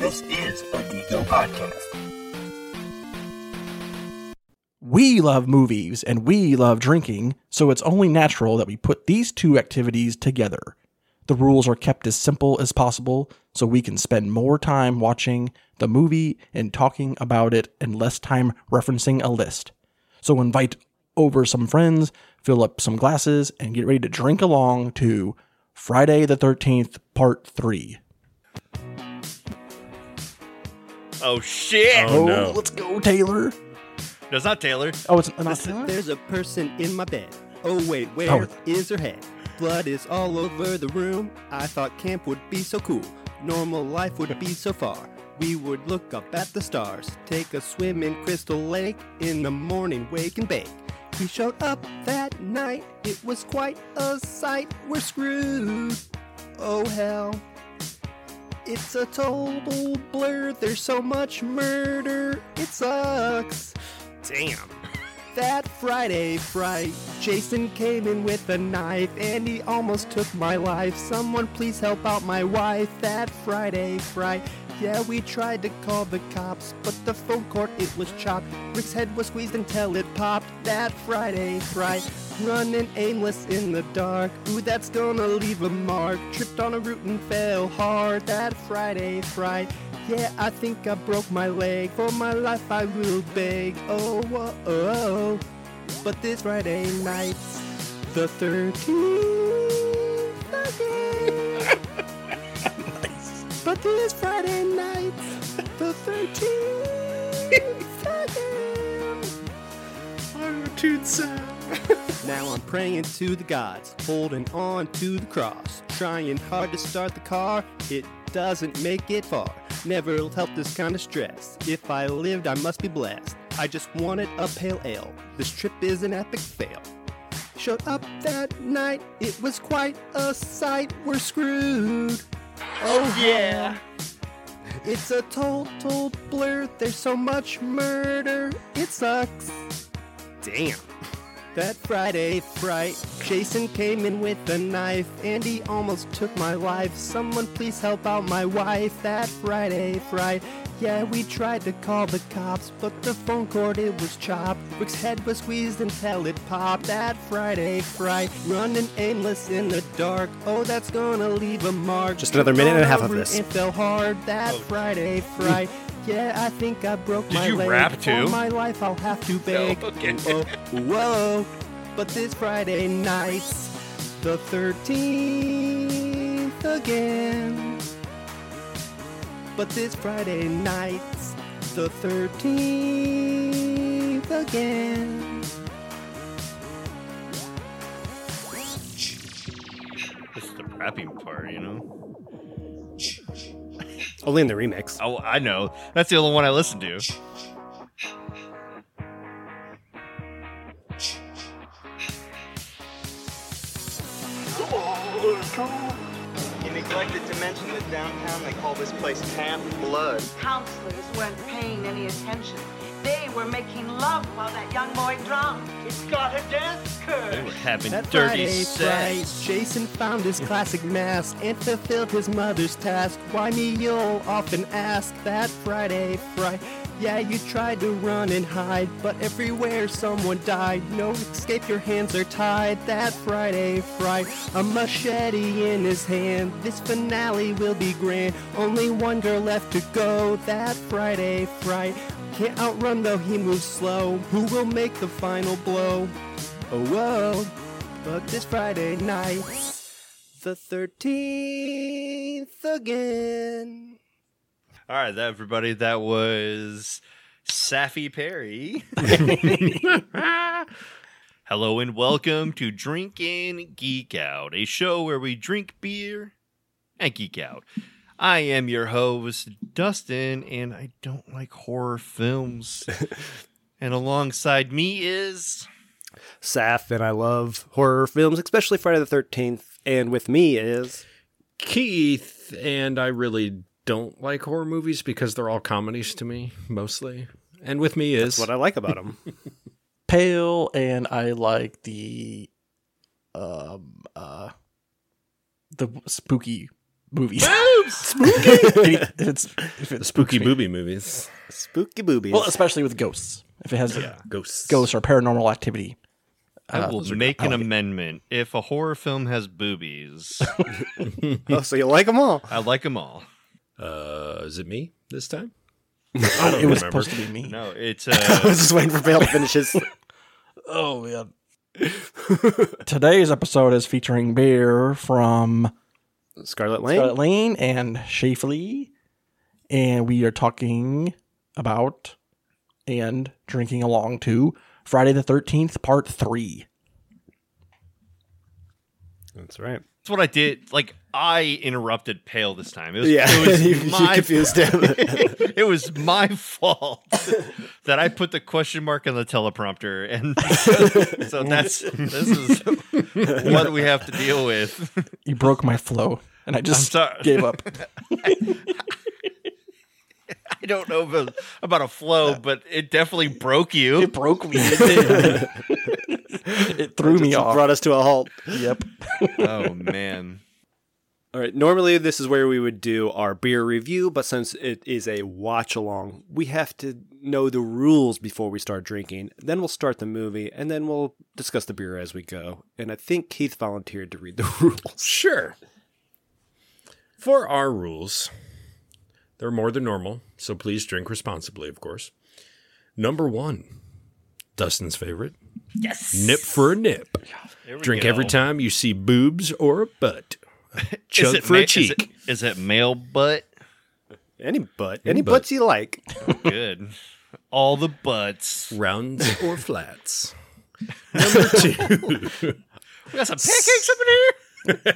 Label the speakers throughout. Speaker 1: This is a Geeko podcast.
Speaker 2: We love movies and we love drinking, so it's only natural that we put these two activities together. The rules are kept as simple as possible so we can spend more time watching the movie and talking about it and less time referencing a list. So invite over some friends, fill up some glasses, and get ready to drink along to Friday the 13th, Part 3.
Speaker 3: Oh shit!
Speaker 2: Oh,
Speaker 4: no.
Speaker 2: let's go, Taylor.
Speaker 3: No, it's not Taylor.
Speaker 2: Oh, it's not
Speaker 4: Listen,
Speaker 2: Taylor?
Speaker 4: there's a person in my bed. Oh wait, where is
Speaker 2: Oh.
Speaker 4: her head? Blood is all over the room. I thought camp would be so cool. Normal life would be so far. We would look up at the stars, take a swim in Crystal Lake, in the morning wake and bake. He showed up that night. It was quite a sight. We're screwed. Oh hell. It's a total blur. There's so much murder. It sucks. Damn. That Friday fright, Jason came in with a knife and he almost took my life. Someone please help out my wife. That Friday fright. Yeah, we tried to call the cops, but the phone cord it was chopped. Rick's head was squeezed until it popped. That Friday fright, running aimless in the dark. Ooh, that's gonna leave a mark. Tripped on a root and fell hard. That Friday fright. Yeah, I think I broke my leg. For my life, I will beg. Oh, oh, oh. But this Friday night, the 13th. again. But this Friday night, the 13th. again. Now I'm praying to the gods, holding on to the cross, trying hard to start the car. It doesn't make it far. Never help this kind of stress. If I lived, I must be blessed. I just wanted a pale ale. This trip is an epic fail. Showed up that night, it was quite a sight. We're screwed. Oh yeah. It's a total blur. There's so much murder. It sucks. Damn. That Friday fright, Jason came in with a knife, and he almost took my life. Someone please help out my wife. That Friday fright, yeah, we tried to call the cops, but the phone cord it was chopped. Rick's head was squeezed until it popped. That Friday fright, running aimless in the dark. Oh, that's gonna leave a mark.
Speaker 5: Just another minute and a half of
Speaker 4: Gonna root
Speaker 5: this.
Speaker 4: and fell hard. That Friday fright. Yeah, I think I broke
Speaker 3: Oh. Did
Speaker 4: my
Speaker 3: you
Speaker 4: leg.
Speaker 3: rap
Speaker 4: For
Speaker 3: too?
Speaker 4: my life, I'll have to beg.
Speaker 3: okay.
Speaker 4: Whoa, whoa. But this Friday night's the 13th again. But this Friday night's the 13th again.
Speaker 3: This is the rapping part, you know.
Speaker 5: Only in the remix.
Speaker 3: Oh, I know. That's the only one I listen to.
Speaker 6: You neglected to mention that downtown they call this place Camp Blood.
Speaker 7: counselors weren't paying any attention. They were making love while that young boy drowned.
Speaker 6: It's got a dance
Speaker 3: They were
Speaker 6: curve.
Speaker 3: having
Speaker 4: That
Speaker 3: dirty
Speaker 4: Friday
Speaker 3: sex.
Speaker 4: fright, Jason found his classic mask and fulfilled his mother's task. Why me, you'll often ask that Friday fright. Yeah, you tried to run and hide, but everywhere someone died. No escape, your hands are tied. That Friday fright, a machete in his hand. This finale will be grand. Only one girl left to go. That Friday fright, can't outrun though he moves slow. Who will make the final blow? Oh, whoa. But this Friday night, the 13th again.
Speaker 3: All right, that, everybody, that was Safi Perry. Hello and welcome to Drink and Geek Out, a show where we drink beer and geek out. I am your host, Dustin, and I don't like horror films. and alongside me is
Speaker 5: Saf and I love horror films, especially Friday the Thirteenth. And with me is
Speaker 8: Keith, and I really don't like horror movies because they're all comedies to me, mostly. And with me is
Speaker 5: what I like about him.
Speaker 2: pale and I like the um uh the spooky movies. Spooky. if it's if
Speaker 8: The
Speaker 2: it's
Speaker 8: spooky booby movies.
Speaker 5: Spooky boobies.
Speaker 2: well, especially with ghosts. If it has
Speaker 8: Ghosts.
Speaker 2: ghosts or paranormal activity,
Speaker 3: I will make an amendment. If a horror film has boobies,
Speaker 5: oh, so you like them all.
Speaker 3: I like them all.
Speaker 8: Uh, is it me this time?
Speaker 2: it
Speaker 8: don't
Speaker 2: was
Speaker 8: remember.
Speaker 2: supposed to be me.
Speaker 3: No, it's
Speaker 5: I
Speaker 3: uh,
Speaker 5: was just waiting for Bale to finish his.
Speaker 2: Oh man. Today's episode is featuring Bear from
Speaker 5: Scarlet Lane.
Speaker 2: Scarlet Lane and Shafley, and we are talking about and drinking along to Friday the Thirteenth Part Three.
Speaker 5: That's right.
Speaker 3: that's what I did. Like I interrupted Pale this time. It was,
Speaker 5: Yeah,
Speaker 3: it was
Speaker 5: you, you
Speaker 3: my
Speaker 5: confused him.
Speaker 3: it was my fault that I put the question mark on the teleprompter, and so, that's this is what we have to deal with.
Speaker 2: You broke my flow, and I just
Speaker 3: sorry.
Speaker 2: gave up.
Speaker 3: I don't know about, about a flow, but it definitely broke you.
Speaker 2: It broke me. It, did. it threw me
Speaker 5: Just
Speaker 2: off.
Speaker 5: brought us to a halt.
Speaker 2: Yep.
Speaker 3: Oh man,
Speaker 5: All right. Normally, this is where we would do our beer review, but since it is a watch along, we have to know the rules before we start drinking. Then we'll start the movie, and then we'll discuss the beer as we go. And I think Keith volunteered to read the rules.
Speaker 8: Sure. For our rules, they're more than normal, so please drink responsibly, of course. Number one, Dustin's favorite. Yes. Nip for a nip. Drink every time you see boobs or a butt. Chug for
Speaker 3: ma-
Speaker 8: a cheek.
Speaker 3: Is it, is it male butt?
Speaker 5: Any butt, any
Speaker 8: butt.
Speaker 5: butts you like.
Speaker 3: Good. All the butts.
Speaker 8: Rounds or flats. Number two.
Speaker 3: We got some pancakes up in here.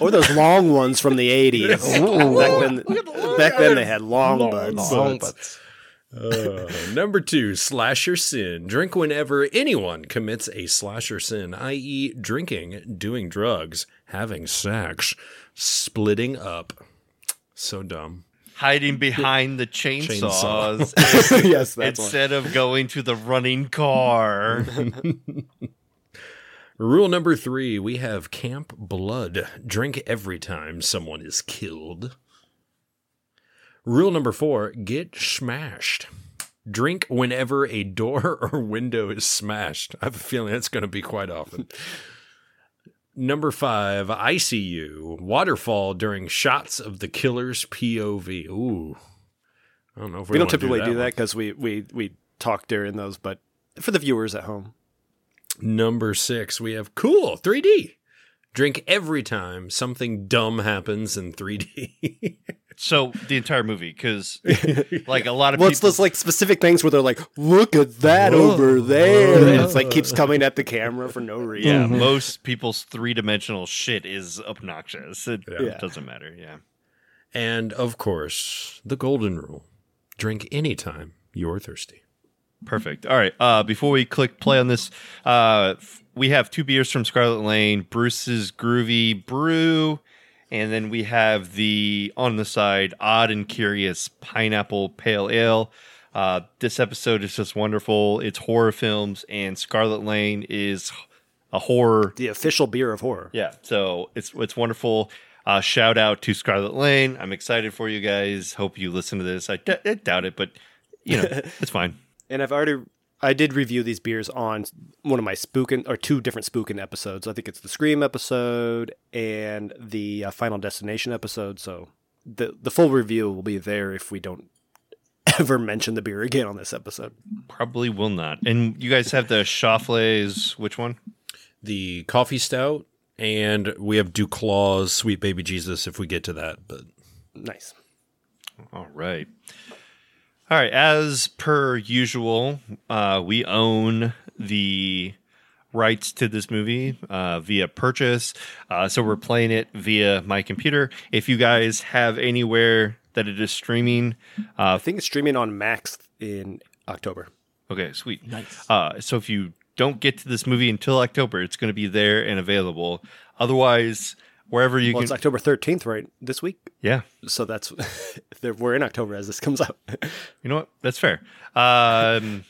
Speaker 5: Or those long ones from the 80s. back then, back then they had long, butts.
Speaker 2: Long butts.
Speaker 8: Uh, number two, slasher sin. Drink whenever anyone commits a slasher sin, i.e., drinking, doing drugs, having sex, splitting up. So dumb.
Speaker 3: Hiding behind the chainsaws
Speaker 5: yes, that's one.
Speaker 3: instead of going to the running car.
Speaker 8: Rule number three, we have camp blood. Drink every time someone is killed. Rule number four, get smashed. Drink whenever a door or window is smashed. I have a feeling that's going to be quite often. number five, ICU. Waterfall during shots of the killer's POV. Ooh. I don't know if we,
Speaker 5: We don't
Speaker 8: wanna
Speaker 5: typically do
Speaker 8: one.
Speaker 5: that because we, we, we talk during those, but for the viewers at home.
Speaker 8: Number six, we have cool 3D. Drink every time something dumb happens in 3D.
Speaker 3: So the entire movie, because like a lot of
Speaker 5: Well, it's
Speaker 3: people,
Speaker 5: those like specific things where they're like, "Look at that over there," and it's like keeps coming at the camera for no reason.
Speaker 3: yeah, most people's three dimensional shit is obnoxious. It
Speaker 5: Yeah.
Speaker 3: doesn't matter. Yeah,
Speaker 8: and of course, the golden rule drink anytime you're thirsty.
Speaker 3: perfect. All right. Uh, before we click play on this, uh, f- we have two beers from Scarlet Lane, Bruce's Groovy Brew, and then we have the on the side Odd and Curious Pineapple Pale Ale. Uh, this episode is just wonderful. It's horror films, and Scarlet Lane is a horror
Speaker 5: The official beer of horror.
Speaker 3: Yeah, so it's it's wonderful. Uh, shout out to Scarlet Lane. I'm excited for you guys. Hope you listen to this. I d- I doubt it, but you know it's fine.
Speaker 5: And I've already, I did review these beers on one of my spookin or two different spookin episodes. I think it's the Scream episode and the uh, Final Destination episode. So the the full review will be there if we don't ever mention the beer again on this episode.
Speaker 3: Probably will not. And you guys have the Chaffleys. Which one?
Speaker 8: The coffee stout, and we have Duclaw's Sweet Baby Jesus if we get to that. But
Speaker 5: Nice.
Speaker 3: All right. All right. As per usual, uh, we own the rights to this movie uh, via purchase. Uh, so we're playing it via my computer. If you guys have anywhere that it is streaming, uh,
Speaker 5: I think it's streaming on Max in October.
Speaker 3: Okay, sweet. Nice. Uh, so if you don't get to this movie until October, it's going to be there and available. Otherwise, wherever you
Speaker 5: Well, it's
Speaker 3: can.
Speaker 5: October thirteenth, right? This week.
Speaker 3: yeah,
Speaker 5: So that's there- we're in October as this comes out.
Speaker 3: you know what? That's fair. Um,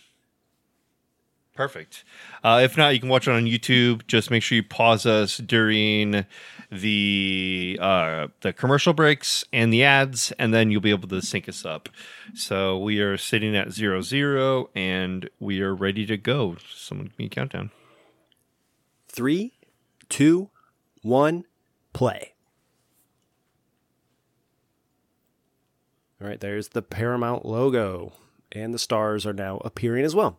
Speaker 3: Perfect. Uh, if not, you can watch it on YouTube. Just make sure you pause us during the uh, the commercial breaks and the ads, and then you'll be able to sync us up. So we are sitting at zero zero, and we are ready to go. Someone give me a countdown.
Speaker 5: Three, two, one, play. All right, there's the Paramount logo, and the stars are now appearing as well.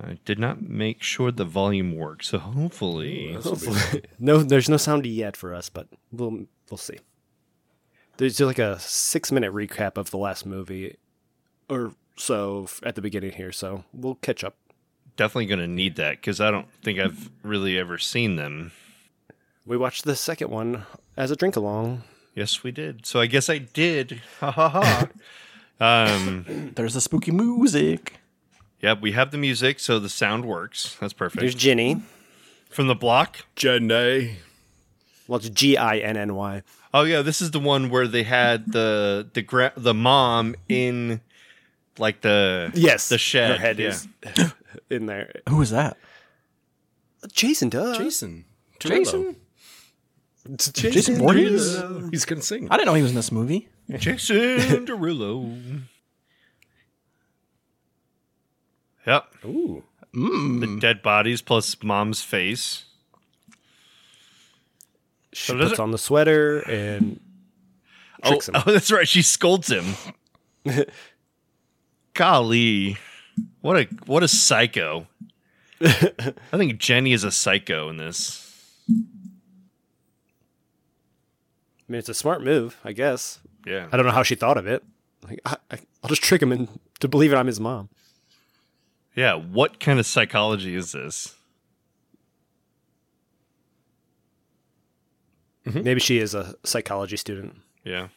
Speaker 3: I did not make sure the volume worked, so hopefully
Speaker 5: Hopefully, no, there's no sound yet for us, but we'll we'll see. There's just like a six minute recap of the last movie, or so f- at the beginning here, so we'll catch up.
Speaker 3: definitely going to need that because I don't think I've really ever seen them.
Speaker 5: We watched the second one as a drink along.
Speaker 3: Yes, we did. So I guess I did. Ha ha ha. um,
Speaker 2: There's the spooky music.
Speaker 3: Yep, we have the music, so the sound works. That's perfect.
Speaker 5: There's Ginny.
Speaker 3: From the block.
Speaker 8: Jenny.
Speaker 5: Well, it's G I N N Y.
Speaker 3: Oh yeah, this is the one where they had the the gra- the mom in like the
Speaker 5: Yes,
Speaker 3: the shed.
Speaker 5: Her head
Speaker 3: yeah.
Speaker 5: is in there.
Speaker 2: Who is that?
Speaker 5: Jason does.
Speaker 8: Jason. Derulo.
Speaker 2: Jason?
Speaker 5: It's
Speaker 2: Jason Voorhees?
Speaker 8: Derulo. He's gonna sing.
Speaker 2: I didn't know he was in this movie.
Speaker 3: Jason Derulo. Yep,
Speaker 5: Mm-hmm.
Speaker 8: Ooh.
Speaker 3: the dead bodies plus mom's face.
Speaker 5: She
Speaker 3: does
Speaker 5: puts
Speaker 3: it-
Speaker 5: on the sweater and
Speaker 3: Oh,
Speaker 5: tricks him.
Speaker 3: oh, that's right. She scolds him. Golly, what a what a psycho! I think Jenny is a psycho in this.
Speaker 5: I mean, it's a smart move, I guess.
Speaker 3: Yeah,
Speaker 5: I don't know how she thought of it. Like, I, I, I'll just trick him into believing I'm his mom.
Speaker 3: Yeah, what kind of psychology is this? Mm-hmm.
Speaker 5: Maybe she is a psychology student.
Speaker 3: Yeah.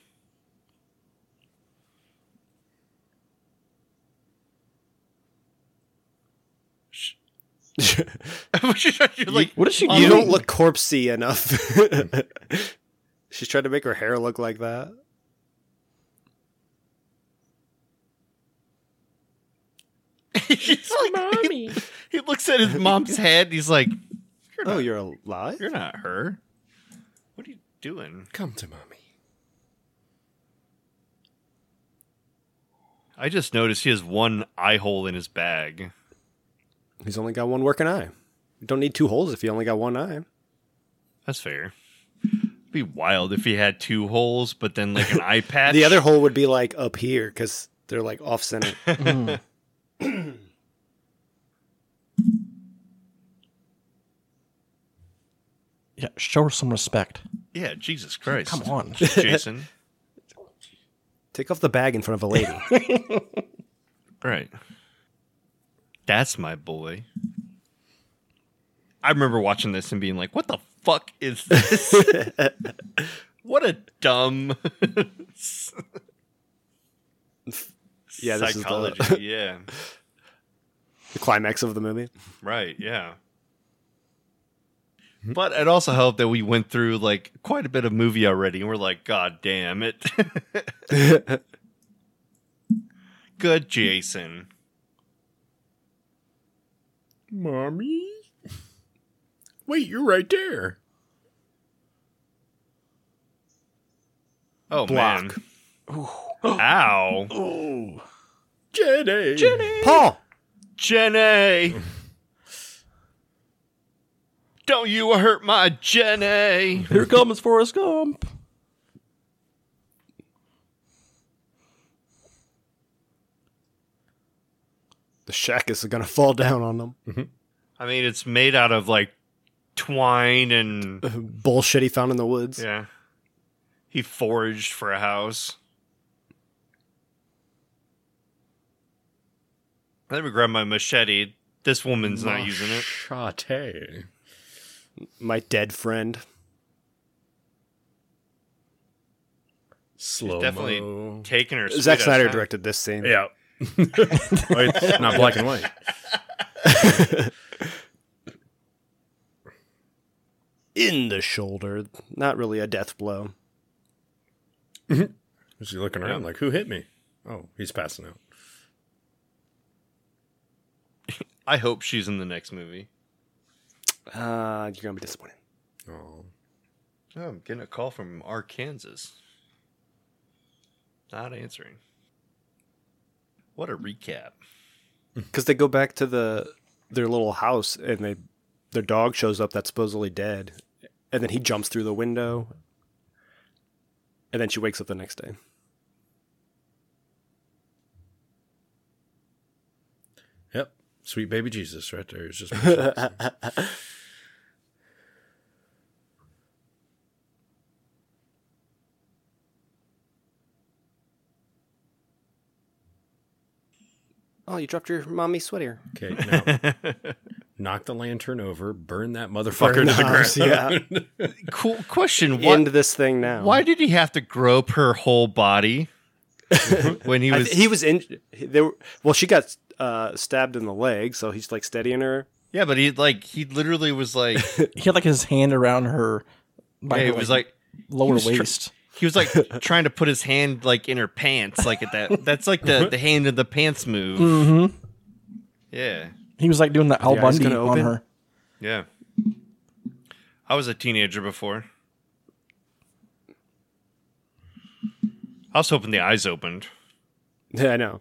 Speaker 3: You're like,
Speaker 2: What did she
Speaker 5: you
Speaker 2: do?
Speaker 5: don't look corpsey enough. She's trying to make her hair look like that.
Speaker 3: he's like he, he looks at his mom's head. And he's like, you're not,
Speaker 5: Oh,
Speaker 3: you're,
Speaker 5: you're alive?
Speaker 3: not her. What are you doing?
Speaker 8: Come to mommy.
Speaker 3: I just noticed he has one eye hole in his bag.
Speaker 5: He's only got one working eye. You don't need two holes if you only got one eye.
Speaker 3: That's fair. It'd be wild if he had two holes, but then like an eye patch.
Speaker 5: The other hole would be like up here because they're like off center.
Speaker 2: Yeah, show her some respect.
Speaker 3: Yeah, Jesus Christ.
Speaker 2: Come on.
Speaker 3: Jason.
Speaker 5: Take off the bag in front of a lady.
Speaker 3: Right. That's my boy. I remember watching this and being like, what the fuck is this? what a dumb
Speaker 5: yeah, this
Speaker 3: psychology.
Speaker 5: is the,
Speaker 3: yeah.
Speaker 5: the climax of the movie.
Speaker 3: Right. Yeah. Hmm? But it also helped that we went through like quite a bit of movie already and we're like, God damn it. Good Jason.
Speaker 8: Mommy? Wait, you're right there.
Speaker 3: Oh man. Ow.
Speaker 8: Jenny. Jenny.
Speaker 5: Paul,
Speaker 3: Jenny. Don't you hurt my Jenny.
Speaker 2: Here comes Forrest Gump.
Speaker 5: the shack is gonna fall down on them.
Speaker 3: I mean, it's made out of like twine and
Speaker 5: Bullshit he found in the woods.
Speaker 3: yeah. He foraged for a house. I never grabbed my machete. This woman's not using it.
Speaker 8: Machete.
Speaker 5: My dead friend.
Speaker 8: Slow
Speaker 3: Definitely taking her.
Speaker 5: Zack
Speaker 3: sweet-ass
Speaker 5: Snyder
Speaker 3: time.
Speaker 5: directed this scene.
Speaker 8: Yeah. Oh, it's not black and white.
Speaker 5: In the shoulder. Not really a death blow.
Speaker 8: Is he looking around like, who hit me? Oh, he's passing out.
Speaker 3: I hope she's in the next movie.
Speaker 5: Uh, you're gonna be disappointed.
Speaker 8: Oh.
Speaker 3: Oh, I'm getting a call from Arkansas. Not answering. What a recap.
Speaker 5: Because they go back to the their little house and they their dog shows up that's supposedly dead, and then he jumps through the window, and then she wakes up the next day.
Speaker 8: Yep. Sweet baby Jesus right there is just my choice.
Speaker 5: Oh, you dropped your mommy sweater.
Speaker 8: Okay, now knock the lantern over, burn that motherfucker to the ground.
Speaker 5: yeah,
Speaker 3: Cool question. What,
Speaker 5: end this thing now.
Speaker 3: why did he have to grope her whole body when he
Speaker 5: I
Speaker 3: was?
Speaker 5: th- he was in. he- They were, well, she got uh, stabbed in the leg, so he's like steadying her.
Speaker 3: yeah, but he like he literally was like
Speaker 2: He had like his hand around her. By
Speaker 3: yeah,
Speaker 2: her,
Speaker 3: it was like
Speaker 2: lower
Speaker 3: was tr-
Speaker 2: waist.
Speaker 3: he was like trying to put his hand like in her pants like at that. That's like the the hand in the pants move.
Speaker 2: Mhm.
Speaker 3: Yeah.
Speaker 2: he was like doing the Al
Speaker 5: eyes
Speaker 2: Bundy
Speaker 5: gonna
Speaker 2: on
Speaker 5: open?
Speaker 2: her.
Speaker 3: Yeah. I was a teenager before. I was hoping the eyes opened.
Speaker 5: Yeah, I know.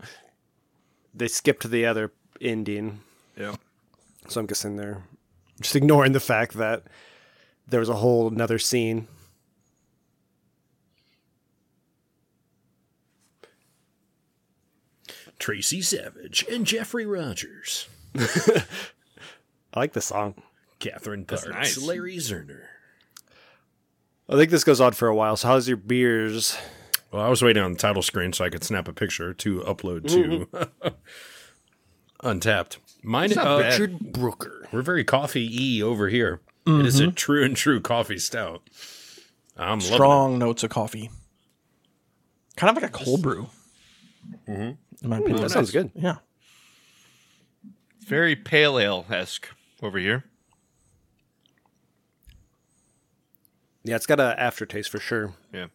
Speaker 5: They skipped the other ending,
Speaker 3: Yeah.
Speaker 5: so I'm guessing they're just ignoring the fact that there was a whole another scene.
Speaker 8: Tracy Savage and Jeffrey Rogers,
Speaker 5: I like the song.
Speaker 8: Catherine
Speaker 3: That's
Speaker 8: Parks,
Speaker 3: nice.
Speaker 8: Larry Zerner.
Speaker 5: I think this goes on for a while. So, how's your beers?
Speaker 8: Well, I was waiting on the title screen so I could snap a picture to upload to Untapped. Mine
Speaker 3: not
Speaker 8: uh,
Speaker 3: bad.
Speaker 8: Richard Brooker. We're very coffee e over here. It is a true and true coffee stout. I'm loving
Speaker 2: Strong notes of coffee. Kind of like a cold brew. In my opinion.
Speaker 5: That sounds good.
Speaker 2: Yeah.
Speaker 3: Very pale ale esque over here.
Speaker 5: Yeah, it's got an aftertaste for sure.
Speaker 3: Yeah.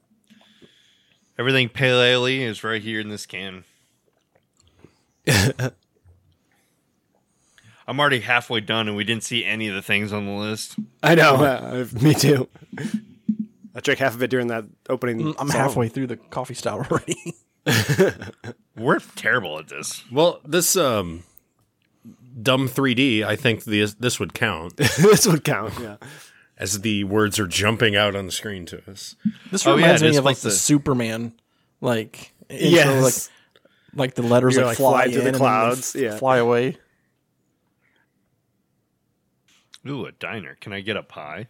Speaker 3: Everything pale ale is right here in this can. I'm already halfway done and we didn't see any of the things on the list.
Speaker 5: I know. uh, me too. I drank half of it during that opening.
Speaker 2: Mm, I'm
Speaker 5: song.
Speaker 2: halfway through the coffee stout already.
Speaker 3: We're terrible at this.
Speaker 8: it. Well, this um, dumb 3D, I think the, this would count
Speaker 5: this would count. Yeah.
Speaker 8: as the words are jumping out on the screen to us.
Speaker 2: This
Speaker 3: Oh, yeah,
Speaker 2: reminds
Speaker 3: it
Speaker 2: me
Speaker 3: is
Speaker 2: of like
Speaker 3: supposed
Speaker 2: the
Speaker 3: to-
Speaker 2: Superman, like intro,
Speaker 5: Yes.
Speaker 2: like like the letters
Speaker 5: You're,
Speaker 2: like,
Speaker 5: like,
Speaker 2: fly,
Speaker 5: fly through the
Speaker 2: in and then they
Speaker 5: clouds,
Speaker 2: f-
Speaker 5: yeah.
Speaker 2: fly away.
Speaker 3: Ooh, a diner. Can I get a pie?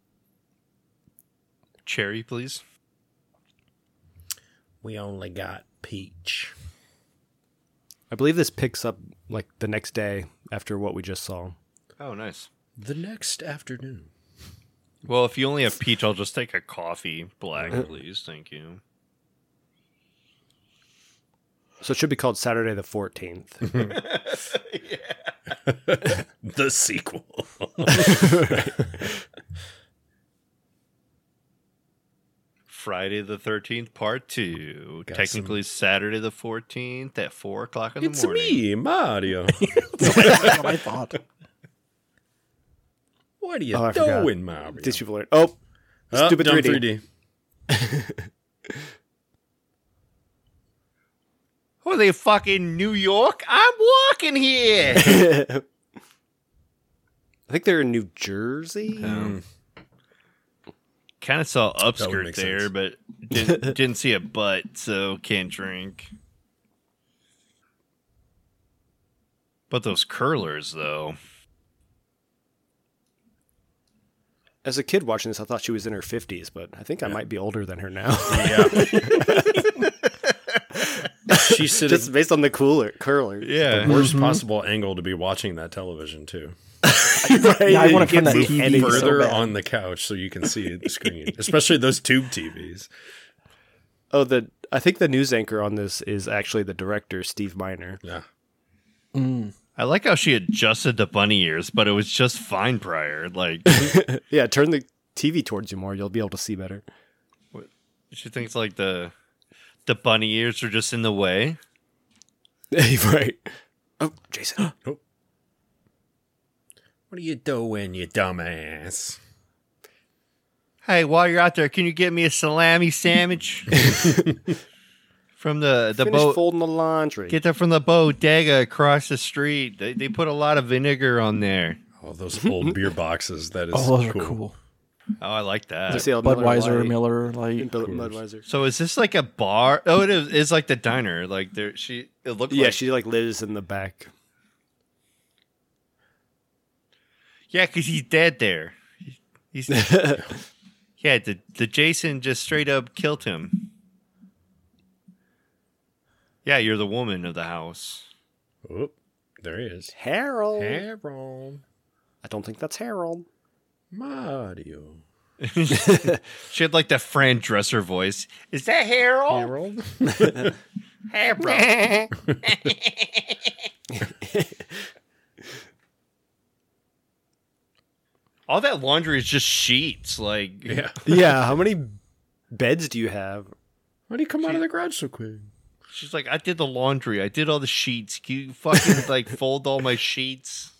Speaker 3: Cherry, please.
Speaker 8: We only got peach.
Speaker 5: I believe this picks up like the next day after what we just saw.
Speaker 3: Oh, nice.
Speaker 8: The next afternoon.
Speaker 3: Well, if you only have peach, I'll just take a coffee black, please. Thank you.
Speaker 5: So it should be called Saturday the 14th.
Speaker 8: The sequel.
Speaker 3: Friday the 13th, part two.
Speaker 8: Got
Speaker 3: Technically, Saturday the 14th at 4 o'clock in the
Speaker 8: it's
Speaker 3: morning.
Speaker 8: me, Mario.
Speaker 2: That's what I thought.
Speaker 8: What are you
Speaker 5: Oh, I forgot.
Speaker 8: doing, Mario?
Speaker 5: These people learn. Oh,
Speaker 8: Oh,
Speaker 5: stupid
Speaker 8: dumb
Speaker 5: 3D.
Speaker 8: 3D.
Speaker 3: What are they, fucking New York? I'm walking here.
Speaker 5: I think they're in New Jersey.
Speaker 3: kind of saw
Speaker 8: That would
Speaker 3: upskirt
Speaker 8: make
Speaker 3: there,
Speaker 8: sense.
Speaker 3: but didn't, didn't see a butt, so can't drink. But those curlers, though.
Speaker 5: As a kid watching this, I thought she was in her 50s, but I think I might be older than her now.
Speaker 8: Yeah. Mm, she said
Speaker 5: just
Speaker 8: it's
Speaker 5: based on the cooler curler.
Speaker 8: the
Speaker 3: Yeah.
Speaker 2: Mm-hmm.
Speaker 8: worst possible angle to be watching that television too.
Speaker 2: Yeah, I want to turn that
Speaker 5: Move
Speaker 2: TV so
Speaker 8: Further
Speaker 2: bad.
Speaker 8: on the couch so you can see the screen, especially those tube TVs.
Speaker 5: Oh, the I think the news anchor on this is actually the director, Steve Miner.
Speaker 8: Yeah.
Speaker 3: I like how she adjusted the bunny ears, but it was just fine prior. Like,
Speaker 5: Yeah, turn the TV towards you more. You'll be able to see better.
Speaker 3: she thinks, like, the the bunny ears are just in the way.
Speaker 5: right. Oh, Jason.
Speaker 8: What are you doing, you dumbass?
Speaker 3: Hey, while you're out there, can you get me a salami sandwich from the the
Speaker 5: Finish
Speaker 3: boat?
Speaker 5: folding the laundry.
Speaker 3: Get that from the bodega across the street. They, they put a lot of vinegar on there.
Speaker 8: All those old beer boxes. That is
Speaker 2: Oh, those
Speaker 8: cool.
Speaker 2: are cool.
Speaker 3: Oh, I like
Speaker 5: You
Speaker 3: that.
Speaker 5: see how Miller
Speaker 2: Budweiser,
Speaker 5: Lite
Speaker 2: Miller, like
Speaker 5: and Bud- Budweiser.
Speaker 3: So is this like a bar? Oh, it is. It's like the diner. Like there, she. It looked.
Speaker 5: Yeah,
Speaker 3: like,
Speaker 5: she like lives in the back.
Speaker 3: Yeah, because he's dead there. He's. yeah, the the Jason just straight up killed him. Yeah, you're the woman of the house.
Speaker 8: Oh, there he is.
Speaker 5: Harold.
Speaker 8: Harold.
Speaker 5: I don't think that's Harold.
Speaker 8: Mario.
Speaker 3: She had like the Fran Dresser voice. Is that Harold?
Speaker 8: Harold.
Speaker 3: Harold. All that laundry is just sheets. Like,
Speaker 8: Yeah.
Speaker 5: Yeah, how many beds do you have?
Speaker 8: Why do you come out of the garage so quick?
Speaker 3: she's like, I did the laundry. I did all the sheets. Can you fucking like fold all my sheets?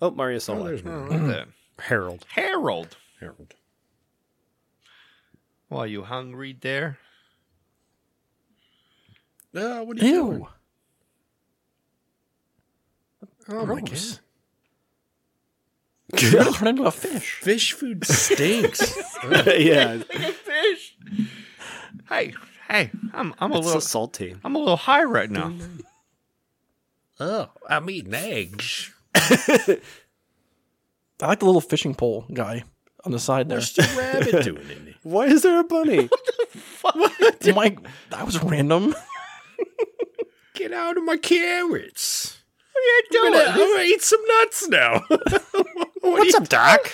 Speaker 5: Oh, Mario saw
Speaker 8: Oh,
Speaker 5: that.
Speaker 8: there's Mario.
Speaker 3: What the-
Speaker 5: Harold.
Speaker 3: Harold.
Speaker 8: Harold.
Speaker 3: Why are you hungry there?
Speaker 8: Uh, what are you doing?
Speaker 2: ew.
Speaker 8: Oh my god.
Speaker 2: Gross. You're gonna turn into a fish.
Speaker 8: Fish food stinks.
Speaker 5: yeah,
Speaker 3: Fish. Hey, hey, I'm I'm a
Speaker 5: it's so
Speaker 3: little
Speaker 5: salty.
Speaker 3: I'm a little high right now.
Speaker 8: oh, I'm eating eggs.
Speaker 2: I like the little fishing pole guy on the side there.
Speaker 8: What's the rabbit doing in there?
Speaker 5: Why is there a bunny?
Speaker 2: I'm like, that was random.
Speaker 8: Get out of my carrots.
Speaker 3: Yeah,
Speaker 8: I'm
Speaker 3: don't
Speaker 8: gonna, I'm gonna eat some nuts now.
Speaker 5: What's up, Doc?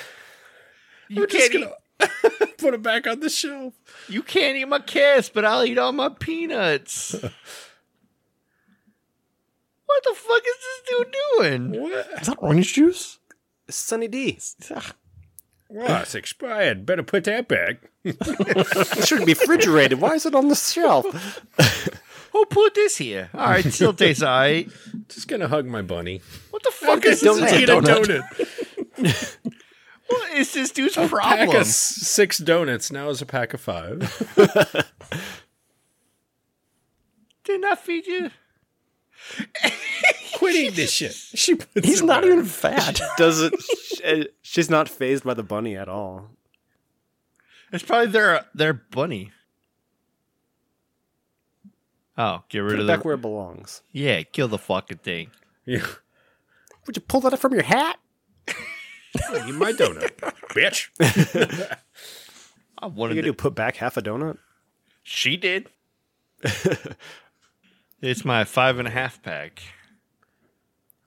Speaker 3: you
Speaker 8: I'm just
Speaker 3: can't
Speaker 8: gonna put it back on the shelf.
Speaker 3: eat, you can't eat my kiss, but I'll eat all my peanuts. what the fuck is this dude doing?
Speaker 8: What?
Speaker 2: Is that orange juice?
Speaker 5: Sunny D.
Speaker 2: Ah,
Speaker 8: Wow, it's expired. Better put that back.
Speaker 5: It shouldn't be refrigerated. Why is it on the shelf?
Speaker 3: Who put this here? All right, still tastes all right.
Speaker 8: Just gonna hug my bunny.
Speaker 3: What the fuck is this?
Speaker 5: don't
Speaker 8: Let's
Speaker 5: say
Speaker 8: eat a
Speaker 5: donut.
Speaker 8: donut.
Speaker 3: What is this dude's
Speaker 8: Pack of
Speaker 3: problem?
Speaker 8: s- six donuts now is a pack of five.
Speaker 3: Didn't I feed you?
Speaker 8: Quit eating this shit. She puts
Speaker 2: He's
Speaker 8: it
Speaker 2: not
Speaker 8: back.
Speaker 2: even fat.
Speaker 5: Doesn't she, uh, she's not phased by the bunny at all.
Speaker 3: It's probably their their bunny. Oh, get rid
Speaker 5: Put
Speaker 3: of
Speaker 5: it
Speaker 3: the
Speaker 5: back where it belongs.
Speaker 3: yeah, kill the fucking thing.
Speaker 8: Yeah.
Speaker 5: Would you pull that up from your hat?
Speaker 8: Eat my donut, bitch.
Speaker 3: I
Speaker 5: What are
Speaker 3: wanted
Speaker 5: you
Speaker 3: to
Speaker 5: gonna do? Put back half a donut?
Speaker 3: She did. it's my five and a half pack.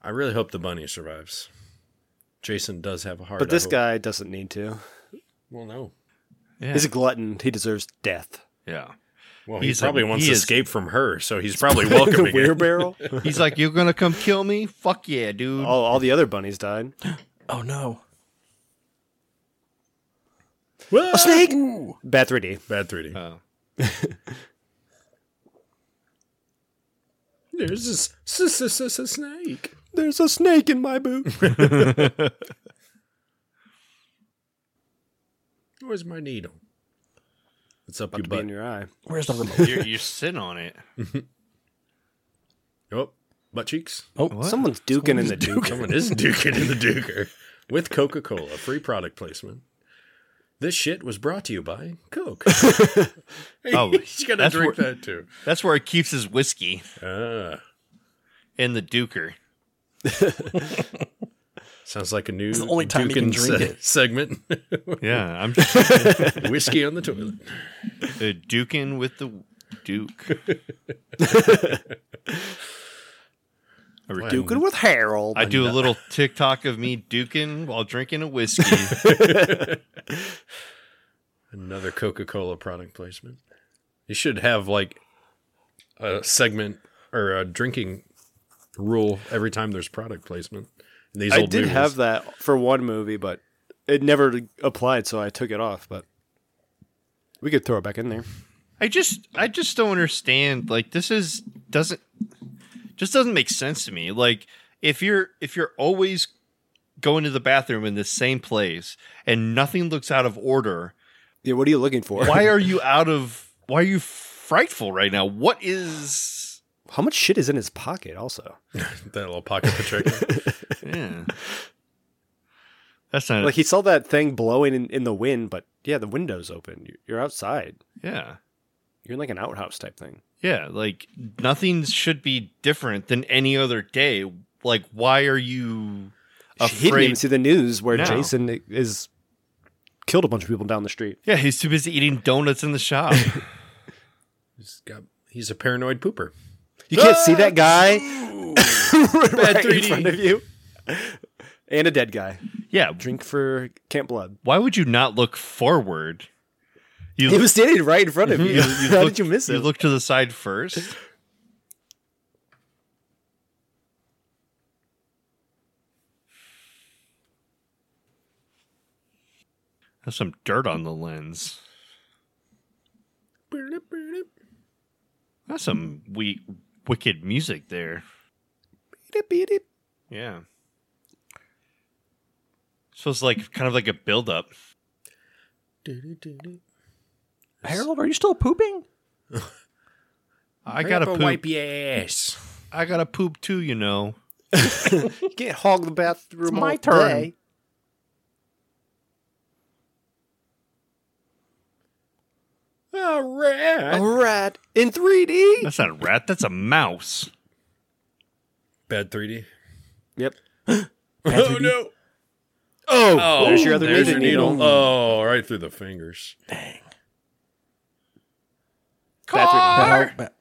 Speaker 8: I really hope the bunny survives. Jason does have a heart.
Speaker 5: But
Speaker 8: I
Speaker 5: this
Speaker 8: hope.
Speaker 5: guy doesn't need to.
Speaker 8: well, no.
Speaker 3: Yeah.
Speaker 5: He's a glutton. He deserves death.
Speaker 3: yeah.
Speaker 8: Well,
Speaker 3: He's
Speaker 8: he probably
Speaker 3: a-
Speaker 8: wants
Speaker 3: he
Speaker 8: to
Speaker 3: is-
Speaker 8: escape from her, so he's probably welcoming
Speaker 5: the
Speaker 8: it.
Speaker 5: wheelbarrow.
Speaker 3: He's like, You're gonna come kill me? Fuck yeah, dude.
Speaker 8: Oh.
Speaker 5: all, all the other bunnies died.
Speaker 2: oh no.
Speaker 8: Whoa!
Speaker 5: Snake. Bad 3D.
Speaker 8: Bad 3D.
Speaker 5: Uh,
Speaker 3: Oh.
Speaker 8: There's this s- s- s- s- snake.
Speaker 5: There's a snake in my boot.
Speaker 8: Where's my needle? It's up
Speaker 5: About
Speaker 8: your
Speaker 5: to be
Speaker 8: butt.
Speaker 5: in your eye.
Speaker 2: Where's the remote?
Speaker 3: You're you're sitting on it.
Speaker 8: oh, butt cheeks.
Speaker 2: Oh,
Speaker 5: Someone's duking in the duke.
Speaker 8: Someone is duking in the duker with Coca Cola. Free product placement. This shit was brought to you by Coke.
Speaker 3: Oh,
Speaker 8: he's gonna
Speaker 3: that's
Speaker 8: drink
Speaker 3: where-
Speaker 8: that too.
Speaker 3: That's where he keeps his whiskey
Speaker 8: Ah,
Speaker 3: in the duker.
Speaker 8: sounds like a new
Speaker 2: the only time you can
Speaker 8: duking
Speaker 2: drink
Speaker 8: se-
Speaker 2: it.
Speaker 8: segment.
Speaker 3: Yeah, I'm
Speaker 8: Whiskey on the toilet.
Speaker 3: Uh, duking with the Duke. I re-
Speaker 5: Duking with Harold.
Speaker 3: I do a little TikTok of me duking while drinking a whiskey.
Speaker 8: Another Coca Cola product placement. You should have like a segment or a drinking rule every time there's product placement. in These
Speaker 5: I
Speaker 8: old
Speaker 5: did
Speaker 8: movies.
Speaker 5: have that for one movie, but it never applied, so I took it off. But we could throw it back in there.
Speaker 3: I just I just don't understand. Like this is doesn't just doesn't make sense to me. Like if you're if you're always going to the bathroom in the same place and nothing looks out of order,
Speaker 5: Yeah, what are you looking for?
Speaker 3: why are you out of why are you frightful right now? What is
Speaker 5: How much shit is in his pocket? Also,
Speaker 8: That little pocket protector.
Speaker 3: yeah. That's not
Speaker 5: like he saw that thing blowing in, in the wind, but yeah, the window's open. You- You're outside.
Speaker 3: yeah.
Speaker 5: You're in like an outhouse type thing.
Speaker 3: Yeah, like nothing should be different than any other day. Like, why are you
Speaker 5: He didn't even
Speaker 3: afraid?
Speaker 5: see the news where
Speaker 3: No.
Speaker 5: Jason is killed a bunch of people down the street.
Speaker 3: Yeah, he's too busy eating donuts in the shop.
Speaker 8: he's got he's a paranoid pooper.
Speaker 5: You can't see that guy right in
Speaker 8: 3D.
Speaker 5: front of you, and a dead guy.
Speaker 3: yeah,
Speaker 5: Drink for Camp Blood.
Speaker 3: why would you not look forward? You,
Speaker 5: He was standing right in front of you.
Speaker 3: you
Speaker 5: Mm-hmm. How
Speaker 3: look-
Speaker 5: did you miss
Speaker 3: You
Speaker 5: him?
Speaker 3: look to the side first. There's some dirt on the lens. That's some we- wicked music there. Yeah. So it's like kind of like a build up.
Speaker 2: Harold, are you still pooping?
Speaker 3: I gotta poop.
Speaker 8: wipe your ass.
Speaker 3: I gotta poop too, you know.
Speaker 5: You can't hog the bathroom.
Speaker 2: It's my
Speaker 5: all
Speaker 2: turn.
Speaker 5: day.
Speaker 8: All right.
Speaker 5: A rat in 3D.
Speaker 3: That's not a rat, that's a mouse.
Speaker 8: Bad 3D.
Speaker 5: Yep.
Speaker 8: Oh no.
Speaker 5: Oh, there's your other
Speaker 8: there's your
Speaker 5: knitting needle.
Speaker 8: needle. Oh, right through the fingers.
Speaker 2: That- that-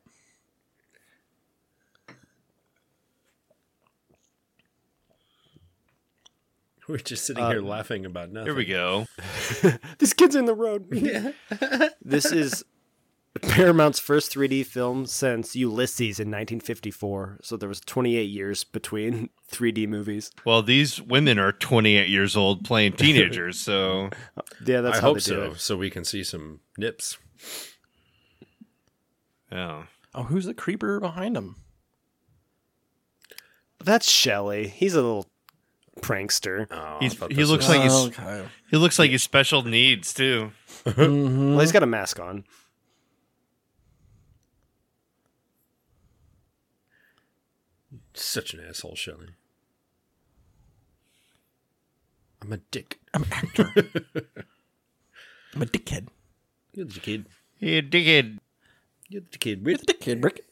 Speaker 8: We're just sitting
Speaker 5: Uh,
Speaker 8: here laughing about nothing.
Speaker 3: Here we go.
Speaker 5: This kid's in the road. this is Paramount's first 3D film since Ulysses in 1954. So there was 28 years between 3D movies.
Speaker 3: Well, these women are 28 years old playing teenagers, so
Speaker 5: Yeah, that's
Speaker 8: I
Speaker 5: how
Speaker 8: hope
Speaker 5: they do
Speaker 8: so,
Speaker 5: it.
Speaker 8: so we can see some nips.
Speaker 3: yeah.
Speaker 2: Oh, who's the creeper behind him?
Speaker 5: That's Shelley. He's a little prankster.
Speaker 8: Oh, I
Speaker 3: He's,
Speaker 8: thought
Speaker 3: he
Speaker 8: this
Speaker 3: looks
Speaker 8: was-
Speaker 3: like he's
Speaker 2: Oh, okay.
Speaker 3: he looks like he's special needs too.
Speaker 5: Well, he's got a mask on.
Speaker 8: such an asshole, Shelley. I'm a dick.
Speaker 2: I'm an actor. I'm a dickhead.
Speaker 8: You're the kid.
Speaker 3: Yeah, dickhead.
Speaker 8: You're the kid.
Speaker 2: You're the dickhead, Rick.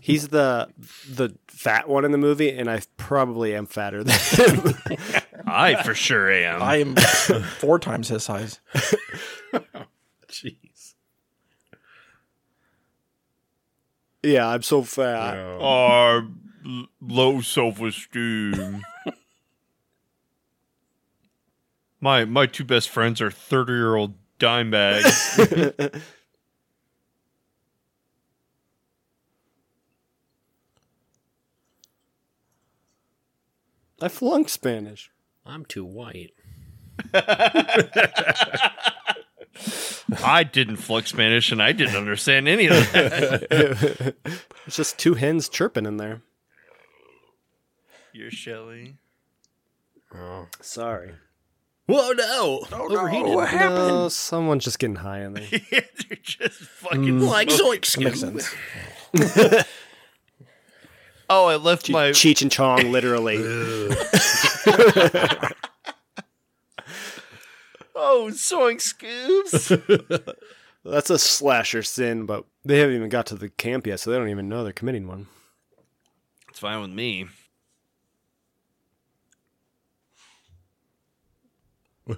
Speaker 5: He's the the fat one in the movie, and I probably am fatter than him.
Speaker 3: I for sure am.
Speaker 2: I am four times his size.
Speaker 8: Jeez.
Speaker 5: yeah, I'm so fat.
Speaker 8: Oh.
Speaker 3: are l- low self-esteem. my my two best friends are 30-year-old dime bags.
Speaker 5: I flunked Spanish.
Speaker 8: I'm too white.
Speaker 3: I didn't flunk Spanish and I didn't understand any of that.
Speaker 5: It's just two hens chirping in there.
Speaker 3: You're Shelly.
Speaker 8: oh.
Speaker 5: Sorry.
Speaker 8: Whoa, no. Overheated.
Speaker 5: No, someone's just getting high in there.
Speaker 3: They're just fucking
Speaker 8: Like Zoinks.
Speaker 2: Makes sense.
Speaker 3: Oh, I left my
Speaker 5: Cheech and Chong, literally.
Speaker 3: Oh, sewing scoops.
Speaker 5: That's a slasher sin, but they haven't even got to the camp yet, so they don't even know they're committing one.
Speaker 3: it's fine with me.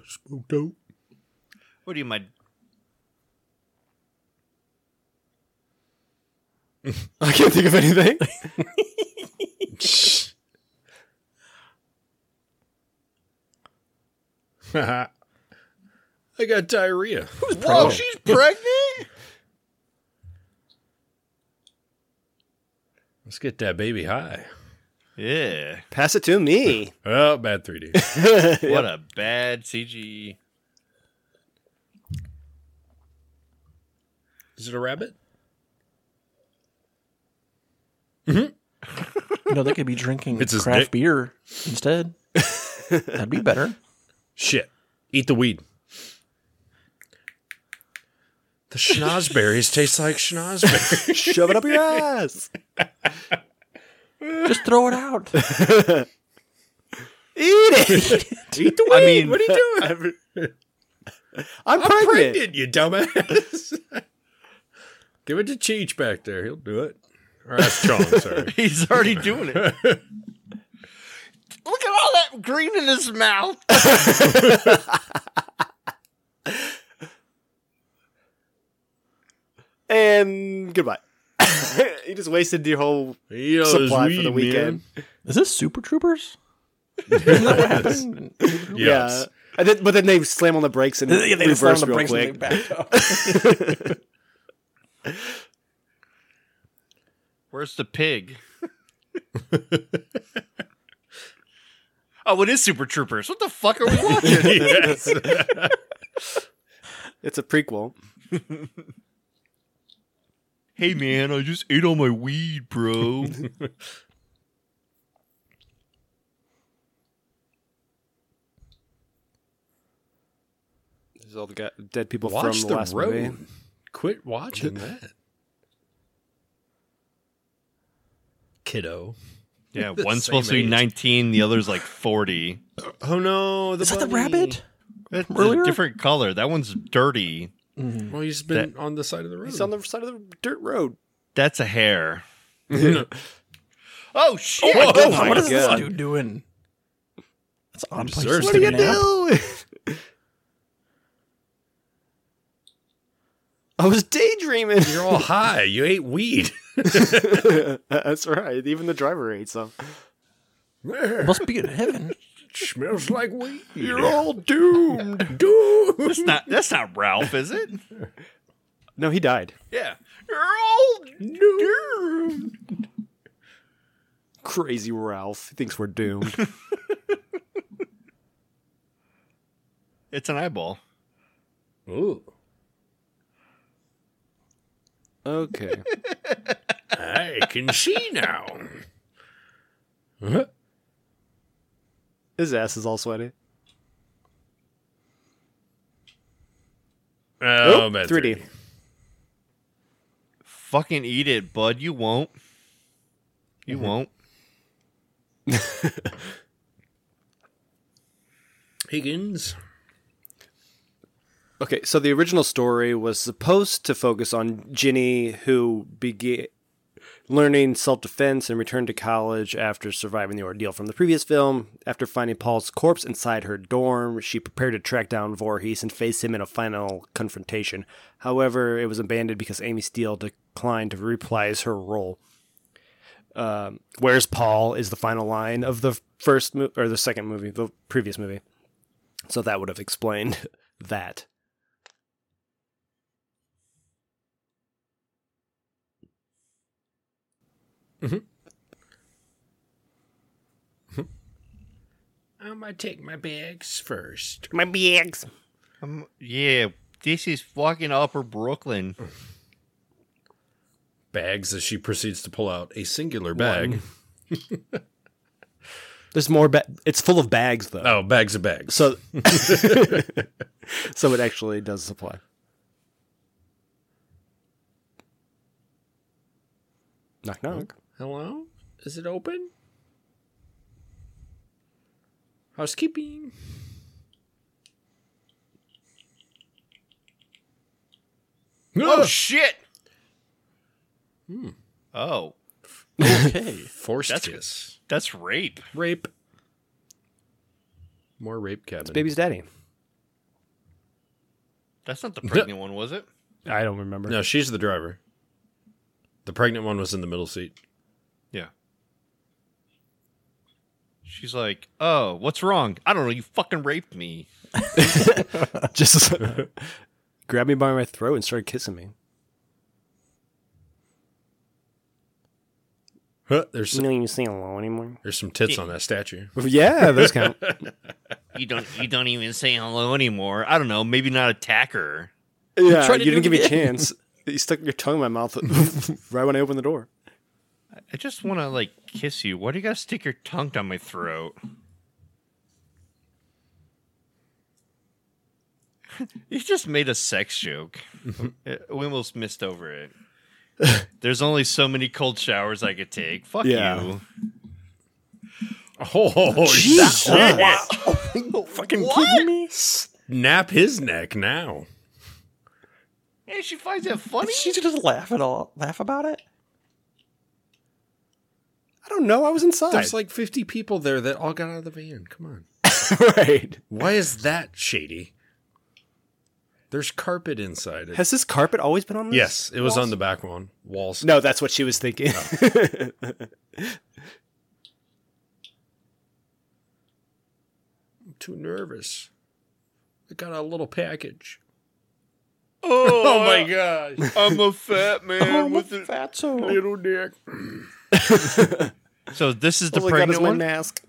Speaker 8: Smoked out.
Speaker 3: What are you, my
Speaker 5: I can't think of anything.
Speaker 8: oh. I got diarrhea.
Speaker 3: Whoa, she's pregnant?
Speaker 8: Let's get that baby high.
Speaker 3: yeah.
Speaker 5: Pass it to me.
Speaker 8: Oh, bad 3D.
Speaker 3: What a bad CG.
Speaker 8: Is it a rabbit?
Speaker 2: know, they could be drinking
Speaker 8: It's his
Speaker 2: craft
Speaker 8: dick.
Speaker 2: beer instead. That'd be better.
Speaker 8: Shit. Eat the weed. The schnozberries taste like schnozberries.
Speaker 5: Shove it up your ass.
Speaker 2: Just throw it out.
Speaker 5: Eat it. Eat the
Speaker 3: I mean,
Speaker 8: what are you doing?
Speaker 5: I'm,
Speaker 8: I'm,
Speaker 5: pregnant.
Speaker 8: pregnant, you dumbass. Give it to Cheech back there. He'll do it. Or that's Chong, sorry.
Speaker 3: He's already doing it. Look at all that green in his mouth.
Speaker 5: And goodbye. you just wasted your whole
Speaker 8: He owes
Speaker 5: supply for the
Speaker 8: weed,
Speaker 5: weekend.
Speaker 2: Is this Super Troopers?
Speaker 8: man. Yes.
Speaker 5: Yeah. And then, but then they slam on the brakes and
Speaker 2: Yeah, they just slammed
Speaker 5: reverse
Speaker 2: the
Speaker 5: real
Speaker 2: brakes and
Speaker 5: quick.
Speaker 2: they backed up.
Speaker 3: Where's the pig? oh, it is Super Troopers. What the fuck are we watching?
Speaker 8: yes.
Speaker 5: It's a prequel.
Speaker 3: hey, man, I just ate all my weed, bro.
Speaker 5: There's all the guy, dead people
Speaker 8: Watch
Speaker 5: from the,
Speaker 8: the,
Speaker 5: last
Speaker 8: road.
Speaker 5: movie.
Speaker 8: Quit watching that. Kiddo.
Speaker 3: yeah,
Speaker 8: The
Speaker 3: one's supposed
Speaker 8: same
Speaker 3: to be
Speaker 8: age.
Speaker 3: 19, the other's like 40.
Speaker 8: Oh no, the
Speaker 2: Is that the
Speaker 8: bunny.
Speaker 2: rabbit?
Speaker 3: That's
Speaker 2: Earlier?
Speaker 3: a different color. That one's dirty.
Speaker 8: Well, he's been on the side of the road.
Speaker 5: Mm. He's on the side of the dirt road.
Speaker 3: That's a hair. oh, shit.
Speaker 5: Oh my
Speaker 2: what is this
Speaker 5: God.
Speaker 2: dude doing? That's an odd place
Speaker 8: deserves
Speaker 2: to
Speaker 8: to
Speaker 2: take a nap.
Speaker 5: I was daydreaming.
Speaker 8: You're all high. You ate weed.
Speaker 5: That's right. Even the driver ate some.
Speaker 2: Must be in heaven.
Speaker 8: smells like weed.
Speaker 5: You're all doomed. doomed.
Speaker 3: That's not, that's not Ralph, is it?
Speaker 5: No, he died.
Speaker 3: Yeah. You're all doomed.
Speaker 5: Crazy Ralph. He thinks we're doomed.
Speaker 3: It's an eyeball.
Speaker 8: Ooh.
Speaker 5: okay.
Speaker 8: I can see now.
Speaker 3: Oh,
Speaker 5: His ass is all sweaty.
Speaker 8: Oh,
Speaker 5: Oop,
Speaker 8: man,
Speaker 5: 3D.
Speaker 3: Fucking eat it, bud. You won't. You
Speaker 8: Mm-hmm.
Speaker 3: won't.
Speaker 8: Higgins.
Speaker 5: Okay, so the original story was supposed to focus on Ginny, who began learning self defense and returned to college after surviving the ordeal from the previous film. After finding Paul's corpse inside her dorm, she prepared to track down Voorhees and face him in a final confrontation. However, it was abandoned because Amy Steele declined to reprise her role. Um, Where's Paul is the final line of the first mo- or the second movie, the previous movie. So that would have explained that.
Speaker 8: I'm gonna take my bags first.
Speaker 5: My bags.
Speaker 3: Um, yeah, this is fucking Upper Brooklyn.
Speaker 8: Bags as she proceeds to pull out a singular bag.
Speaker 5: There's more. Ba- it's full of bags though.
Speaker 8: Oh, bags of bags.
Speaker 5: So, so it actually does supply. Knock knock.
Speaker 8: Hello? Is it open? Housekeeping.
Speaker 3: Oh shit. Oh,
Speaker 8: Forced
Speaker 3: That's-
Speaker 8: kiss.
Speaker 3: that's rape.
Speaker 8: Rape. More rape cabin.
Speaker 5: Baby's daddy.
Speaker 3: That's not the pregnant one, was it?
Speaker 5: I don't remember.
Speaker 8: No, she's the driver. The pregnant one was in the middle seat.
Speaker 3: Yeah. She's like, "Oh, what's wrong? I don't know. You fucking raped me."
Speaker 5: Just grabbed me by my throat and started kissing me.
Speaker 8: Huh, there's some,
Speaker 5: you sing alone anymore.
Speaker 8: there's some tits on that statue.
Speaker 5: Yeah, those count.
Speaker 3: You don't. You don't even say hello anymore. I don't know. Maybe not attack her.
Speaker 5: yeah,
Speaker 2: Tried to
Speaker 5: you didn't
Speaker 2: do
Speaker 5: give
Speaker 2: it
Speaker 5: me a
Speaker 2: again.
Speaker 5: chance. You stuck your tongue in my mouth right when I opened the door.
Speaker 3: I just want to like kiss you. Why do you gotta stick your tongue down my throat? you just made a sex joke. Uh, we almost missed over it. There's only so many cold showers I could take. Fuck
Speaker 5: Yeah.
Speaker 3: you.
Speaker 8: Oh,
Speaker 2: Jesus!
Speaker 8: that-
Speaker 2: Fucking kidding me?
Speaker 8: Nap his neck now.
Speaker 3: Hey, she finds that funny.
Speaker 2: She just laugh at all. Laugh about it.
Speaker 5: I don't know. I was inside.
Speaker 8: There's like 50 people there that all got out of the van. Come on.
Speaker 5: right.
Speaker 8: Why is that shady? There's carpet inside it.
Speaker 5: Has this carpet always been on? This?
Speaker 8: yes, it was on the back one. Walls.
Speaker 5: No, that's what she was thinking. Oh.
Speaker 8: I'm too nervous. I got a little package.
Speaker 3: Oh,
Speaker 8: my gosh.
Speaker 3: I'm a fat man with a
Speaker 2: fatso.
Speaker 8: little dick.
Speaker 3: So this
Speaker 4: Oh
Speaker 3: is the
Speaker 5: All I got is
Speaker 3: pregnant
Speaker 5: my
Speaker 3: one.
Speaker 5: mask.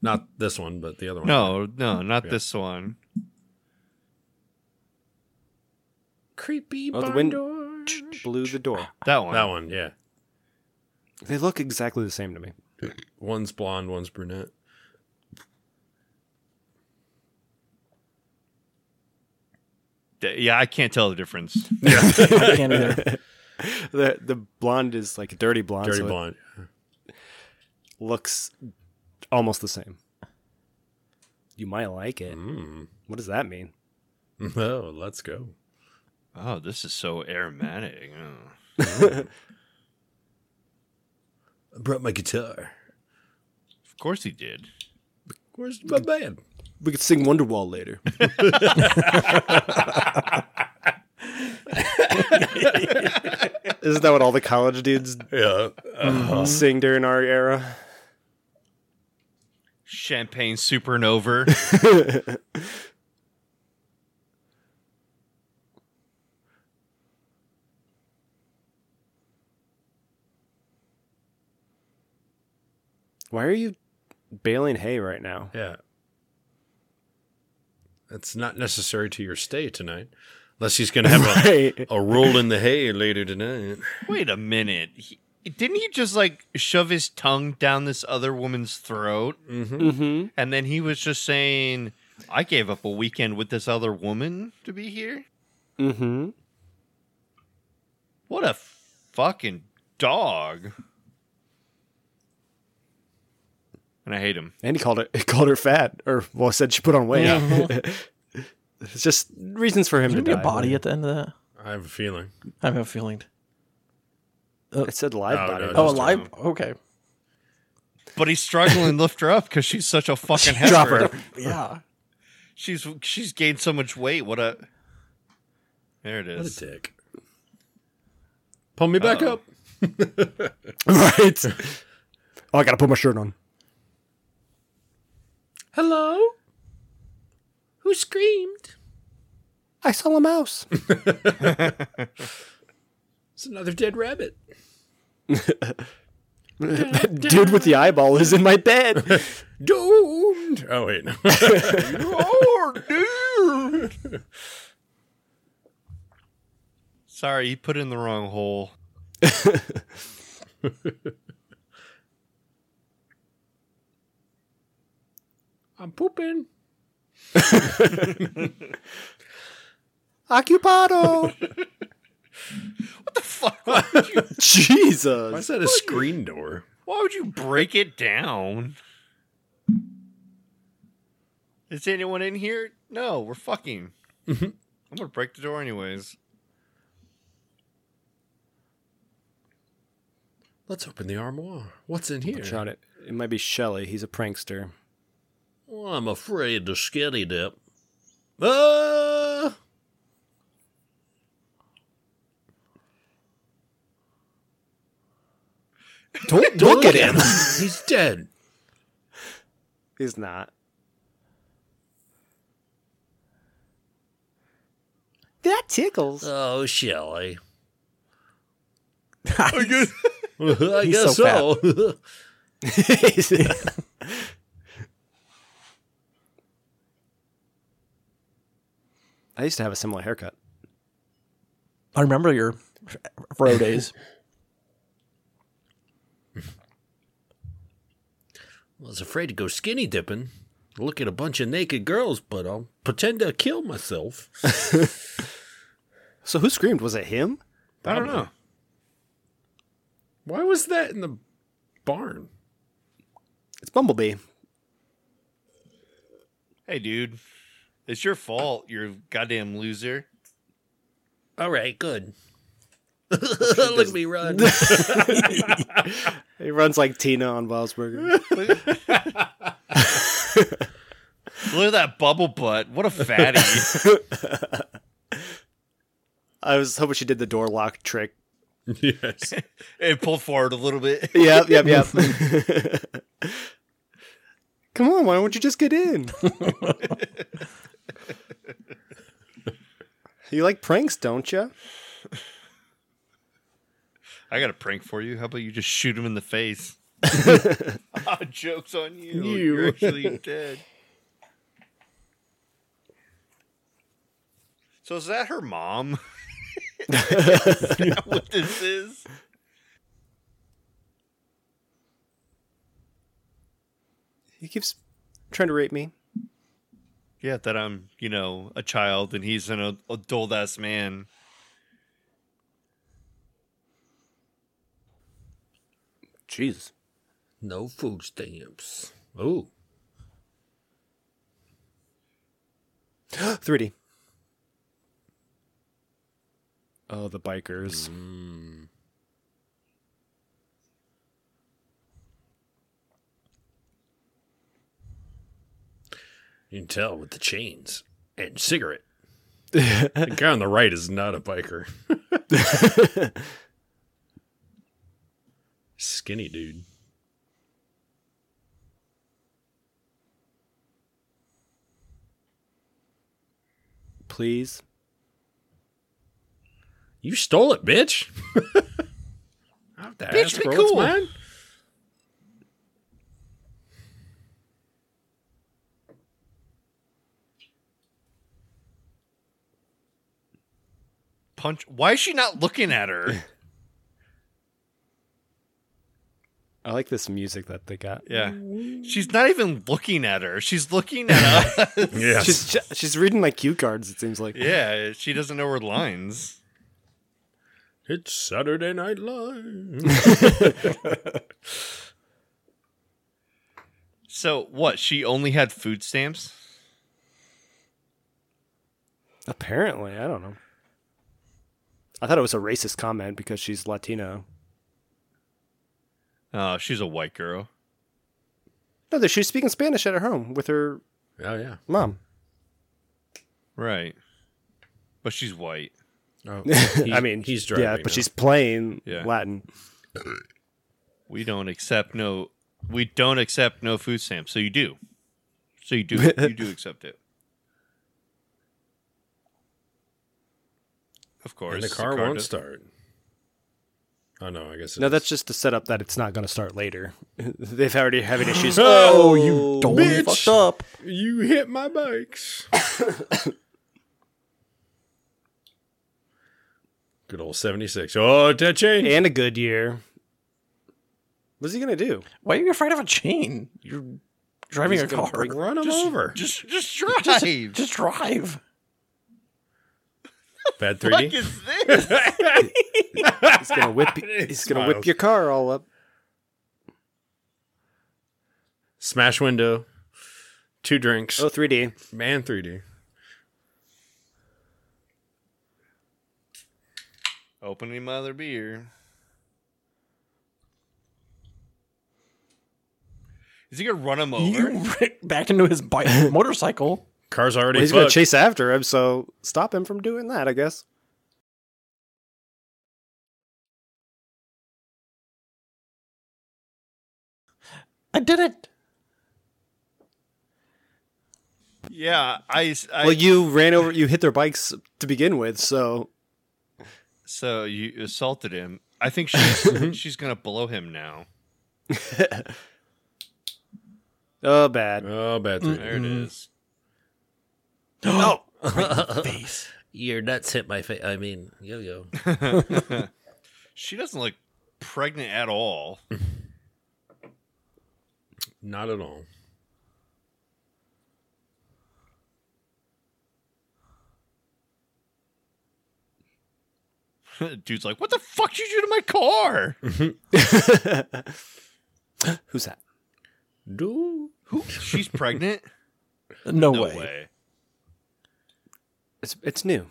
Speaker 8: Not this one, but the other one.
Speaker 3: No, no, not
Speaker 8: Yeah.
Speaker 3: this one.
Speaker 8: Creepy
Speaker 5: Oh, the
Speaker 8: barn
Speaker 5: wind-
Speaker 8: door.
Speaker 5: Blew the door.
Speaker 3: That one.
Speaker 8: That one, yeah.
Speaker 5: They look exactly the same to me.
Speaker 8: One's blonde, one's brunette.
Speaker 3: D- Yeah, I can't tell the difference.
Speaker 2: I can't either.
Speaker 5: The the blonde is like a dirty blonde.
Speaker 8: Dirty
Speaker 5: so it
Speaker 8: blonde.
Speaker 5: looks almost the same. You might like it.
Speaker 8: Mm.
Speaker 5: What does that mean?
Speaker 8: Oh, let's go.
Speaker 3: Oh, this is so aromatic. Oh.
Speaker 8: I brought my guitar.
Speaker 3: Of course he did.
Speaker 8: Where's my band?
Speaker 5: We could sing Wonderwall later. Isn't that what all the college dudes
Speaker 8: Yeah. Uh,
Speaker 5: sing during our era?
Speaker 3: Champagne supernova.
Speaker 5: Why are you baling hay right now?
Speaker 8: Yeah. That's not necessary to your stay tonight. Unless he's going to have a,
Speaker 5: Hey,
Speaker 8: a roll in the hay later tonight.
Speaker 3: Wait a minute. He, didn't he just like shove his tongue down this other woman's throat?
Speaker 5: mm-hmm.
Speaker 3: And then he was just saying, I gave up a weekend with this other woman to be here?
Speaker 5: Mm-hmm.
Speaker 3: What a fucking dog. And I hate him.
Speaker 5: And he called her called her fat, or well, said she put on weight. it's just reasons for him
Speaker 2: There's
Speaker 5: to
Speaker 2: gonna be a
Speaker 5: die.
Speaker 2: body at the end of that.
Speaker 8: I have a feeling.
Speaker 2: I have a feeling.
Speaker 5: It said live
Speaker 8: Oh,
Speaker 5: body.
Speaker 8: no,
Speaker 2: Oh,
Speaker 8: Just
Speaker 2: alive?
Speaker 8: don't
Speaker 2: Okay.
Speaker 3: But he's struggling to lift her up because she's such a fucking heifer.
Speaker 5: Drop her.
Speaker 2: Yeah.
Speaker 3: She's she's gained so much weight. What a there it
Speaker 8: What a
Speaker 3: is.
Speaker 8: dick. Pull me back
Speaker 3: Uh-oh.
Speaker 8: up.
Speaker 5: right. Oh, I gotta put my shirt on.
Speaker 8: Hello? Who screamed?
Speaker 5: I saw a mouse.
Speaker 8: It's another dead rabbit.
Speaker 5: Dude with the eyeball is in my bed.
Speaker 8: Doomed. Oh, wait.
Speaker 3: oh, dude. Sorry, he put in the wrong hole.
Speaker 8: I'm pooping.
Speaker 5: Occupado.
Speaker 3: What the fuck? Why would you,
Speaker 8: Why is
Speaker 5: Jesus.
Speaker 8: that a screen door?
Speaker 3: why would you break it down? Is anyone in here? No, we're fucking. I'm gonna break the door anyways.
Speaker 8: Let's open the armoire. What's in here?
Speaker 5: Shot it. It might be Shelly. He's a prankster.
Speaker 8: Well, I'm afraid to skinny dip. Uh,
Speaker 5: Don't look at him.
Speaker 8: He's dead.
Speaker 5: He's not. That tickles.
Speaker 8: Oh, Shelly.
Speaker 2: I guess,
Speaker 8: I
Speaker 2: He's guess so
Speaker 8: so.
Speaker 5: I used to have a similar haircut.
Speaker 2: I remember your fro days.
Speaker 8: I was afraid to go skinny dipping, look at a bunch of naked girls, but I'll pretend to kill myself.
Speaker 5: So who screamed? Was it him?
Speaker 3: I don't know.
Speaker 8: Why was that in the barn?
Speaker 5: It's Bumblebee.
Speaker 3: Hey, dude, it's your fault. You're a goddamn loser.
Speaker 8: All right, good. Look at me run.
Speaker 5: He runs like Tina on Wildsburger.
Speaker 3: Look at that bubble butt. What a fatty.
Speaker 5: I was hoping she did the door lock trick.
Speaker 8: yes.
Speaker 3: it pulled forward a little bit.
Speaker 5: Yep, yep, yep. Come on, why don't you just get in? you like pranks, don't you?
Speaker 3: I got a prank for you. How about you just shoot him in the face? Ah, joke's on you.
Speaker 5: You.
Speaker 3: You're actually dead. So is that her mom? is that what this is?
Speaker 5: He keeps trying to rape me.
Speaker 3: Yeah, that I'm, you know, a child and he's an ad- adult ass man.
Speaker 5: Jeez.
Speaker 8: No food stamps. Ooh.
Speaker 5: 3D. Oh, the bikers.
Speaker 8: You can tell with the chains and cigarette. the guy on the right is not a biker. Skinny dude.
Speaker 5: Please.
Speaker 8: You stole it, bitch. bitch,
Speaker 3: be cool.
Speaker 8: man.
Speaker 3: Punch. Why is she not looking at her?
Speaker 5: I like this music that they got.
Speaker 3: Yeah. She's not even looking at her. She's looking at us.
Speaker 8: Yes.
Speaker 5: She's ju- she's reading my cue cards. It seems like
Speaker 3: yeah, she doesn't know her lines.
Speaker 8: it's Saturday Night Live.
Speaker 3: So what? She only had food stamps?
Speaker 5: apparently I don't know. I thought it was a racist comment because she's Latino.
Speaker 3: Oh, she's a white girl.
Speaker 5: No, that she's speaking Spanish at her home with her
Speaker 8: oh, yeah.
Speaker 5: mom.
Speaker 3: Right. But she's white.
Speaker 8: Oh,
Speaker 5: I mean,
Speaker 8: he's driving.
Speaker 5: Yeah, but
Speaker 8: now.
Speaker 5: she's playing
Speaker 3: Yeah.
Speaker 5: Latin.
Speaker 3: We don't accept no we don't accept no food stamps. So you do. So you do you do accept it. Of course.
Speaker 8: and the car won't
Speaker 3: does-
Speaker 8: start. Oh no, I guess it
Speaker 5: No,
Speaker 8: is.
Speaker 5: that's just to set up that it's not going to start later. They've already having issues.
Speaker 2: Oh, you don't
Speaker 8: bitch.
Speaker 2: fucked up.
Speaker 8: you hit my bikes. Good old seventy six. Oh, that change.
Speaker 5: and a good year. What's he going to do?
Speaker 2: Why are you afraid of a chain? You're driving a car.
Speaker 8: Run him over.
Speaker 3: Just just drive.
Speaker 2: Just drive.
Speaker 8: Bad
Speaker 3: What
Speaker 8: three D.
Speaker 3: is this?
Speaker 5: He's going to whip. he's going to whip your car all up.
Speaker 8: Smash window. Two drinks.
Speaker 5: Oh, 3D.
Speaker 8: Man, three D.
Speaker 3: Opening my other beer. Is he gonna run him over?
Speaker 2: You ri- backed into his bike motorcycle.
Speaker 8: Car's already
Speaker 5: Well, he's going to
Speaker 8: fucked.
Speaker 5: chase after him, so stop him from doing that, I guess.
Speaker 2: I did it.
Speaker 3: Yeah, I, s- I-
Speaker 5: well, you ran over. You hit their bikes to begin with, so
Speaker 3: so you assaulted him. I think she's she's gonna blow him now.
Speaker 5: oh, bad.
Speaker 8: oh, bad three D.
Speaker 3: There
Speaker 5: Mm-hmm.
Speaker 3: it is.
Speaker 2: Face.
Speaker 8: Your nuts hit my face. I mean, yo yo.
Speaker 3: She doesn't look pregnant at all.
Speaker 8: Not at all.
Speaker 3: Dude's like, what the fuck you do to my car?
Speaker 5: Who's that?
Speaker 8: Do
Speaker 3: Who? She's pregnant?
Speaker 2: No,
Speaker 3: No
Speaker 2: way.
Speaker 3: way.
Speaker 5: It's it's new.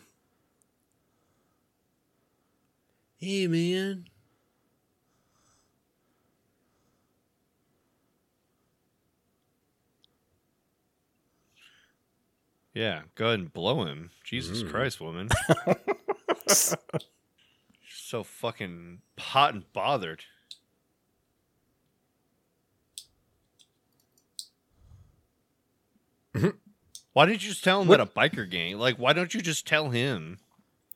Speaker 8: hey man.
Speaker 3: Yeah, go ahead and blow him. Jesus
Speaker 8: Mm.
Speaker 3: Christ, woman. so fucking hot and bothered. why didn't you just tell him what? a biker gang? Like, why don't you just tell him?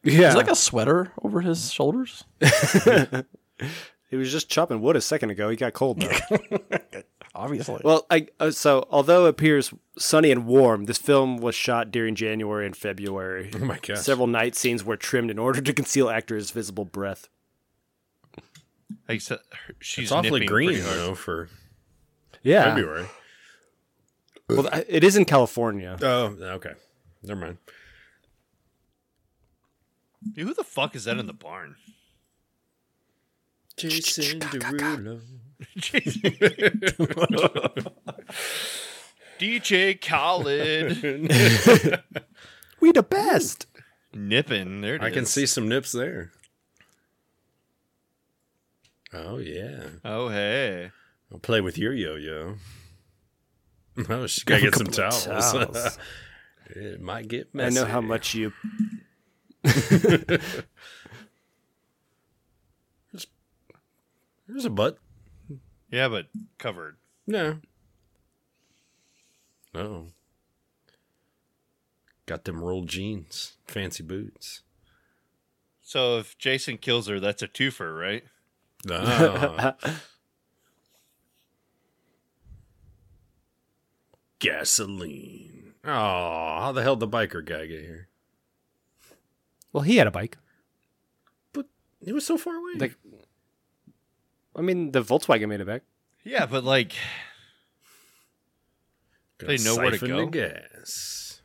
Speaker 5: Yeah,
Speaker 2: Is like a sweater over his shoulders?
Speaker 5: he was just chopping wood a second ago. He got cold though.
Speaker 2: Obviously.
Speaker 5: Well, I uh, so although it appears sunny and warm, this film was shot during January and February.
Speaker 8: Oh my gosh.
Speaker 5: Several night scenes were trimmed in order to conceal actors' visible breath.
Speaker 3: Like, so- her- she's
Speaker 8: it's awfully
Speaker 3: nipping
Speaker 8: green
Speaker 3: pretty hard.
Speaker 8: though for
Speaker 5: Yeah,
Speaker 8: February.
Speaker 5: well, I- it is in California.
Speaker 8: Oh, okay. Never mind.
Speaker 3: Dude, who the fuck is that in the barn?
Speaker 8: Jason Derulo.
Speaker 3: DJ Khaled
Speaker 5: We the best.
Speaker 3: nipping. There it
Speaker 8: I can
Speaker 3: is.
Speaker 8: see some nips there. Oh yeah.
Speaker 3: Oh hey.
Speaker 8: I'll play with your yo-yo. Oh, she gotta get some towels.
Speaker 5: towels.
Speaker 8: it might get
Speaker 5: I
Speaker 8: messy.
Speaker 5: know how much you.
Speaker 8: There's a butt.
Speaker 3: Yeah, but covered.
Speaker 8: No. No. Got them rolled jeans, fancy boots.
Speaker 3: So if Jason kills her, that's a twofer, right?
Speaker 8: Ah. Gasoline. Oh, how the hell did the biker guy get here?
Speaker 5: Well, he had a bike.
Speaker 8: But it was so far away.
Speaker 5: Like, I mean, the Volkswagen made it back.
Speaker 3: Yeah, but like,
Speaker 8: Gotta
Speaker 3: they know where to
Speaker 8: siphon
Speaker 3: go.
Speaker 8: The gas.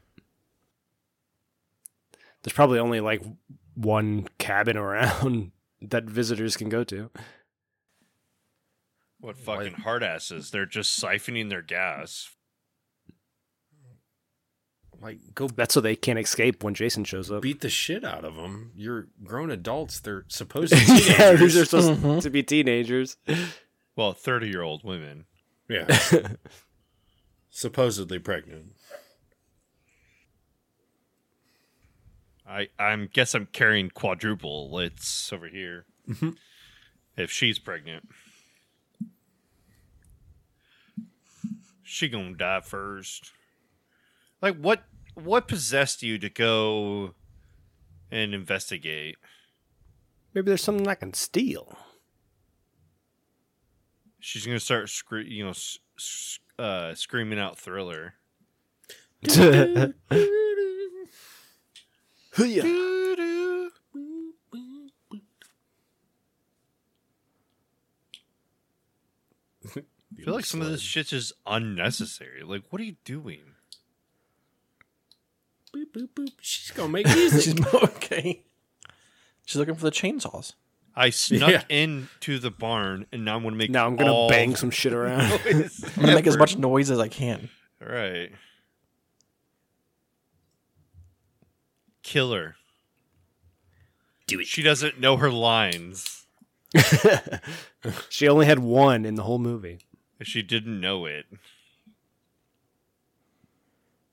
Speaker 5: There's probably only like one cabin around that visitors can go to.
Speaker 3: what fucking hard asses? They're just siphoning their gas.
Speaker 8: Like, go
Speaker 5: That's so they can't escape when Jason shows up.
Speaker 8: beat the shit out of them. You're grown adults. They're supposed to be
Speaker 5: yeah, these are
Speaker 8: teenagers.
Speaker 5: supposed to be teenagers.
Speaker 3: Well, thirty-year-old women.
Speaker 8: yeah. Supposedly pregnant.
Speaker 3: I I'm guess I'm carrying quadruple. It's over here.
Speaker 5: Mm-hmm.
Speaker 3: If she's pregnant, she gonna die first. Like what? What possessed you to go and investigate?
Speaker 5: Maybe there's something I can steal.
Speaker 3: She's gonna start, scre- you know, s- s- uh, screaming out "Thriller."
Speaker 5: Hoo-yah.
Speaker 3: I feel like some of this shit's just unnecessary. Like, what are you doing?
Speaker 8: Boop, boop, boop. She's gonna make music.
Speaker 2: She's okay. She's looking for the chainsaws.
Speaker 3: I snuck
Speaker 8: Yeah.
Speaker 3: into the barn, and now I'm gonna make.
Speaker 5: now I'm gonna
Speaker 3: all
Speaker 5: bang some shit around.
Speaker 3: noise
Speaker 2: I'm gonna make as
Speaker 3: ever.
Speaker 2: much noise as I can.
Speaker 3: Right. Killer. Do it. She doesn't know her lines.
Speaker 5: she only had one in the whole movie.
Speaker 3: She didn't know it.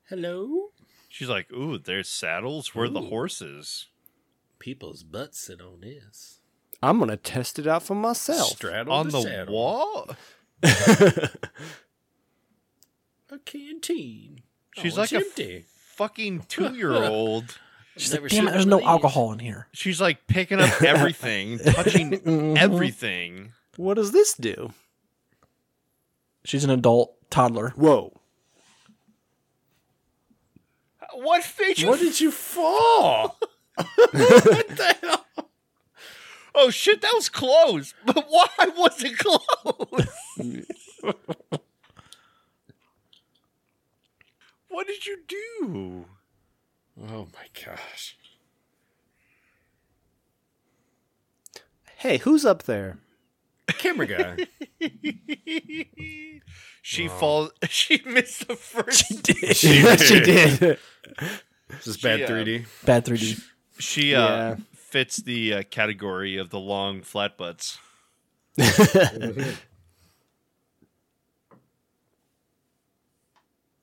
Speaker 8: Hello.
Speaker 3: She's like, "Ooh, there's saddles. Where are the horses?"
Speaker 8: People's butts sit on this.
Speaker 5: I'm gonna test it out for myself.
Speaker 8: Straddle
Speaker 3: on the Oh,
Speaker 8: saddle.
Speaker 3: wall.
Speaker 8: A canteen.
Speaker 3: She's
Speaker 8: Oh,
Speaker 3: like
Speaker 8: it's
Speaker 3: a
Speaker 8: empty.
Speaker 3: Fucking two year old.
Speaker 2: She's
Speaker 8: Never
Speaker 2: like, damn
Speaker 8: seen
Speaker 2: it, there's
Speaker 8: one
Speaker 2: no
Speaker 8: of these."
Speaker 2: alcohol in here.
Speaker 3: She's like picking up everything, touching everything.
Speaker 5: What does this do?
Speaker 2: She's an adult toddler.
Speaker 5: Whoa.
Speaker 3: What feature?
Speaker 8: Where did you fall?
Speaker 3: Oh shit, that was close. But why was it close?
Speaker 5: Hey, who's up there?
Speaker 8: Camera guy.
Speaker 3: She falls. She missed the first. She,
Speaker 5: she did.
Speaker 8: This is bad
Speaker 3: She, uh,
Speaker 8: 3D.
Speaker 2: Bad 3D.
Speaker 3: uh,
Speaker 5: Yeah.
Speaker 3: fits the uh, category of the long flat butts.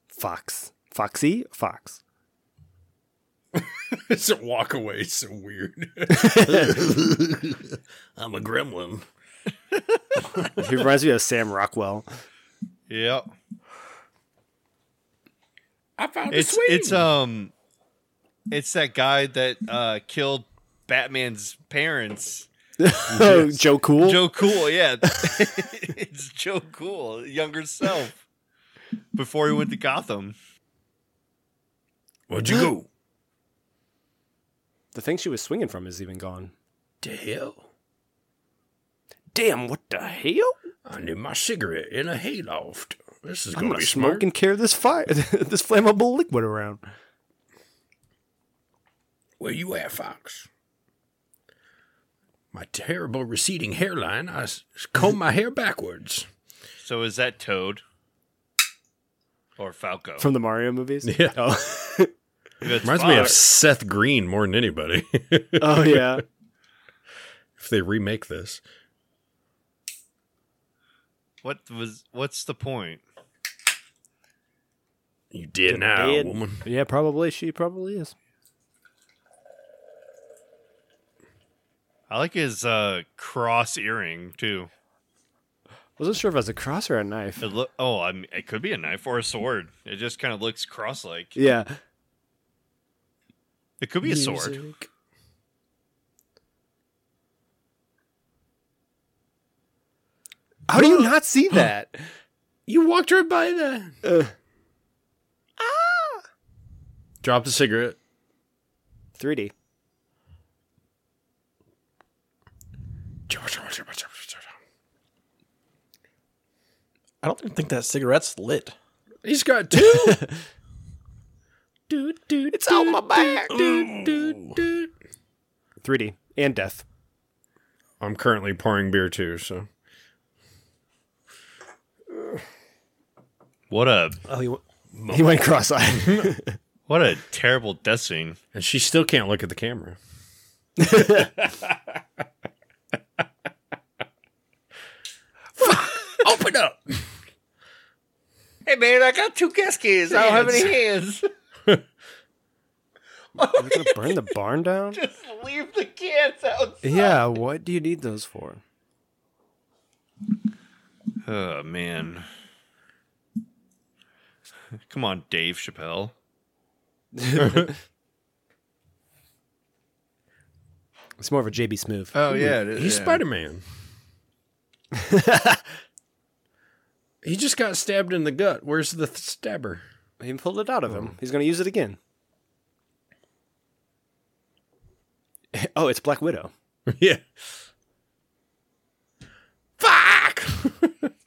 Speaker 5: Fox. Foxy? Fox.
Speaker 8: It's a walk away. It's so weird. I'm a gremlin.
Speaker 5: He reminds me of Sam Rockwell.
Speaker 3: Yeah,
Speaker 8: I found
Speaker 3: it's
Speaker 8: a
Speaker 3: it's um, it's that guy that uh killed Batman's parents.
Speaker 5: Oh, Joe Cool?
Speaker 3: Joe Cool, yeah, it's Joe Cool, younger self, before he went to Gotham.
Speaker 8: Where'd you go?
Speaker 5: the thing she was swinging from is even gone.
Speaker 8: To hell.
Speaker 5: Damn, what the hell?
Speaker 8: I need my cigarette in a hayloft. This is
Speaker 5: I'm
Speaker 8: gonna
Speaker 5: gonna
Speaker 8: be
Speaker 5: smoke
Speaker 8: smart.
Speaker 5: and carry this fire, this flammable liquid around.
Speaker 8: Where you at, Fox? My terrible receding hairline. I s- comb my hair backwards.
Speaker 3: So is that Toad or Falco?
Speaker 5: From the Mario movies?
Speaker 8: Yeah.
Speaker 5: Oh,
Speaker 3: That's
Speaker 8: Reminds me of
Speaker 3: Fox.
Speaker 8: Seth Green more than anybody. if
Speaker 5: oh yeah.
Speaker 8: they remake this,
Speaker 3: what was what's the point?
Speaker 8: you did now,
Speaker 5: Dead.
Speaker 8: woman.
Speaker 5: Yeah, probably. She probably is.
Speaker 3: I like his uh cross earring too.
Speaker 5: Wasn't sure if it was a cross or a knife.
Speaker 3: It look oh, I mean, it could be a knife or a sword. It just kind of looks cross-like.
Speaker 5: Yeah.
Speaker 3: It could be a sword.
Speaker 5: How do you not see that?
Speaker 8: You walked right by that.
Speaker 5: Uh, Ah!
Speaker 8: Drop the cigarette.
Speaker 5: 3D.
Speaker 2: I don't even think that cigarette's lit.
Speaker 8: He's got two.
Speaker 5: Dude, dude, it's on my back. Dude, dude, dude. 3D and death.
Speaker 8: I'm currently pouring beer too, so
Speaker 3: What a
Speaker 5: Oh, he, he went cross-eyed.
Speaker 3: what a terrible death scene.
Speaker 8: and she still can't look at the camera. Open up.
Speaker 3: Hey man, I got two caskets. I don't have any hands.
Speaker 5: We're gonna burn the barn down.
Speaker 3: Just leave the cans out.
Speaker 5: Yeah, what do you need those for?
Speaker 3: Oh man. Come on, Dave Chappelle.
Speaker 5: It's more of a JB Smooth.
Speaker 3: Oh yeah, it is.
Speaker 8: He's Spider Man. he just got stabbed in the gut. Where's the th- stabber?
Speaker 5: He pulled it out of him. He's gonna use it again. Oh, it's Black Widow.
Speaker 8: yeah. Fuck.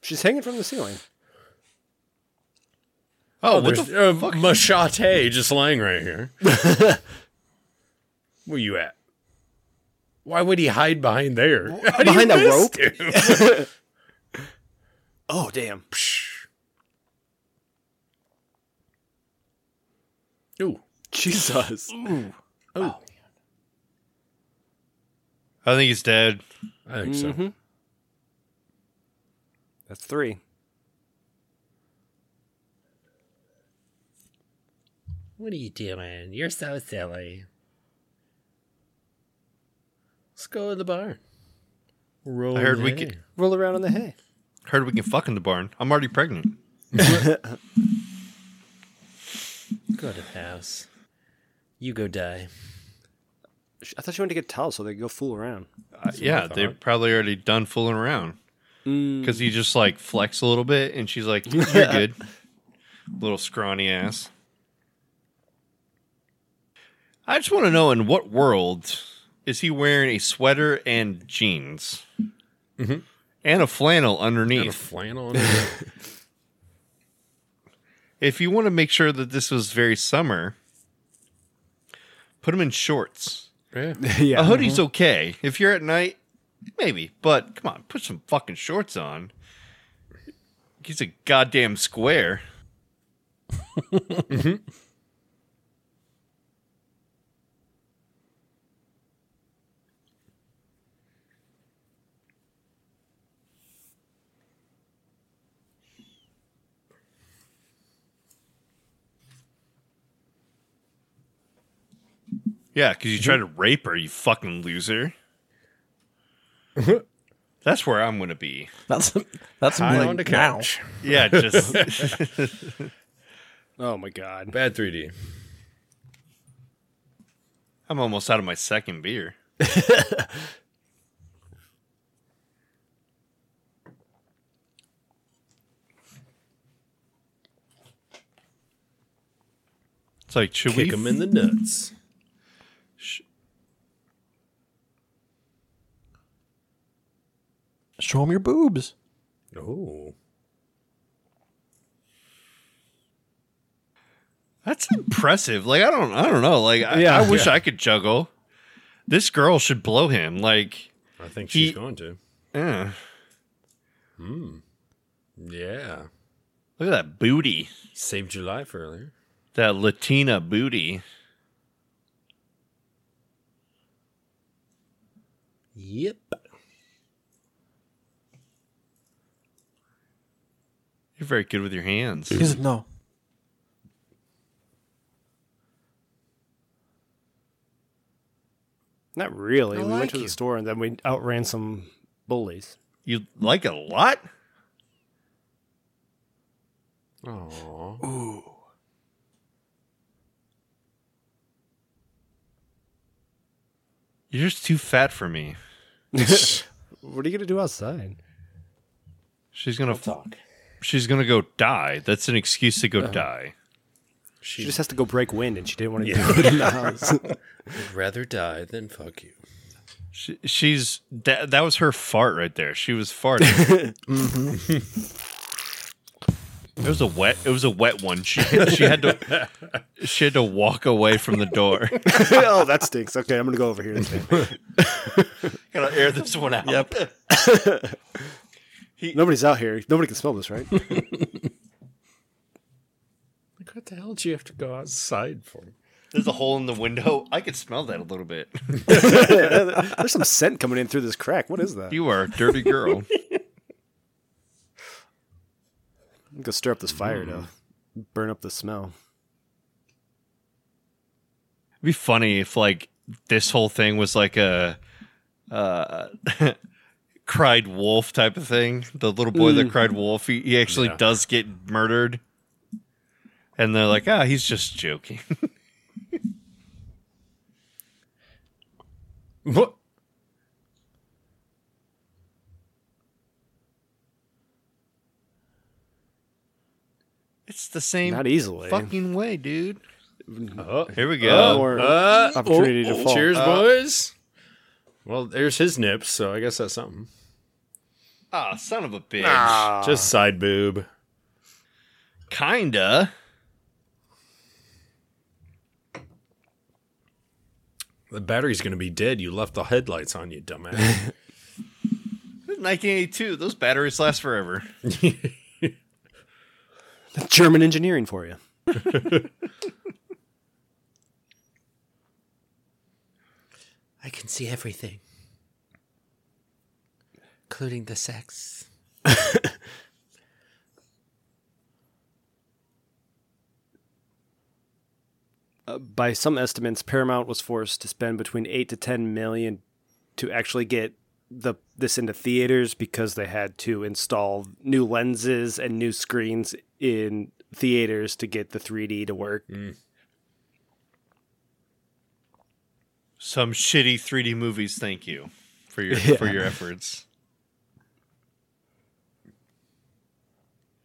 Speaker 5: She's hanging from the ceiling.
Speaker 3: Oh, what
Speaker 8: There's
Speaker 3: the
Speaker 8: uh, machete just laying right here. Where you at? Why would he hide behind there? How do you
Speaker 5: Behind a
Speaker 8: miss,
Speaker 5: rope?
Speaker 8: dude?
Speaker 5: Oh, damn.
Speaker 8: Ooh. Oh,
Speaker 5: Jesus.
Speaker 3: I think he's dead.
Speaker 8: I think so.
Speaker 5: That's three.
Speaker 8: What are you doing? You're so silly. Let's go to the barn. Roll
Speaker 3: I heard we could
Speaker 5: Roll around on the hay.
Speaker 3: Heard we can fuck in the barn. I'm already pregnant.
Speaker 8: go to the house. You go die.
Speaker 5: Sh- I thought she wanted to get towels so they could go fool around.
Speaker 3: Uh, yeah,
Speaker 8: thought. Mm.
Speaker 3: they're probably already done fooling around. Because he just like flex a little bit and she's like, You're good. Little scrawny ass. I just want to know in what world is he wearing a sweater and jeans? And a flannel underneath.
Speaker 8: Got Mm-hmm. a flannel on it.
Speaker 3: if you want to make sure that this was very summer, put him in shorts.
Speaker 5: yeah.
Speaker 8: yeah. Mm-hmm.
Speaker 3: A hoodie's okay. If you're at night, Maybe, but come on, put some fucking shorts on. He's a goddamn square. Yeah, because you tried
Speaker 8: Mm-hmm.
Speaker 3: to rape her, you fucking loser. That's where I'm gonna be.
Speaker 2: That's that's
Speaker 8: High
Speaker 2: like
Speaker 8: on the
Speaker 2: now.
Speaker 8: couch.
Speaker 3: Yeah, just
Speaker 5: Oh my god.
Speaker 8: Bad 3D.
Speaker 3: I'm almost out of my second beer. It's like should
Speaker 8: Kick
Speaker 3: we
Speaker 8: him in the nuts.
Speaker 2: Show him your boobs.
Speaker 8: Oh.
Speaker 3: That's impressive. Like I don't I don't know. Like I,
Speaker 5: Yeah.
Speaker 3: I wish
Speaker 8: Yeah.
Speaker 3: I could juggle. This girl should blow him. Like
Speaker 8: I think
Speaker 3: He-
Speaker 8: she's going to.
Speaker 3: eh.
Speaker 8: Yeah.
Speaker 3: look at that booty.
Speaker 8: Saved your life earlier.
Speaker 3: That Latina booty.
Speaker 8: Yep.
Speaker 3: You're very good with your hands.
Speaker 2: He's like, no.
Speaker 5: Not really.
Speaker 8: I
Speaker 5: we
Speaker 8: like
Speaker 5: went to
Speaker 8: you.
Speaker 5: the store and then we outran some bullies.
Speaker 3: You like it a lot?
Speaker 8: Aww.
Speaker 2: Ooh.
Speaker 3: You're just too fat for me.
Speaker 5: What are you gonna do outside?
Speaker 3: She's gonna talk. She's gonna go die. That's an excuse to go die.
Speaker 5: She just has to go break wind, and she didn't want to do
Speaker 8: Yeah.
Speaker 5: it in the house.
Speaker 8: Rather die than fuck you.
Speaker 3: She, she's that. That was her fart right there. She was farting. it was a wet. It was a wet one. She she had to she had to walk away from the door.
Speaker 5: oh, that stinks. Okay, I'm gonna go over here. Instead.
Speaker 3: Gotta air this one out. Yep.
Speaker 5: Nobody's out here. Nobody can smell this, right?
Speaker 8: Like, what the hell did you have to go outside for?
Speaker 3: There's a hole in the window. I could smell that a little bit.
Speaker 5: There's some scent coming in through this crack. What is that?
Speaker 3: You are a dirty girl.
Speaker 5: I'm gonna stir up this fire to burn up the smell.
Speaker 3: It'd be funny if like this whole thing was like a uh, cried wolf type of thing. The little boy
Speaker 5: Mm.
Speaker 3: that cried wolf, he, he actually
Speaker 8: Yeah.
Speaker 3: does get murdered. And they're like, ah, he's just joking.
Speaker 8: What?
Speaker 3: it's the same
Speaker 5: Not easily.
Speaker 3: fucking way, dude.
Speaker 8: Oh.
Speaker 3: Here we go. Uh,
Speaker 5: Or
Speaker 8: Uh,
Speaker 5: opportunity
Speaker 8: oh,
Speaker 5: to
Speaker 8: oh,
Speaker 5: fall.
Speaker 8: Cheers, boys. Well, there's his nips, so I guess that's something.
Speaker 3: Ah, son of a bitch. Ah.
Speaker 8: Just side boob.
Speaker 3: Kinda.
Speaker 8: The battery's gonna be dead. You left the headlights on, you dumbass.
Speaker 3: 1982. Those batteries last forever.
Speaker 5: German engineering for you.
Speaker 8: I can see everything, including the sex.
Speaker 5: Uh, by some estimates, Paramount was forced to spend between eight to ten million to actually get the this into theaters because they had to install new lenses and new screens in theaters to get the 3D to work.
Speaker 3: Some shitty 3D movies. Thank you for your for your efforts.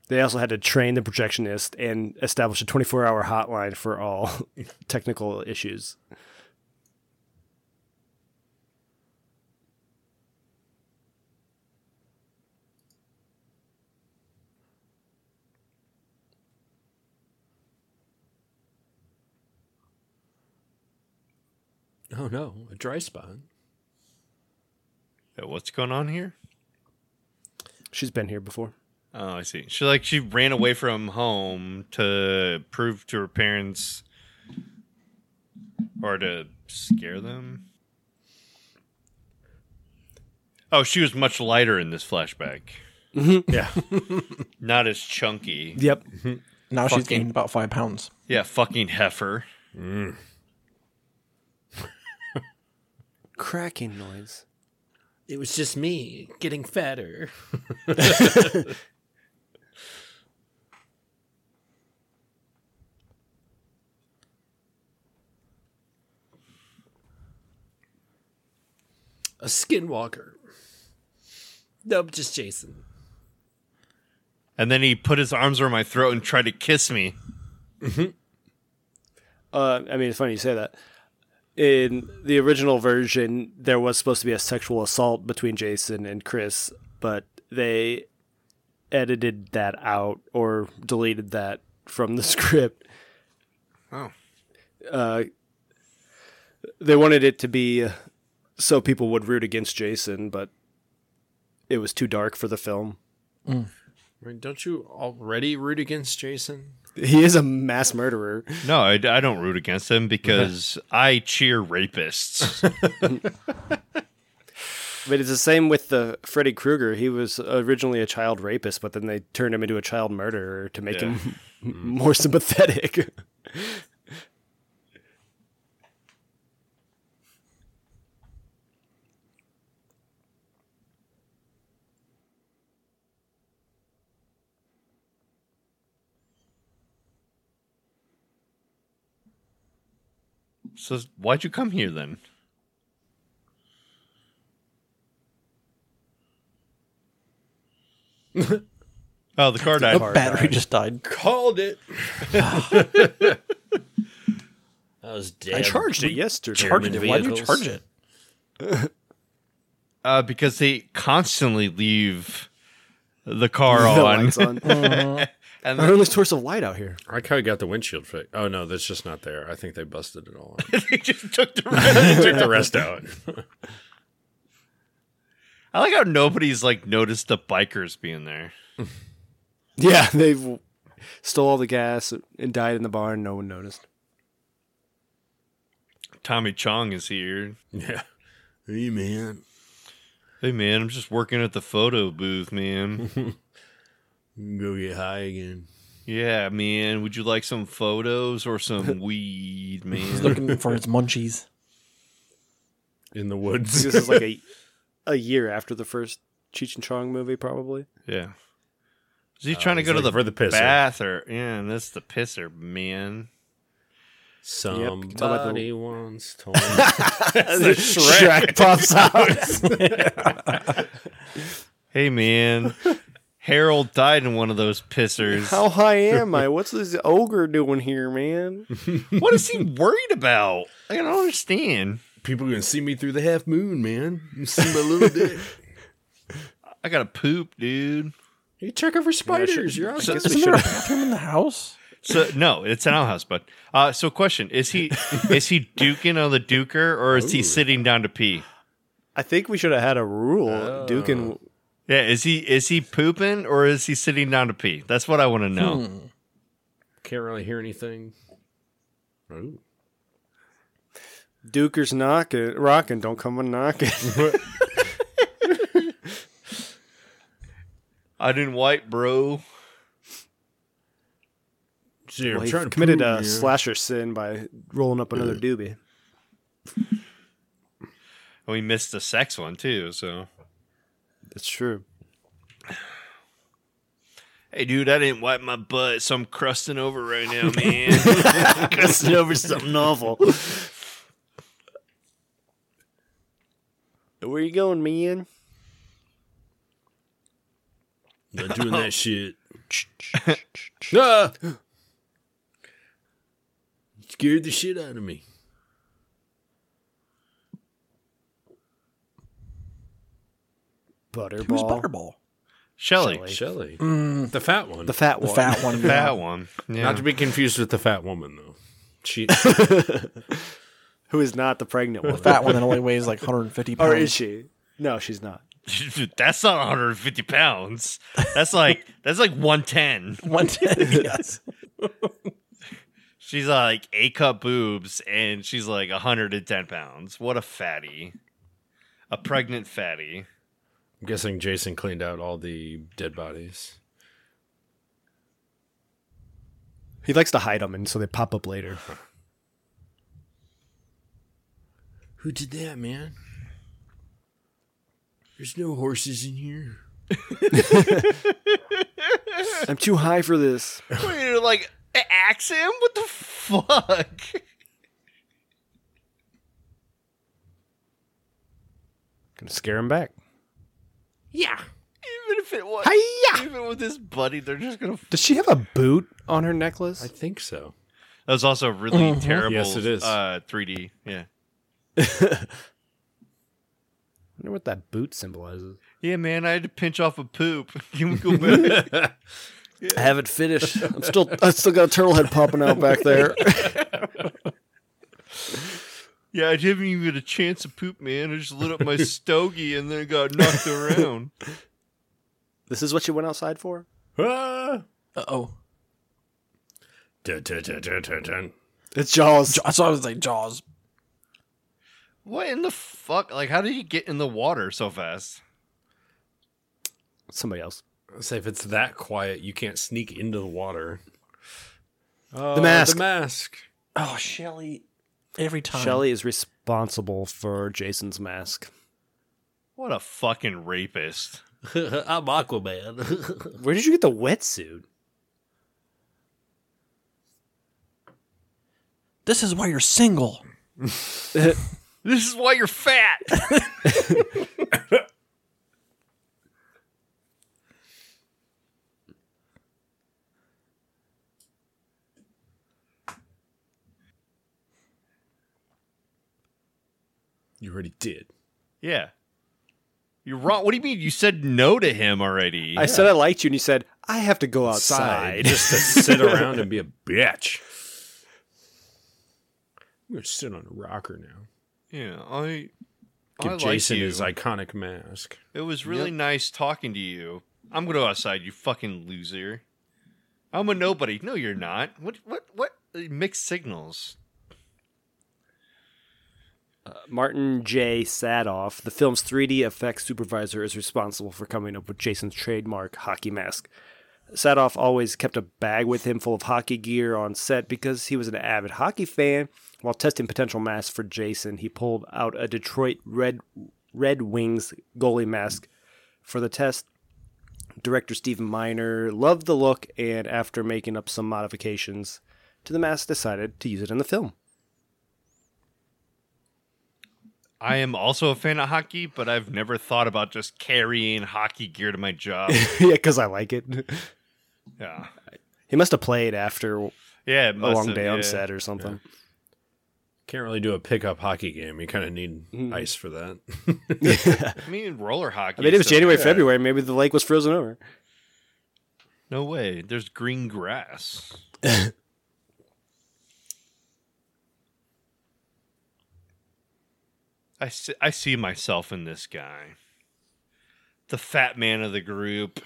Speaker 5: They also had to train the projectionist and establish a 24 hour hotline for all technical issues.
Speaker 8: Oh no, a dry spot.
Speaker 3: Uh, What's going on here?
Speaker 5: She's been here before.
Speaker 3: Oh, I see. She like she ran away from home to prove to her parents or to scare them. Oh, she was much lighter in this flashback.
Speaker 5: Yeah.
Speaker 3: Not as chunky.
Speaker 5: Yep.
Speaker 2: Now she's gained about five pounds.
Speaker 3: Yeah, fucking heifer.
Speaker 5: Cracking noise.
Speaker 8: It was just me getting fatter. A skinwalker. Nope, just Jason.
Speaker 3: And then he put his arms around my throat and tried to kiss me.
Speaker 5: Uh, I mean, it's funny you say that. In the original version, there was supposed to be a sexual assault between Jason and Chris, but they edited that out or deleted that from the script.
Speaker 3: Oh.
Speaker 5: Uh, they wanted it to be uh, so people would root against Jason, but it was too dark for the film.
Speaker 8: I mean, don't you already root against Jason?
Speaker 5: He is a mass murderer.
Speaker 3: No, I, I don't root against him because I cheer rapists.
Speaker 5: But it's the same with the Freddy Krueger. He was originally a child rapist, but then they turned him into a child murderer to make
Speaker 3: Yeah.
Speaker 5: him more sympathetic.
Speaker 3: so why'd you come here then? oh, the car died.
Speaker 2: The battery just died.
Speaker 8: Called it. I was dead.
Speaker 5: I charged it yesterday.
Speaker 2: Charged it. Why do you
Speaker 8: vehicles.
Speaker 2: charge it?
Speaker 3: Uh, because they constantly leave the car
Speaker 5: The
Speaker 3: on.
Speaker 5: lights on.
Speaker 3: And
Speaker 5: Our only source of light out here.
Speaker 8: I kind of got the windshield fixed. Oh no, that's just not there. I think they busted it all. out.
Speaker 3: they just took the rest.
Speaker 8: they took the rest out.
Speaker 3: I like how nobody's like noticed the bikers being there.
Speaker 5: Yeah, they stole all the gas and died in the barn. No one noticed.
Speaker 3: Tommy Chong is here.
Speaker 8: yeah. Hey man,
Speaker 3: Hey man, I'm just working at the photo booth, man.
Speaker 8: go get high again.
Speaker 3: yeah, man. Would you like some photos or some
Speaker 2: He's
Speaker 3: weed, man?
Speaker 2: looking for his munchies.
Speaker 8: In the woods.
Speaker 5: This is like a a year after the first Cheech and Chong movie, probably.
Speaker 3: Yeah. Is he trying to
Speaker 8: Uh, he's
Speaker 3: go to the,
Speaker 8: looking for the pisser.
Speaker 3: bath or yeah, and that's the pisser, man.
Speaker 5: Yep, can tell by the-
Speaker 8: Somebody once told me.
Speaker 5: Shrek pops out.
Speaker 3: Hey man. Harold died in one of those pissers.
Speaker 5: How high am I? What's this ogre doing here, man?
Speaker 3: What is he worried about? I don't understand.
Speaker 8: People gonna see me through the half moon, man. You see my little dick.
Speaker 3: I gotta poop, dude.
Speaker 8: You check over spiders. You're
Speaker 5: I
Speaker 8: awesome.
Speaker 5: guess we
Speaker 2: Isn't there a
Speaker 5: should.
Speaker 2: bathroom in the house?
Speaker 3: So no, it's an outhouse, but uh, so question is he is he duking on the duker or is he sitting down to pee?
Speaker 5: I think we should have had a rule. Dukin
Speaker 3: Yeah, is he is he pooping or is he sitting down to pee? That's what I want to
Speaker 8: Hmm.
Speaker 3: know.
Speaker 8: Can't really hear anything. Oh.
Speaker 5: Duker's knocking, rocking. uh, Don't come a knocking.
Speaker 3: I didn't wipe, bro.
Speaker 8: Gee, I'm
Speaker 5: well, he
Speaker 8: trying to
Speaker 5: committed
Speaker 8: prove
Speaker 5: a
Speaker 8: you.
Speaker 5: slasher sin by rolling up another doobie.
Speaker 3: And we missed the sex one too. So
Speaker 5: That's true.
Speaker 3: hey, dude, I didn't wipe my butt, so I'm crusting over right now, man.
Speaker 5: Crossing over something awful. Where you going, man?
Speaker 8: Not doing that shit. ah! Scared the shit out of me.
Speaker 5: Butterball.
Speaker 2: Who's Butterball?
Speaker 3: Shelly,
Speaker 8: Shelly. mm, The fat one.
Speaker 5: The fat
Speaker 2: The
Speaker 5: one.
Speaker 2: fat one. yeah.
Speaker 3: that one. Yeah.
Speaker 8: Not to be confused with the fat woman, though. She,
Speaker 5: Who is not the pregnant one?
Speaker 2: Fat one that only weighs like 150 pounds.
Speaker 5: Or Oh, is she? No, she's not.
Speaker 3: that's not 150 pounds. That's like that's like 110.
Speaker 2: 110. yes.
Speaker 3: She's like a cup boobs, and she's like 110 pounds. What a fatty, a pregnant fatty.
Speaker 8: I'm guessing Jason cleaned out all the dead bodies.
Speaker 5: He likes to hide them, and so they pop up later.
Speaker 8: Who did that, man? There's no horses in here.
Speaker 5: I'm too high for this.
Speaker 3: Wait, you're like axe him? What the fuck?
Speaker 5: Gonna scare him back.
Speaker 8: Yeah.
Speaker 3: Even if it was, even with his buddy, they're just gonna.
Speaker 5: Does she have a boot on her necklace?
Speaker 8: I think so.
Speaker 3: That was also really terrible.
Speaker 8: Yes, it is.
Speaker 3: Uh, 3D. Yeah.
Speaker 5: wonder what that boot symbolizes.
Speaker 3: Yeah, man, I had to pinch off a poop. Can we go back?
Speaker 5: I haven't finished. I'm still. I still got a turtle head popping out back there.
Speaker 3: yeah, I didn't even get a chance to poop, man. I just lit up my stogie and then got knocked around.
Speaker 5: this is what you went outside for.
Speaker 8: Ah!
Speaker 2: Uh oh.
Speaker 8: Dun, dun, dun, dun, dun, dun.
Speaker 5: It's Jaws.
Speaker 2: So I was like, Jaws.
Speaker 3: What in the fuck? Like, how did he get in the water so fast?
Speaker 5: Somebody else.
Speaker 8: Say if it's that quiet, you can't sneak into the water.
Speaker 5: the mask.
Speaker 8: Uh, The mask.
Speaker 2: Oh, Shelly. Every time.
Speaker 5: Shelly is responsible for Jason's mask.
Speaker 3: What a fucking rapist.
Speaker 8: I'm Aquaman.
Speaker 5: Where did you get the wetsuit?
Speaker 2: This is why you're single.
Speaker 3: This is why you're fat.
Speaker 8: you already did.
Speaker 3: yeah. You're wrong. What do you mean? You said no to him already.
Speaker 5: I said I liked you, and you said I have to go outside.
Speaker 8: Just to sit around and be a bitch. I'm gonna sit on a rocker now.
Speaker 3: yeah, I. I
Speaker 8: Give
Speaker 3: like
Speaker 8: Jason
Speaker 3: you.
Speaker 8: his iconic mask.
Speaker 3: It was really nice talking to you. I'm gonna go outside, you fucking loser. I'm a nobody. No, you're not. What? What? What? Mixed signals.
Speaker 5: Martin J. Sadoff, the film's 3D effects supervisor, is responsible for coming up with Jason's trademark hockey mask. Sadoff always kept a bag with him full of hockey gear on set because he was an avid hockey fan. While testing potential masks for Jason, he pulled out a Detroit Red Red Wings goalie mask for the test. Director Stephen Miner loved the look and after making up some modifications to the mask decided to use it in the film.
Speaker 3: I am also a fan of hockey, but I've never thought about just carrying hockey gear to my job.
Speaker 5: yeah, cuz I like it.
Speaker 3: yeah,
Speaker 5: He must have played after a
Speaker 3: yeah. it must
Speaker 5: long
Speaker 3: have-
Speaker 5: day on
Speaker 3: yeah.
Speaker 5: set or something.
Speaker 8: Can't really do a pickup hockey game. You kind of need ice for that.
Speaker 3: I mean, roller hockey.
Speaker 5: I mean, it was
Speaker 3: so-
Speaker 5: January,
Speaker 3: yeah.
Speaker 5: February. Maybe the lake was frozen over.
Speaker 3: No way. There's green grass. I see, I see myself in this guy. The fat man of the group,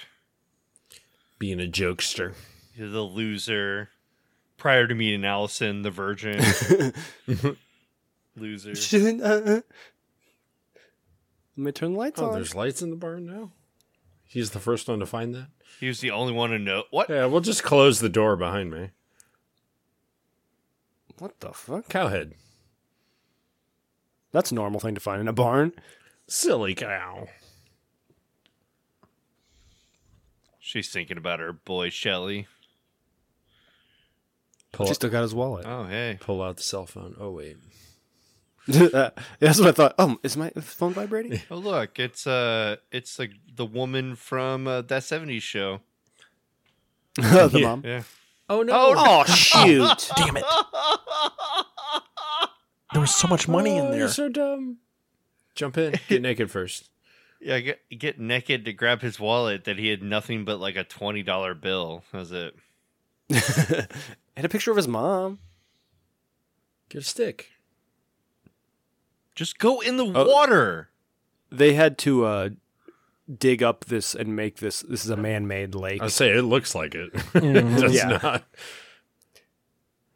Speaker 8: Being a jokester.
Speaker 3: the loser. Prior to meeting Allison, the virgin. loser.
Speaker 5: Let me turn the lights
Speaker 8: Oh,
Speaker 5: on.
Speaker 8: there's lights in the barn now. He's the first one to find that.
Speaker 3: He was the only one to know. What?
Speaker 8: Yeah, we'll just close the door behind me.
Speaker 5: What the fuck?
Speaker 8: Cowhead.
Speaker 5: That's a normal thing to find in a barn.
Speaker 8: Silly cow.
Speaker 3: She's thinking about her boy, Shelly.
Speaker 8: Pull,
Speaker 5: She still got his wallet.
Speaker 3: Oh, hey.
Speaker 8: pull out the cell phone. Oh, wait.
Speaker 5: That's what I thought. Oh, is my phone vibrating?
Speaker 3: Oh, look. It's uh, it's like the woman from uh, that 70s show.
Speaker 5: the mom.
Speaker 3: Yeah.
Speaker 8: Oh, no.
Speaker 5: Oh shoot!
Speaker 2: Damn it. There was so much money in
Speaker 8: You're
Speaker 2: there.
Speaker 8: so dumb. Oh, Jump in. Get naked first.
Speaker 3: Yeah, get, get naked to grab his wallet that he had nothing but like a twenty dollar bill. That was it.
Speaker 5: and a picture of his mom.
Speaker 8: Get a stick.
Speaker 3: Oh. Just go in the water.
Speaker 5: They had to uh, dig up this and make this. This is a man-made lake,
Speaker 8: I say it looks like it. That's
Speaker 5: Yeah.
Speaker 8: not.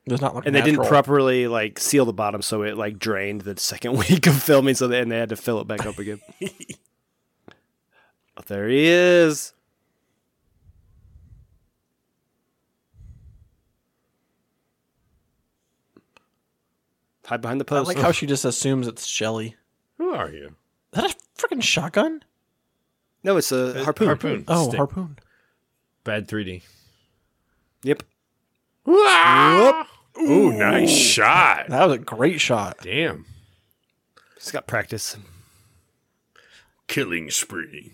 Speaker 2: Does not look
Speaker 5: and they didn't
Speaker 2: natural.
Speaker 5: properly like seal the bottom, so it like drained the second week of filming. So they, and they had to fill it back up again. Oh, there he is. Hide behind the
Speaker 2: I
Speaker 5: post.
Speaker 2: like how she just assumes it's Shelly.
Speaker 8: Who are you?
Speaker 2: Is that a freaking shotgun?
Speaker 5: no, it's a harpoon.
Speaker 8: Harpoon.
Speaker 2: Oh,
Speaker 8: Stick.
Speaker 2: harpoon.
Speaker 8: Bad 3D.
Speaker 5: Yep.
Speaker 8: Ooh, nice shot.
Speaker 2: That was a great shot.
Speaker 8: Damn.
Speaker 5: It's got practice.
Speaker 8: Killing spree.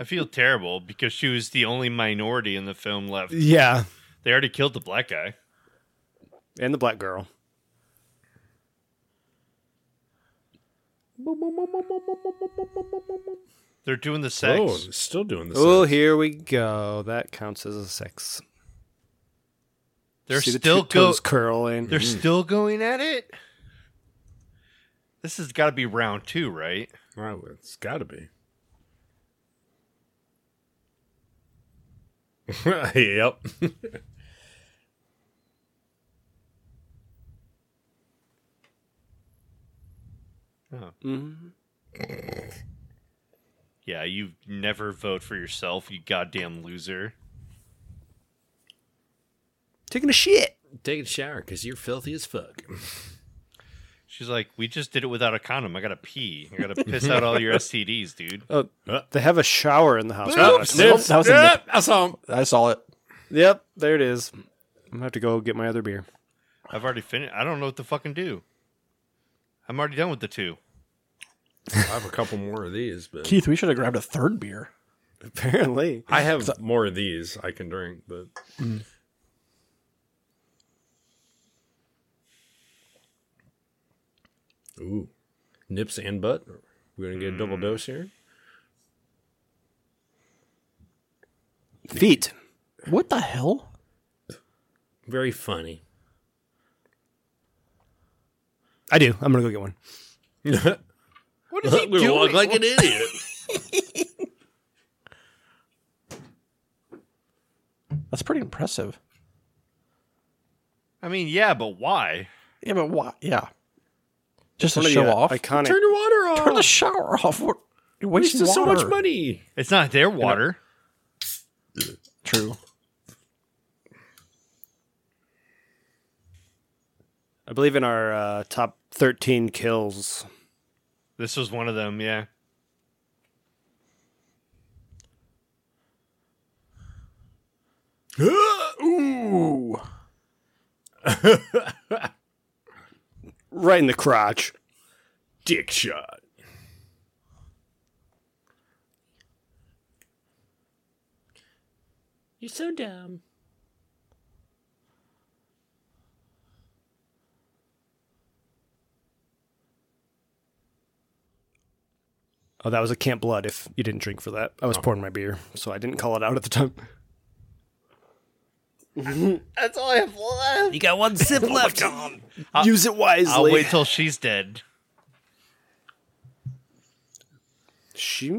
Speaker 3: I feel terrible because she was the only minority in the film left.
Speaker 5: Yeah.
Speaker 3: They already killed the black guy.
Speaker 5: And the black girl.
Speaker 3: They're doing the sex.
Speaker 8: Oh, still doing this.
Speaker 5: Oh, here we go. That counts as a sex.
Speaker 3: they're
Speaker 5: See the
Speaker 3: still
Speaker 5: two toes
Speaker 3: go-
Speaker 5: curling.
Speaker 3: They're still going at it. This has got to be round two, right?
Speaker 8: Wow, it's got to be. yep.
Speaker 3: Yeah, you never vote for yourself, you goddamn loser.
Speaker 5: Taking a shit.
Speaker 8: Take a shower because you're filthy as fuck.
Speaker 3: She's like, we just did it without a condom. I gotta pee. I gotta piss out all your STDs, dude.
Speaker 5: Oh,
Speaker 8: Uh,
Speaker 5: they have a shower in the house.
Speaker 3: Oh,
Speaker 2: that was a
Speaker 8: yep, I saw him.
Speaker 2: I saw it.
Speaker 5: Yep, there it is. I'm gonna have to go get my other beer.
Speaker 3: I've already finished. I don't know what to fucking do. I'm already done with the two.
Speaker 8: I have a couple more of these, but
Speaker 2: Keith, we should have grabbed a third beer.
Speaker 5: Apparently,
Speaker 8: I have more of these I can drink. But Mm. ooh, nips and butt. We're gonna get a double dose here.
Speaker 5: feet.
Speaker 2: What the hell?
Speaker 8: Very funny.
Speaker 5: I do. I'm gonna go get one.
Speaker 3: What
Speaker 8: We're gonna walk like an idiot.
Speaker 2: That's pretty impressive.
Speaker 3: I mean, yeah, but why?
Speaker 2: Yeah, but why? Yeah. Just to
Speaker 5: One of the,
Speaker 2: show
Speaker 5: uh,
Speaker 2: off.
Speaker 5: Iconic.
Speaker 8: Turn your water off.
Speaker 2: Turn the shower off. What- You're wasting
Speaker 8: Wasted so much
Speaker 2: water.
Speaker 8: money.
Speaker 3: It's not their water.
Speaker 2: True.
Speaker 5: I believe in our uh, top 13 kills.
Speaker 3: This was one of them, yeah.
Speaker 2: Ooh.
Speaker 5: Right in the crotch.
Speaker 8: Dick shot. You're so dumb.
Speaker 5: Oh, that was a Camp Blood. If you didn't drink for that, I was pouring my beer, so I didn't call it out at the time.
Speaker 3: That's all I have left.
Speaker 5: You got one sip
Speaker 3: Oh
Speaker 5: left. Use it wisely.
Speaker 3: I'll wait till she's dead.
Speaker 5: she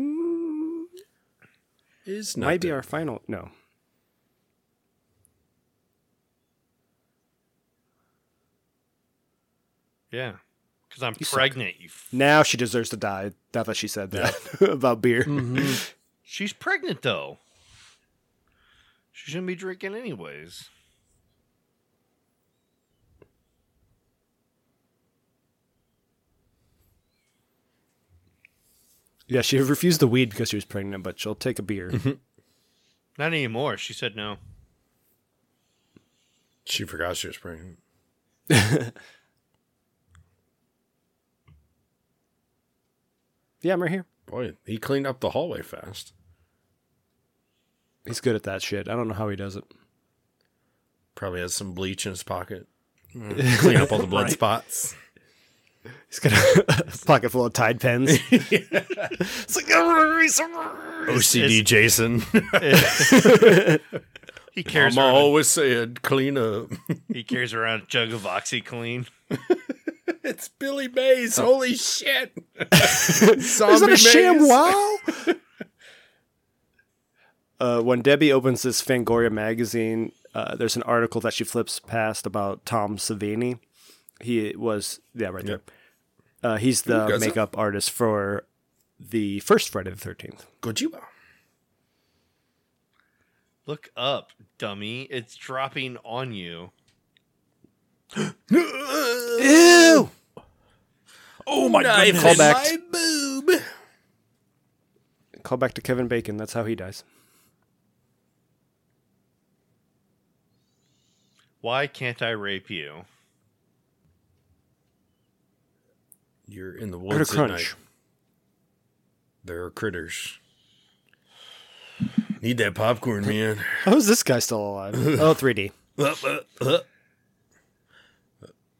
Speaker 8: Is not
Speaker 5: might be our final. No,
Speaker 3: Yeah. Because I'm pregnant. You f-
Speaker 5: now she deserves to die. Now that she said that about beer.
Speaker 3: She's pregnant, though. She shouldn't be drinking, anyways.
Speaker 5: Yeah, she refused the weed because she was pregnant, but she'll take a beer.
Speaker 3: Not anymore. She said no.
Speaker 8: She forgot she was pregnant.
Speaker 5: yeah, I'm right here.
Speaker 8: Boy, he cleaned up the hallway fast.
Speaker 5: He's good at that shit. I don't know how he does it.
Speaker 8: Probably has some bleach in his pocket. Mm, Clean up all the blood spots.
Speaker 5: He's got a pocket full of Tide pens. it's like
Speaker 8: "Oh, OCD Jason.
Speaker 3: He carries,
Speaker 8: Mama
Speaker 3: around,
Speaker 8: always said, clean up.
Speaker 3: he carries around a jug of OxyClean.
Speaker 8: It's Billy Mays. Holy shit.
Speaker 2: Is that
Speaker 8: Zombie
Speaker 2: a sham
Speaker 8: Mays.
Speaker 2: wow?
Speaker 5: Uh, when Debbie opens this Fangoria magazine, uh, there's an article that she flips past about Tom Savini. He was yeah, right there. Uh, he's the
Speaker 8: Who does it?
Speaker 5: makeup artist for the first Friday the Thirteenth.
Speaker 8: Gojiba.
Speaker 3: Look up, dummy. It's dropping on you.
Speaker 2: Ew. Oh my goodness.
Speaker 5: in my
Speaker 8: boob.
Speaker 5: Call back to Kevin Bacon. That's how he dies.
Speaker 3: Why can't I rape you?
Speaker 8: You're in the
Speaker 5: Critter
Speaker 8: woods at night.
Speaker 5: Crunch.
Speaker 8: There are critters. Need that popcorn, man.
Speaker 5: How is this guy still alive? oh, 3D.
Speaker 8: Uh, uh, uh.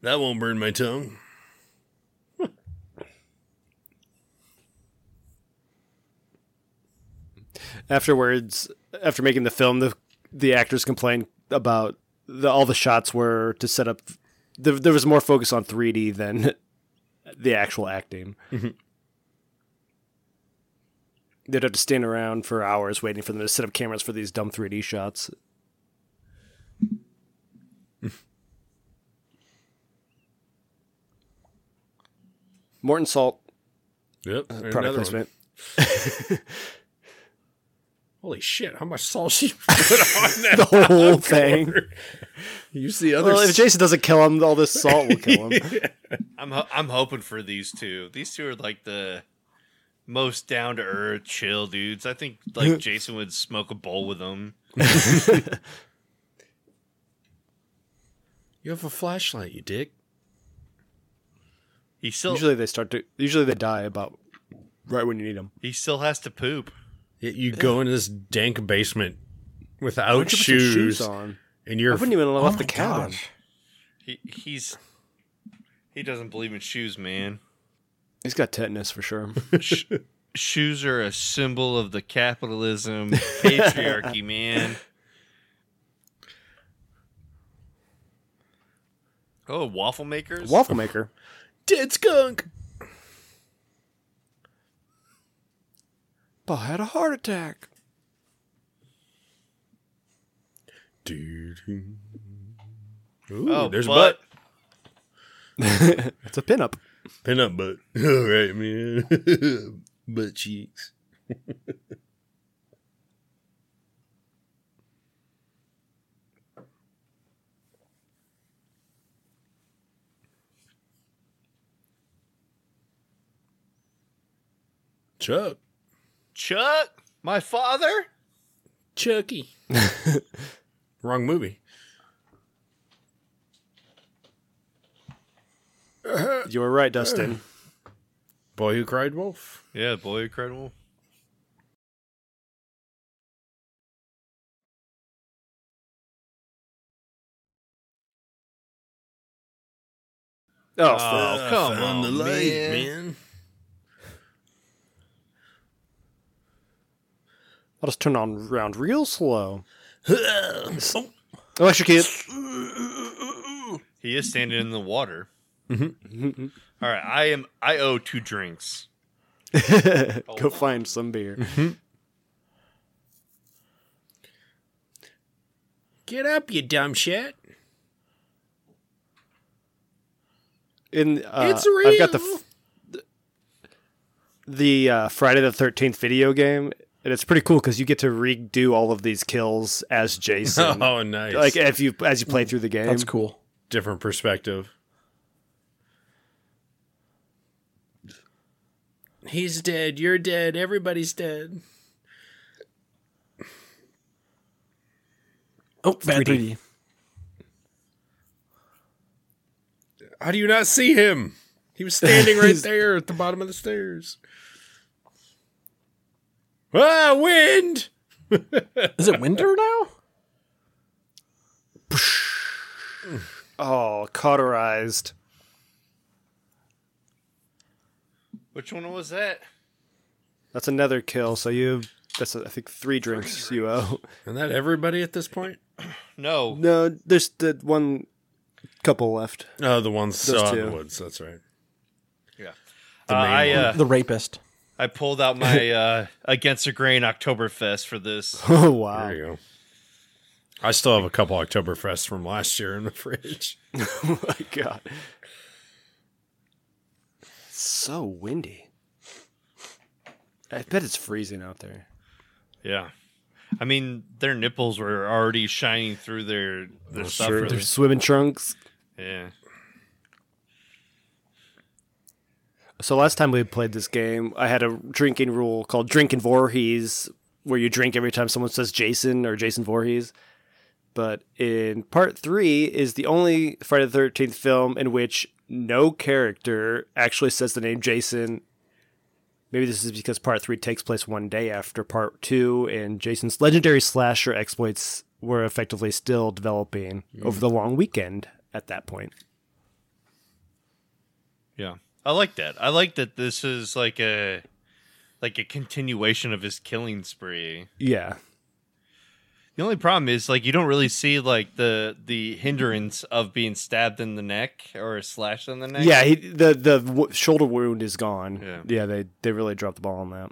Speaker 8: That won't burn my tongue.
Speaker 5: Afterwards, after making the film, the the actors complained about the, all the shots were to set up. There, there was more focus on 3D than the actual acting.
Speaker 8: Mm-hmm.
Speaker 5: They'd have to stand around for hours waiting for them to set up cameras for these dumb 3D shots. Morton Salt,
Speaker 8: Yep. there's
Speaker 5: Uh, product
Speaker 8: another one.
Speaker 5: placement.
Speaker 8: Holy shit! How much salt she put on that?
Speaker 5: The whole thing.
Speaker 8: You see others?
Speaker 5: Well, if Jason doesn't kill him, all this salt will kill him.
Speaker 3: I'm ho- I'm hoping for these two. These two are like the most down to earth, chill dudes. I think like Jason would smoke a bowl with them.
Speaker 8: you have a flashlight, you dick.
Speaker 3: He still
Speaker 5: usually they start to. Usually they die about right when you need them.
Speaker 3: he still has to poop.
Speaker 8: Yet you go in this dank basement without
Speaker 5: Put your
Speaker 8: shoes,
Speaker 5: on.
Speaker 8: and
Speaker 5: I
Speaker 8: you're
Speaker 5: wouldn't even have
Speaker 2: Oh
Speaker 5: left
Speaker 2: my
Speaker 5: the cabin.
Speaker 2: gosh.
Speaker 3: He he's he doesn't believe in shoes, man.
Speaker 5: He's got tetanus for sure.
Speaker 3: Sh- shoes are a symbol of the capitalism patriarchy, man. Oh, waffle makers.
Speaker 5: Waffle maker.
Speaker 8: dead skunk.
Speaker 5: Paul Oh, had a heart attack.
Speaker 8: Ooh,
Speaker 3: Oh,
Speaker 8: there's
Speaker 3: butt.
Speaker 8: butt.
Speaker 5: It's a pinup.
Speaker 8: Pin up butt. All right, man. butt cheeks. Chuck.
Speaker 3: Chuck, my father.
Speaker 8: Chucky. Wrong movie.
Speaker 5: You were right, Dustin.
Speaker 8: Boy Who Cried Wolf.
Speaker 3: Yeah, boy, incredible.
Speaker 5: Oh,
Speaker 3: Oh,
Speaker 5: fuck.
Speaker 3: come
Speaker 8: found
Speaker 3: on,
Speaker 8: the light,
Speaker 3: man.
Speaker 8: man.
Speaker 5: I'll just turn on round real slow.
Speaker 8: Oh,
Speaker 5: Electrocute.
Speaker 3: He is standing in the water.
Speaker 8: Mm-hmm.
Speaker 3: All right, I am. I owe two drinks.
Speaker 5: Go find some beer.
Speaker 8: Get up, you dumb shit.
Speaker 5: In uh,
Speaker 8: It's real.
Speaker 5: I've got the f- the uh, Friday the Thirteenth video game, and it's pretty cool because you get to redo all of these kills as Jason.
Speaker 8: Oh, nice.
Speaker 5: Like eh. if you as you play through the game,
Speaker 2: That's cool.
Speaker 8: different perspective. He's dead. You're dead. Everybody's dead.
Speaker 2: Oh, bad 3D.
Speaker 8: How do you not see him? He was standing right there at the bottom of the stairs. Ah, wind!
Speaker 2: Is it winter now?
Speaker 5: Oh, cauterized.
Speaker 3: Which one was that?
Speaker 5: That's another kill. So you that's I think three drinks you owe.
Speaker 8: Isn't that everybody at this point?
Speaker 3: No,
Speaker 5: No, there's the one couple left.
Speaker 8: Oh, the ones
Speaker 5: Those
Speaker 8: out in the
Speaker 5: two.
Speaker 8: woods. That's right.
Speaker 3: Yeah.
Speaker 8: The
Speaker 3: Uh,
Speaker 8: main
Speaker 3: I,
Speaker 8: one.
Speaker 3: uh,
Speaker 2: The rapist.
Speaker 3: I pulled out my uh, Against the Grain Oktoberfest for this.
Speaker 5: Oh
Speaker 8: There
Speaker 5: wow!
Speaker 8: you go. I still have a couple Oktoberfests from last year in the fridge.
Speaker 5: oh my god! So windy. I bet it's freezing out there.
Speaker 3: Yeah. I mean, their nipples were already shining through their, their
Speaker 8: Oh,
Speaker 3: stuff.
Speaker 8: sure.
Speaker 3: for
Speaker 5: Their
Speaker 3: this-
Speaker 5: swimming trunks.
Speaker 3: Yeah.
Speaker 5: So last time we played this game, I had a drinking rule called Drink and Voorhees, where you drink every time someone says Jason or Jason Voorhees. But in part three is the only Friday the Thirteenth film in which no character actually says the name Jason. Maybe this is because part three takes place one day after part two, and Jason's legendary slasher exploits were effectively still developing over the long weekend at that point.
Speaker 3: Yeah. I like that. I like that this is like a like a continuation of his killing spree.
Speaker 5: Yeah.
Speaker 3: The only problem is like you don't really see like the the hindrance of being stabbed in the neck or slashed in the neck.
Speaker 5: Yeah, he, the the w- shoulder wound is gone.
Speaker 3: Yeah.
Speaker 5: Yeah. they they really dropped the ball on that.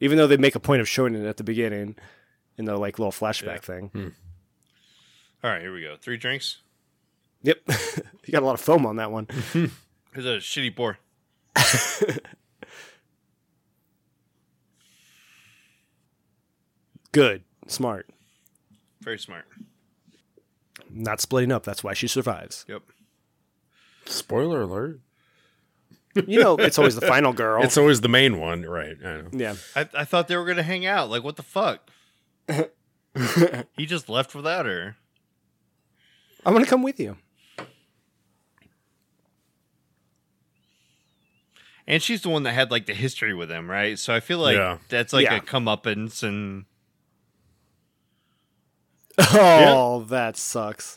Speaker 5: Even though they make a point of showing it at the beginning in the like little flashback thing.
Speaker 3: All right, here we go. Three drinks.
Speaker 5: Yep, you got a lot of foam on that one.
Speaker 3: Here's a shitty pour.
Speaker 5: Good, smart,
Speaker 3: Very smart.
Speaker 5: not splitting up. That's why she survives.
Speaker 3: Yep.
Speaker 8: Spoiler alert.
Speaker 5: You know, it's always the final girl.
Speaker 8: It's always the main one, right? I know.
Speaker 5: Oh. yeah,
Speaker 3: I, I thought they were gonna hang out. Like what the fuck? he just left without her.
Speaker 5: I'm gonna come with you.
Speaker 3: And she's the one that had like the history with him, right? So I feel like
Speaker 8: Yeah.
Speaker 3: that's like
Speaker 5: Yeah.
Speaker 3: a comeuppance and
Speaker 5: Oh, that sucks.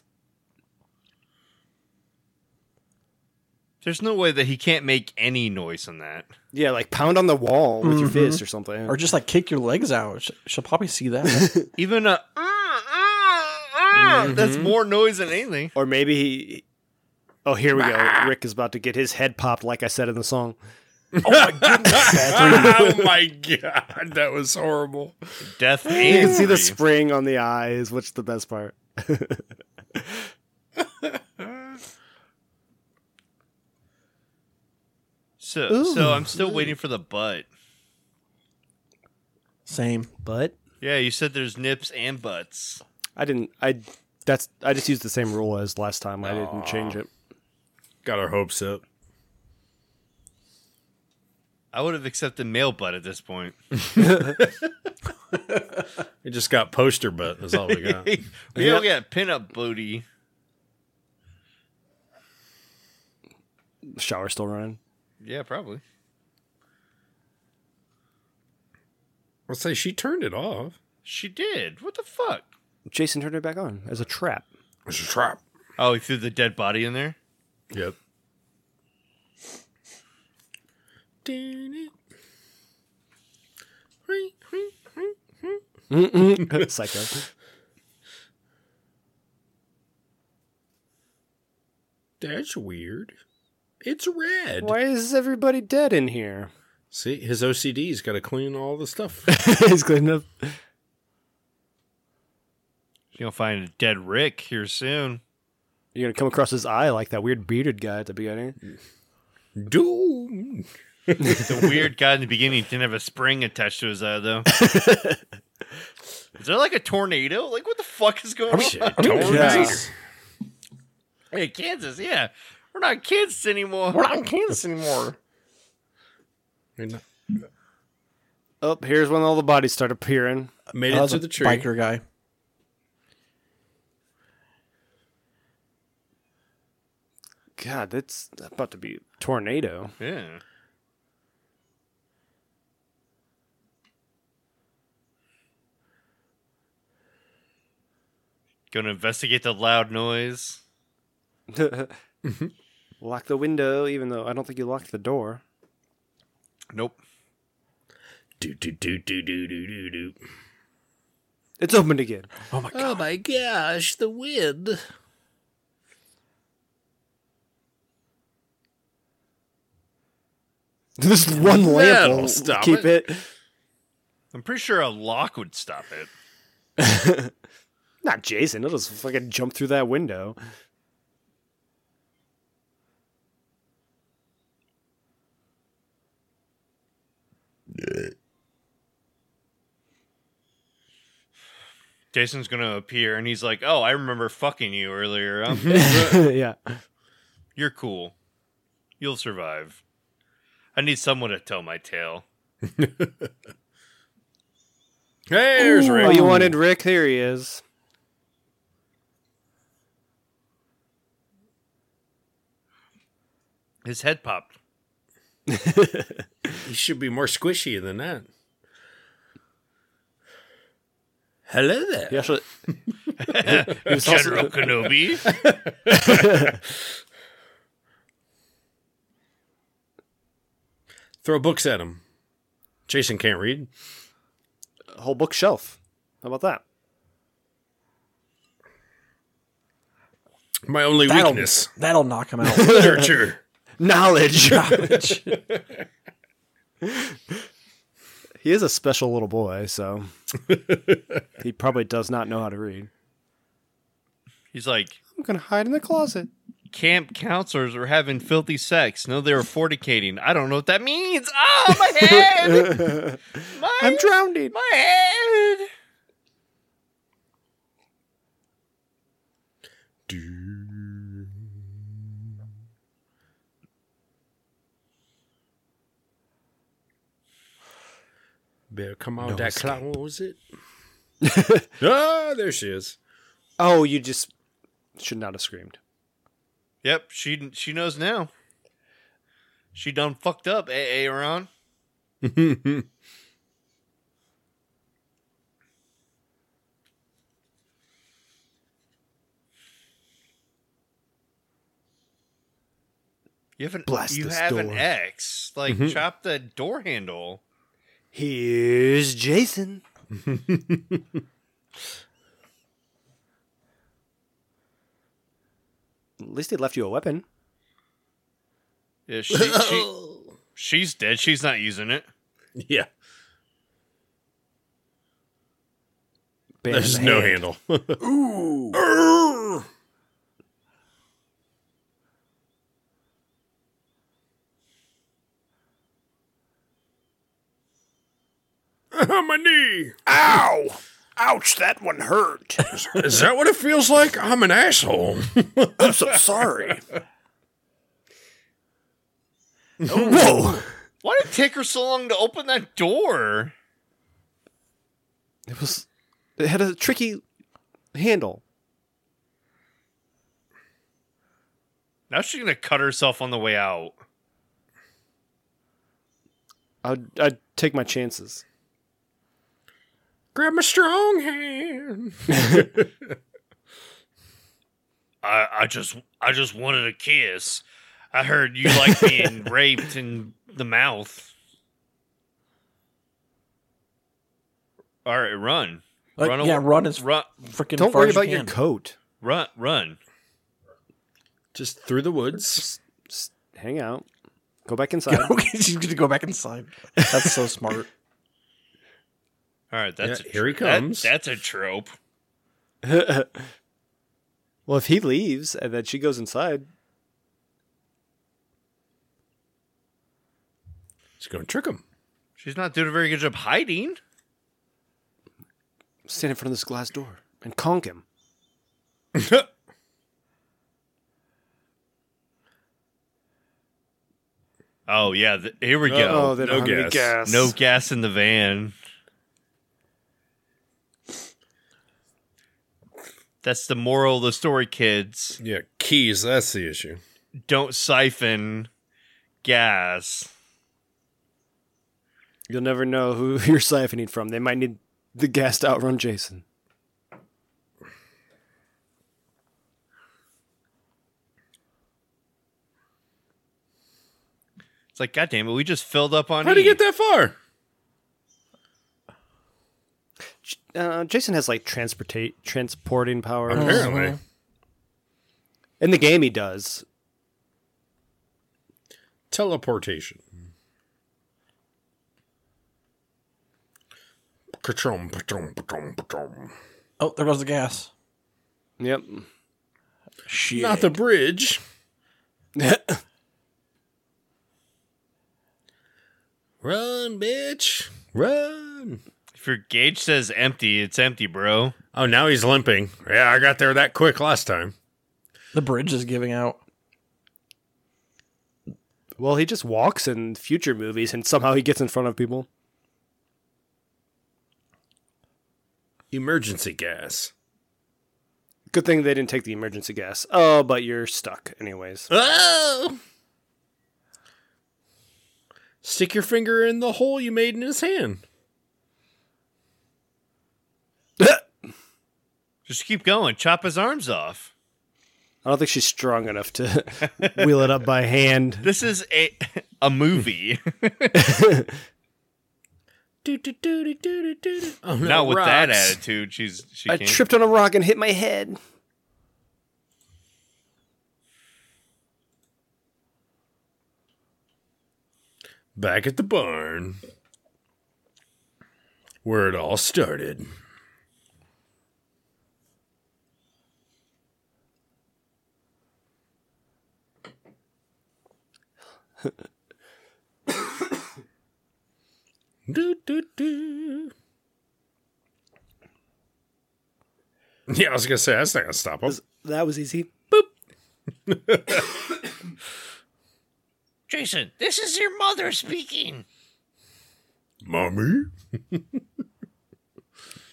Speaker 3: there's no way that he can't make any noise in that.
Speaker 5: Yeah, like pound on the wall with your fist or something.
Speaker 2: Or just like kick your legs out. She- She'll probably see that.
Speaker 3: Even a "Uh, uh, uh," that's
Speaker 5: Mm-hmm.
Speaker 3: more noise than anything.
Speaker 5: Or maybe he. Oh, here we go. Rick is about to get his head popped, like I said in the song.
Speaker 8: oh my god, that was horrible.
Speaker 3: Death
Speaker 5: You
Speaker 3: and
Speaker 5: can see the
Speaker 3: grief.
Speaker 5: spring on the eyes, which is the best part.
Speaker 3: So,
Speaker 5: Ooh.
Speaker 3: so I'm still waiting for the butt.
Speaker 2: Same.
Speaker 5: But
Speaker 3: Yeah, you said there's nips and butts.
Speaker 5: I didn't. I that's. I just used the same rule as last time. I didn't change it.
Speaker 8: Got our hopes up.
Speaker 3: I would have accepted male butt at this point.
Speaker 8: We just got poster butt. That's all we got.
Speaker 3: we all got pinup booty.
Speaker 5: Shower still running.
Speaker 3: Yeah, probably.
Speaker 8: Let's say she turned it off.
Speaker 3: She did. What the fuck?
Speaker 5: Jason turned it back on as a trap.
Speaker 8: It's a trap.
Speaker 3: Oh, he threw the dead body in there.
Speaker 8: Yep.
Speaker 5: Psycho.
Speaker 8: That's weird. It's red.
Speaker 5: Why is everybody dead in here?
Speaker 8: See, his OCD's got to clean all the stuff.
Speaker 5: He's cleaning up.
Speaker 3: You're gonna find a dead Rick here soon.
Speaker 5: You're gonna come across his eye like that weird bearded guy at the beginning.
Speaker 8: Doom.
Speaker 3: The weird guy in the beginning didn't have a spring attached to his eye though. is there like a tornado? Like what the fuck is going on?
Speaker 8: Shit, don't
Speaker 5: Yeah.
Speaker 3: Hey, Kansas, yeah. We're not Kansas anymore.
Speaker 2: not in Kansas anymore.
Speaker 8: read.
Speaker 5: Oh, here's when all the bodies start appearing.
Speaker 8: Made
Speaker 2: I
Speaker 8: it
Speaker 2: was
Speaker 8: to
Speaker 2: a
Speaker 8: the tree.
Speaker 2: biker guy.
Speaker 5: God, that's about to be a tornado.
Speaker 3: Yeah. Gonna investigate the loud noise.
Speaker 5: Lock the window, even though I don't think you locked the door.
Speaker 3: Nope.
Speaker 8: Do, do, do, do, do, do, do, do.
Speaker 5: It's opened again.
Speaker 8: Oh my gosh, the wind.
Speaker 5: This one lamp
Speaker 8: That'll
Speaker 5: will
Speaker 8: stop
Speaker 5: keep it.
Speaker 3: I'm pretty sure a lock would stop it.
Speaker 5: Not Jason. It'll just fucking jump through that window.
Speaker 3: Jason's gonna appear and he's like, "Oh, I remember fucking you earlier. Um,
Speaker 5: yeah.
Speaker 3: you're cool. You'll survive. I need someone to tell my tale."
Speaker 8: There's Rick.
Speaker 5: Oh, you wanted Rick? Here he is.
Speaker 3: His head popped.
Speaker 8: He should be more squishy than that. Hello there.
Speaker 5: He also,
Speaker 3: General Kenobi.
Speaker 8: Throw books at him. Jason can't read.
Speaker 5: a whole bookshelf. How about that?
Speaker 8: My only
Speaker 2: That'll,
Speaker 8: weakness,
Speaker 2: that'll knock him out.
Speaker 8: literature.
Speaker 5: Knowledge. he is a special little boy, so he probably does not know how to read.
Speaker 3: He's like,
Speaker 5: I'm gonna hide in the closet.
Speaker 3: "Camp counselors were having filthy sex. No, they were fornicating. I don't know what that means. Oh, my head! My,
Speaker 5: I'm drowning.
Speaker 3: my head!"
Speaker 8: Better come out that closet. ah, there she is.
Speaker 5: Oh, you just should not have screamed.
Speaker 3: Yep, she she knows now. She done fucked up, A Aaron. You have an
Speaker 5: Blast
Speaker 3: you
Speaker 5: this
Speaker 3: have an
Speaker 5: door. Mm-hmm.
Speaker 3: ex. Like chop the door handle.
Speaker 5: Here's Jason. At least he left you a weapon.
Speaker 3: Yeah, she,
Speaker 5: Oh.
Speaker 3: she she's dead. She's not using it.
Speaker 8: Yeah,
Speaker 5: Bam
Speaker 8: there's
Speaker 5: in the
Speaker 8: no
Speaker 5: hand.
Speaker 8: handle. Ooh. My knee.
Speaker 9: Ow! Ouch, that one hurt.
Speaker 8: Is that what it feels like? I'm an asshole.
Speaker 9: I'm so sorry.
Speaker 8: Oh.
Speaker 9: Whoa!
Speaker 3: Why did it take her so long to open that door?
Speaker 5: It was. It had a tricky handle.
Speaker 3: Now she's gonna cut herself on the way out.
Speaker 5: I'd, I'd take my chances.
Speaker 8: Grab my strong hand.
Speaker 3: I, I just I just wanted a kiss. I heard you like being raped in the mouth. All right, run.
Speaker 2: Like,
Speaker 3: run
Speaker 2: yeah,
Speaker 3: away.
Speaker 2: run is
Speaker 3: run
Speaker 2: freaking.
Speaker 5: Don't
Speaker 2: far
Speaker 5: worry
Speaker 2: as you
Speaker 5: about your
Speaker 2: can.
Speaker 5: coat.
Speaker 3: run run.
Speaker 8: Just through the woods.
Speaker 5: Just hang out. Go back inside.
Speaker 2: Okay, she's gonna go back inside. That's so smart.
Speaker 3: All right, that's
Speaker 8: Yeah,
Speaker 3: a
Speaker 8: here he
Speaker 3: tro- that-
Speaker 8: comes.
Speaker 3: that's a trope.
Speaker 5: well, if he leaves and then she goes inside,
Speaker 8: She's gonna trick him.
Speaker 3: She's not doing a very good job hiding.
Speaker 5: stand in front of this glass door and conk him.
Speaker 3: Oh yeah, th- here we
Speaker 5: Oh,
Speaker 3: go.
Speaker 5: they
Speaker 8: no
Speaker 5: don't have any
Speaker 8: gas.
Speaker 5: gas.
Speaker 3: no gas in the van. That's the moral of the story, kids.
Speaker 8: Yeah, keys. That's the issue.
Speaker 3: Don't siphon gas.
Speaker 5: You'll never know who you're siphoning from. They might need the gas to outrun Jason.
Speaker 3: It's like, God damn it, we just filled up on.
Speaker 8: How'd he
Speaker 3: E.
Speaker 8: get that far?
Speaker 5: Uh, Jason has like transportate transporting power.
Speaker 3: Uh-huh.
Speaker 8: Apparently.
Speaker 5: In the game, he does.
Speaker 8: Teleportation. Ka-chum, pa-chum, pa-chum, pa-chum.
Speaker 2: Oh, there goes the gas.
Speaker 5: Yep.
Speaker 2: Shit.
Speaker 8: Not the bridge. Run, bitch. Run.
Speaker 3: If your gauge says empty, it's empty, bro.
Speaker 8: Oh, now he's limping. Yeah, I got there that quick last time.
Speaker 2: the bridge is giving out.
Speaker 5: Well, he just walks in future movies and somehow he gets in front of people.
Speaker 8: Emergency gas.
Speaker 5: Good thing they didn't take the emergency gas. Oh, but you're stuck anyways.
Speaker 8: Oh! Stick your finger in the hole you made in his hand.
Speaker 3: Just keep going. Chop his arms off.
Speaker 5: I don't think she's strong enough to wheel it up by hand.
Speaker 3: This is a a movie.
Speaker 8: Do, do, do, do, do, do, do. Oh, no,
Speaker 3: Not with that
Speaker 8: rocks.
Speaker 3: attitude. She's she
Speaker 5: I
Speaker 3: can't.
Speaker 5: tripped on a rock and hit my head.
Speaker 8: Back at the barn. Where it all started. do, do, do. Yeah, I was gonna say that's not gonna stop him.
Speaker 5: That was easy.
Speaker 3: Jason, this is your mother speaking.
Speaker 8: Mommy?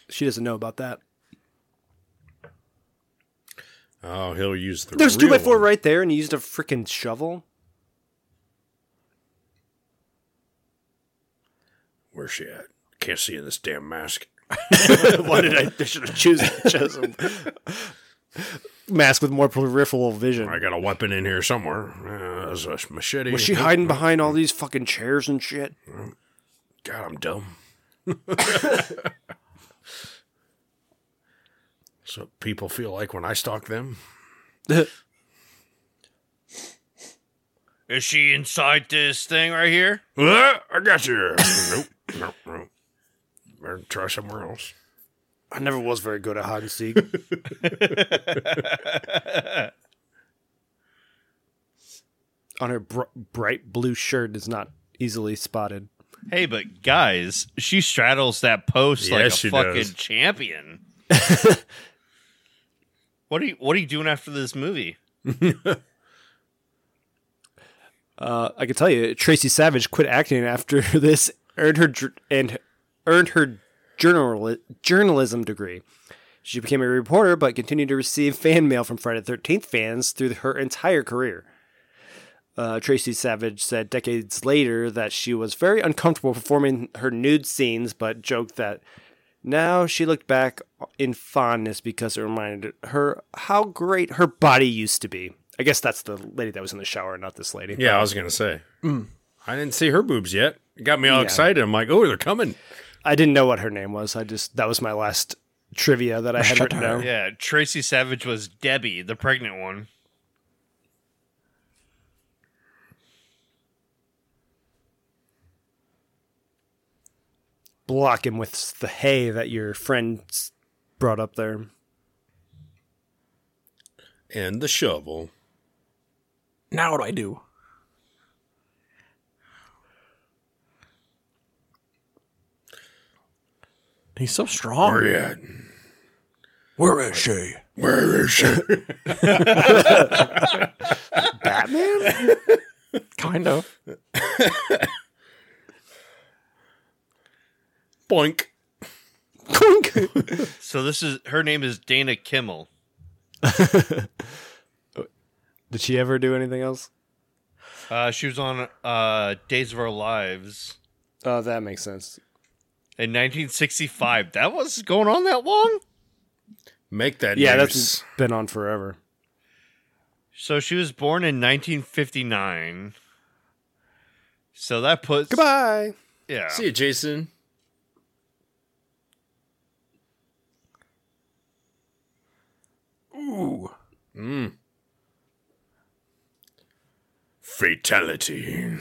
Speaker 5: She doesn't know about that.
Speaker 8: Oh, he'll use the
Speaker 5: There's two
Speaker 8: real
Speaker 5: by four
Speaker 8: one.
Speaker 5: right there, and he used a freaking shovel.
Speaker 8: Where's she at? Can't see in this damn mask.
Speaker 5: Why did I? They should have chosen, chosen mask with more peripheral vision.
Speaker 8: I got a weapon in here somewhere. Uh, there's a machete.
Speaker 5: Was she hiding behind all these fucking chairs and shit?
Speaker 8: God, I'm dumb. so people feel like when I stalk them.
Speaker 3: Is she inside this thing right here?
Speaker 8: "Ah, I got you. nope, nope, nope. Better try somewhere else.
Speaker 5: I never was very good at hide and seek. On her br- bright blue shirt is not easily spotted.
Speaker 3: Hey, but guys, she straddles that post like a
Speaker 8: Yes, she
Speaker 3: fucking
Speaker 8: does.
Speaker 3: champion. what are you What are you doing after this movie?
Speaker 5: Uh, I can tell you, Tracy Savage quit acting after this, earned her dr- and earned her journal- journalism degree. She became a reporter, but continued to receive fan mail from Friday the 13th fans through her entire career. Uh, Tracy Savage said decades later that she was very uncomfortable performing her nude scenes, but joked that now she looked back in fondness because it reminded her how great her body used to be. I guess that's the lady that was in the shower, not this lady.
Speaker 8: Yeah, I was gonna say. I didn't see her boobs yet. It got me all excited. I'm like, oh, they're coming.
Speaker 5: I didn't know what her name was. I just that was my last trivia that I had written down.
Speaker 3: Yeah, Tracy Savage was Debbie, the pregnant one.
Speaker 5: Block him with the hay that your friend s- brought up there.
Speaker 8: And the shovel.
Speaker 2: Now what do I do? He's so strong.
Speaker 8: Where you at?
Speaker 2: Where is she?
Speaker 8: Where is she?
Speaker 2: Kind of.
Speaker 8: Boink.
Speaker 3: So this is her name is Dana Kimmel.
Speaker 5: Did she ever do anything else?
Speaker 3: Uh, she was on uh, Days of Our Lives
Speaker 5: Oh, that makes sense.
Speaker 3: in 1965. That was going on that long.
Speaker 8: Make that
Speaker 5: Yeah,
Speaker 8: noose.
Speaker 5: that's been on forever.
Speaker 3: So she was born in 1959. So that puts
Speaker 5: Goodbye.
Speaker 3: Yeah,
Speaker 8: See you, Jason.
Speaker 2: Ooh.
Speaker 8: Mm. Fatality.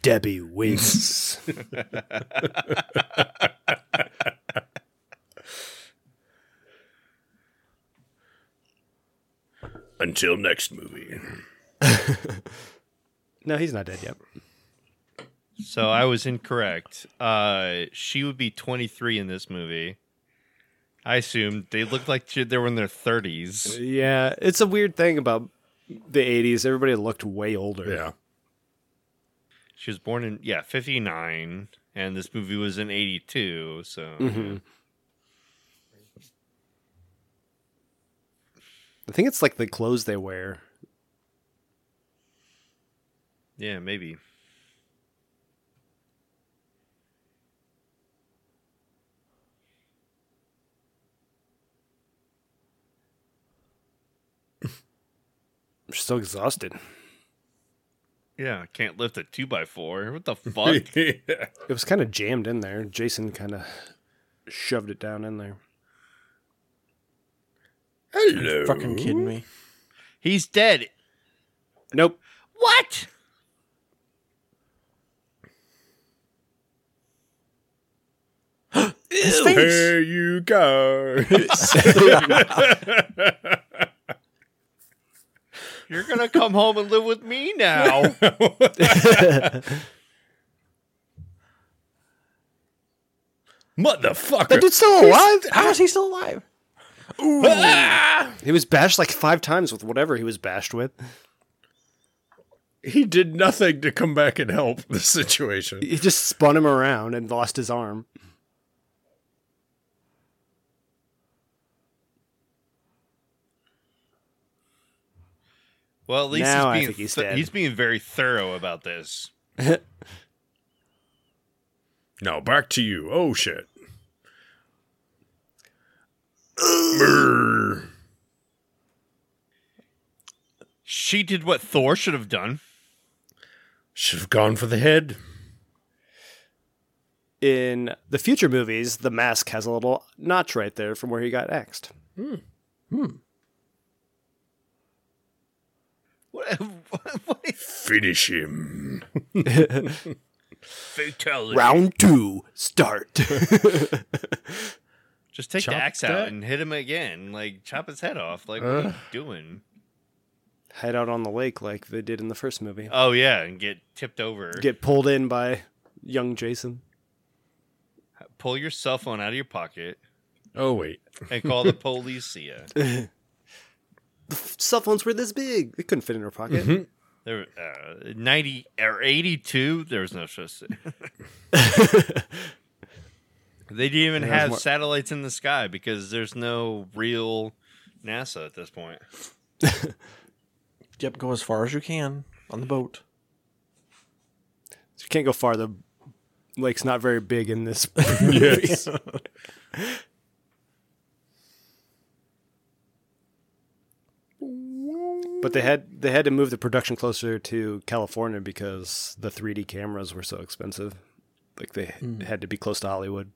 Speaker 5: Debbie wins.
Speaker 8: Until next movie.
Speaker 5: no, he's not dead yet.
Speaker 3: So I was incorrect. Uh, she would be 23 in this movie. I assumed they looked like she- they were in their 30s.
Speaker 5: Yeah, it's a weird thing about the 80s. Everybody looked way older.
Speaker 8: Yeah.
Speaker 3: She was born in yeah 59, and this movie was in 82. So
Speaker 5: I think it's like the clothes they wear.
Speaker 3: yeah, maybe.
Speaker 5: I'm so exhausted.
Speaker 3: Yeah, can't lift a two by four. What the fuck?
Speaker 5: It was kind of jammed in there. Jason kind of shoved it down in there.
Speaker 8: Hello.
Speaker 2: Fucking kidding me.
Speaker 3: He's dead.
Speaker 5: Nope.
Speaker 3: What?
Speaker 2: His face.
Speaker 8: Here you go.
Speaker 3: You're gonna come home and live with me now.
Speaker 5: That
Speaker 8: Motherfucker.
Speaker 5: dude's still alive.
Speaker 2: How is he still alive?
Speaker 5: He was bashed like five times with whatever he was bashed with.
Speaker 8: He did nothing to come back and help the situation.
Speaker 5: He just spun him around and lost his arm.
Speaker 3: Well, at least
Speaker 5: Now I
Speaker 3: he's being
Speaker 5: think he's
Speaker 3: th-
Speaker 5: dead.
Speaker 3: he's being very thorough about this.
Speaker 8: Now back to you. Oh shit. Brr.
Speaker 3: She did what Thor should have done.
Speaker 8: Should have gone for the head.
Speaker 5: In the future movies, the mask has a little notch right there from where he got axed.
Speaker 3: What, what is
Speaker 8: Finish him.
Speaker 3: fatality?
Speaker 5: Round two, start.
Speaker 3: Just take the
Speaker 8: Chop
Speaker 3: axe out
Speaker 8: that?
Speaker 3: and hit him again. Like chop his head off. Like what are you doing?
Speaker 5: Head out on the lake like they did in the first movie.
Speaker 3: Oh yeah, and get tipped over.
Speaker 5: Get pulled in by young Jason.
Speaker 3: Pull your cell phone out of your pocket
Speaker 8: Oh wait.
Speaker 3: and call the policia.
Speaker 5: Cell phones were this big. They couldn't fit in her pocket.
Speaker 2: Mm-hmm.
Speaker 3: There, uh, ninety or eighty-two. There was no such. thing. they didn't even have
Speaker 5: more-
Speaker 3: satellites in the sky because there's no real NASA at this point.
Speaker 2: Yep, go as far as you can on the boat.
Speaker 5: You can't go far. The lake's not very big in this.
Speaker 8: Yes.
Speaker 5: but they had they had to move the production closer to California because the 3D cameras were so expensive. Like they had to be close to Hollywood.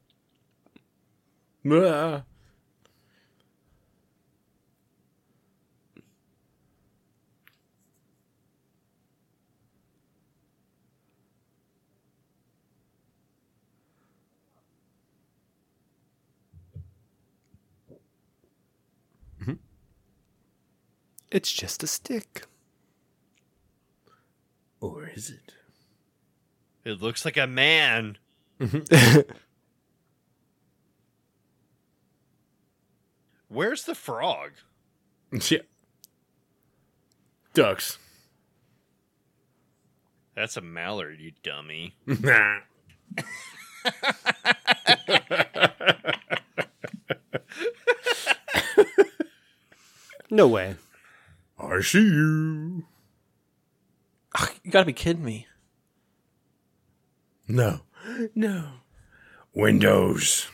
Speaker 8: Ah.
Speaker 5: It's just a stick.
Speaker 8: or is it?
Speaker 3: It looks like a man. Where's the frog?
Speaker 8: Yeah. Ducks.
Speaker 3: That's a mallard, you dummy.
Speaker 8: Nah.
Speaker 5: No way.
Speaker 8: I see you.
Speaker 2: Ugh, You gotta be kidding me.
Speaker 8: No. No. Windows.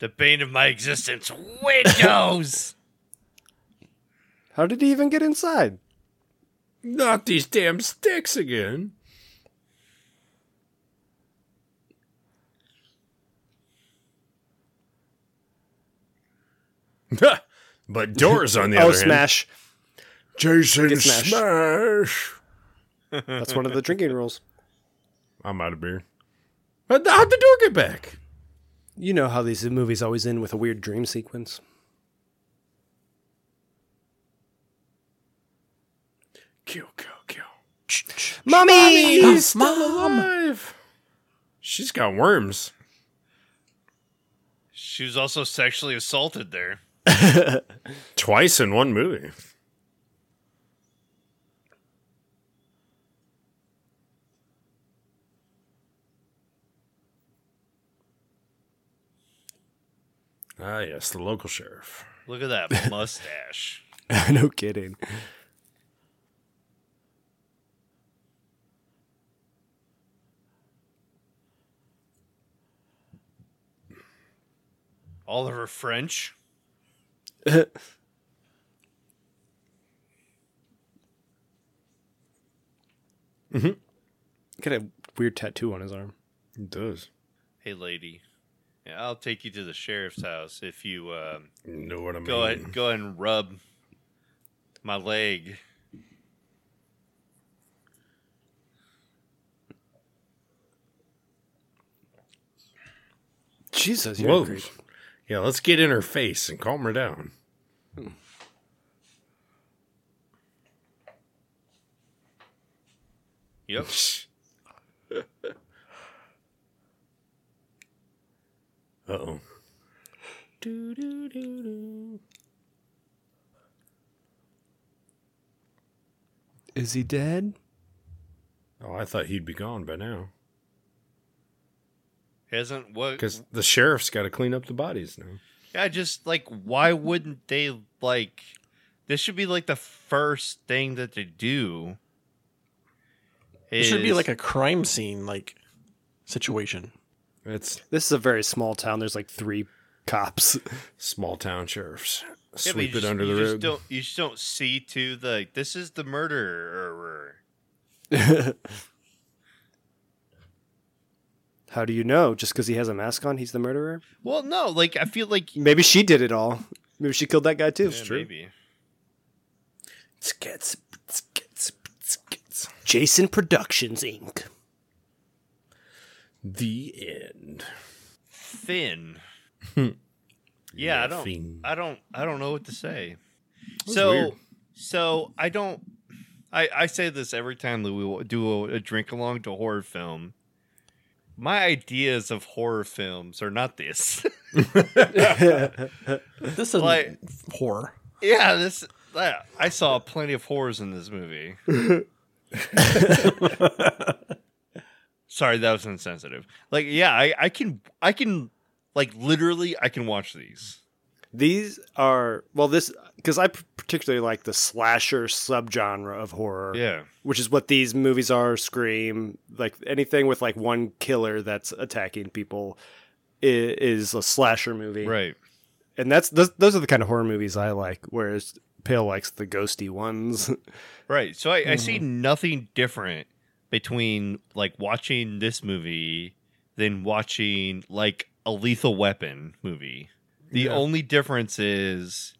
Speaker 3: The bane of my existence. Windows.
Speaker 5: How did he even get inside?
Speaker 8: Not these damn sticks again. but doors on the
Speaker 5: oh,
Speaker 8: other hand.
Speaker 5: smash!
Speaker 8: Jason
Speaker 5: Oh, Get smashed.
Speaker 8: smash.
Speaker 5: That's one of the drinking rules.
Speaker 8: I'm out of beer. How'd the, how'd the door get back?
Speaker 5: You know how these movies always end with a weird dream sequence.
Speaker 8: Kill, kill, kill.
Speaker 5: Mommy!
Speaker 8: He's still alive. She's got worms.
Speaker 3: She was also sexually assaulted there.
Speaker 8: Twice in one movie. Ah, yes, the local sheriff.
Speaker 3: Look at that mustache.
Speaker 5: no kidding.
Speaker 3: Oliver French.
Speaker 5: Got a weird tattoo on his arm.
Speaker 8: It does.
Speaker 3: Hey, lady. Yeah, I'll take you to the sheriff's house if you um,
Speaker 8: You know what I mean?
Speaker 3: go ahead, go ahead and rub my leg.
Speaker 5: Jesus, you're
Speaker 8: Whoa.
Speaker 5: creep.
Speaker 8: Yeah, let's get in her face and calm her down.
Speaker 3: Yep.
Speaker 8: Uh oh.
Speaker 5: Is he dead?
Speaker 8: Oh, I thought he'd be gone by now.
Speaker 3: Hasn't what?
Speaker 8: Because the sheriff's got to clean up the bodies now.
Speaker 3: I just like. Why wouldn't they like? This should be like the first thing that they do.
Speaker 2: It should be
Speaker 3: is-
Speaker 2: like a crime scene like situation.
Speaker 8: It's
Speaker 5: This is a very small town. There's like three cops.
Speaker 8: small town sheriffs.
Speaker 3: Yeah, but you
Speaker 8: Sweep it
Speaker 3: just-
Speaker 8: under
Speaker 3: you
Speaker 8: the
Speaker 3: just
Speaker 8: rug.
Speaker 3: Don't, you just don't see to the like, this is the murderer.
Speaker 5: How do you know? Just because he has a mask on, he's the murderer?
Speaker 3: Well, no, like I feel like
Speaker 5: Maybe she did it all. Maybe she killed that guy too.
Speaker 3: Yeah, Maybe.
Speaker 8: Skits, skits, skits.
Speaker 5: Jason Productions Inc.
Speaker 8: The end.
Speaker 3: Finn. yeah, I don't.
Speaker 8: Finn.
Speaker 3: I don't. I don't know what to say.
Speaker 8: was
Speaker 3: So,
Speaker 8: weird.
Speaker 3: so I don't. I I say this every time that we wa- do a, a drink along to a horror film. My ideas of horror films are not this.
Speaker 2: This is
Speaker 3: Like-
Speaker 2: like horror.
Speaker 3: yeah, this. that- I saw plenty of horrors in this movie. Sorry, that was insensitive. Like, yeah, I, I can, I can, like, literally, I can watch these.
Speaker 5: These are, well, this, because I p- particularly like the slasher subgenre of horror.
Speaker 3: Yeah.
Speaker 5: which is what these movies are scream like anything with like one killer that's attacking people i- is a slasher movie
Speaker 3: Right.
Speaker 5: and that's those, those are the kind of horror movies i like whereas pale likes the ghosty ones
Speaker 3: Right. So I, I see nothing different between like watching this movie than watching like a lethal weapon movie. The only difference is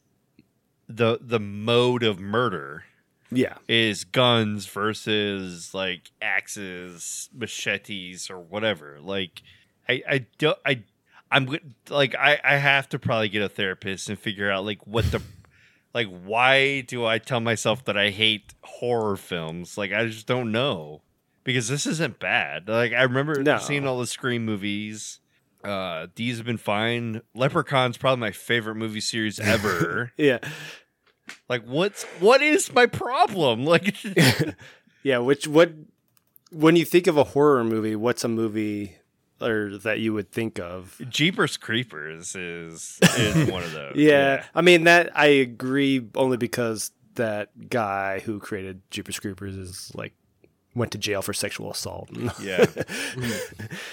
Speaker 3: the the mode of murder
Speaker 5: yeah
Speaker 3: is guns versus like axes, machetes, or whatever. Like I I don't I I'm go- like I I have to probably get a therapist and figure out like what the like why do I tell myself that I hate horror films? Like I just don't know because this isn't bad. Like I remember
Speaker 5: No.
Speaker 3: seeing all the Scream movies. Uh, these have been fine. Leprechaun's probably my favorite movie series ever.
Speaker 5: yeah
Speaker 3: like, what's what is my problem? Like,
Speaker 5: yeah which what when you think of a horror movie what's a movie or that you would think of
Speaker 3: Jeepers Creepers is is one of those.
Speaker 5: yeah i mean that i agree only because that guy who created jeepers creepers is like went to jail for sexual assault
Speaker 3: yeah.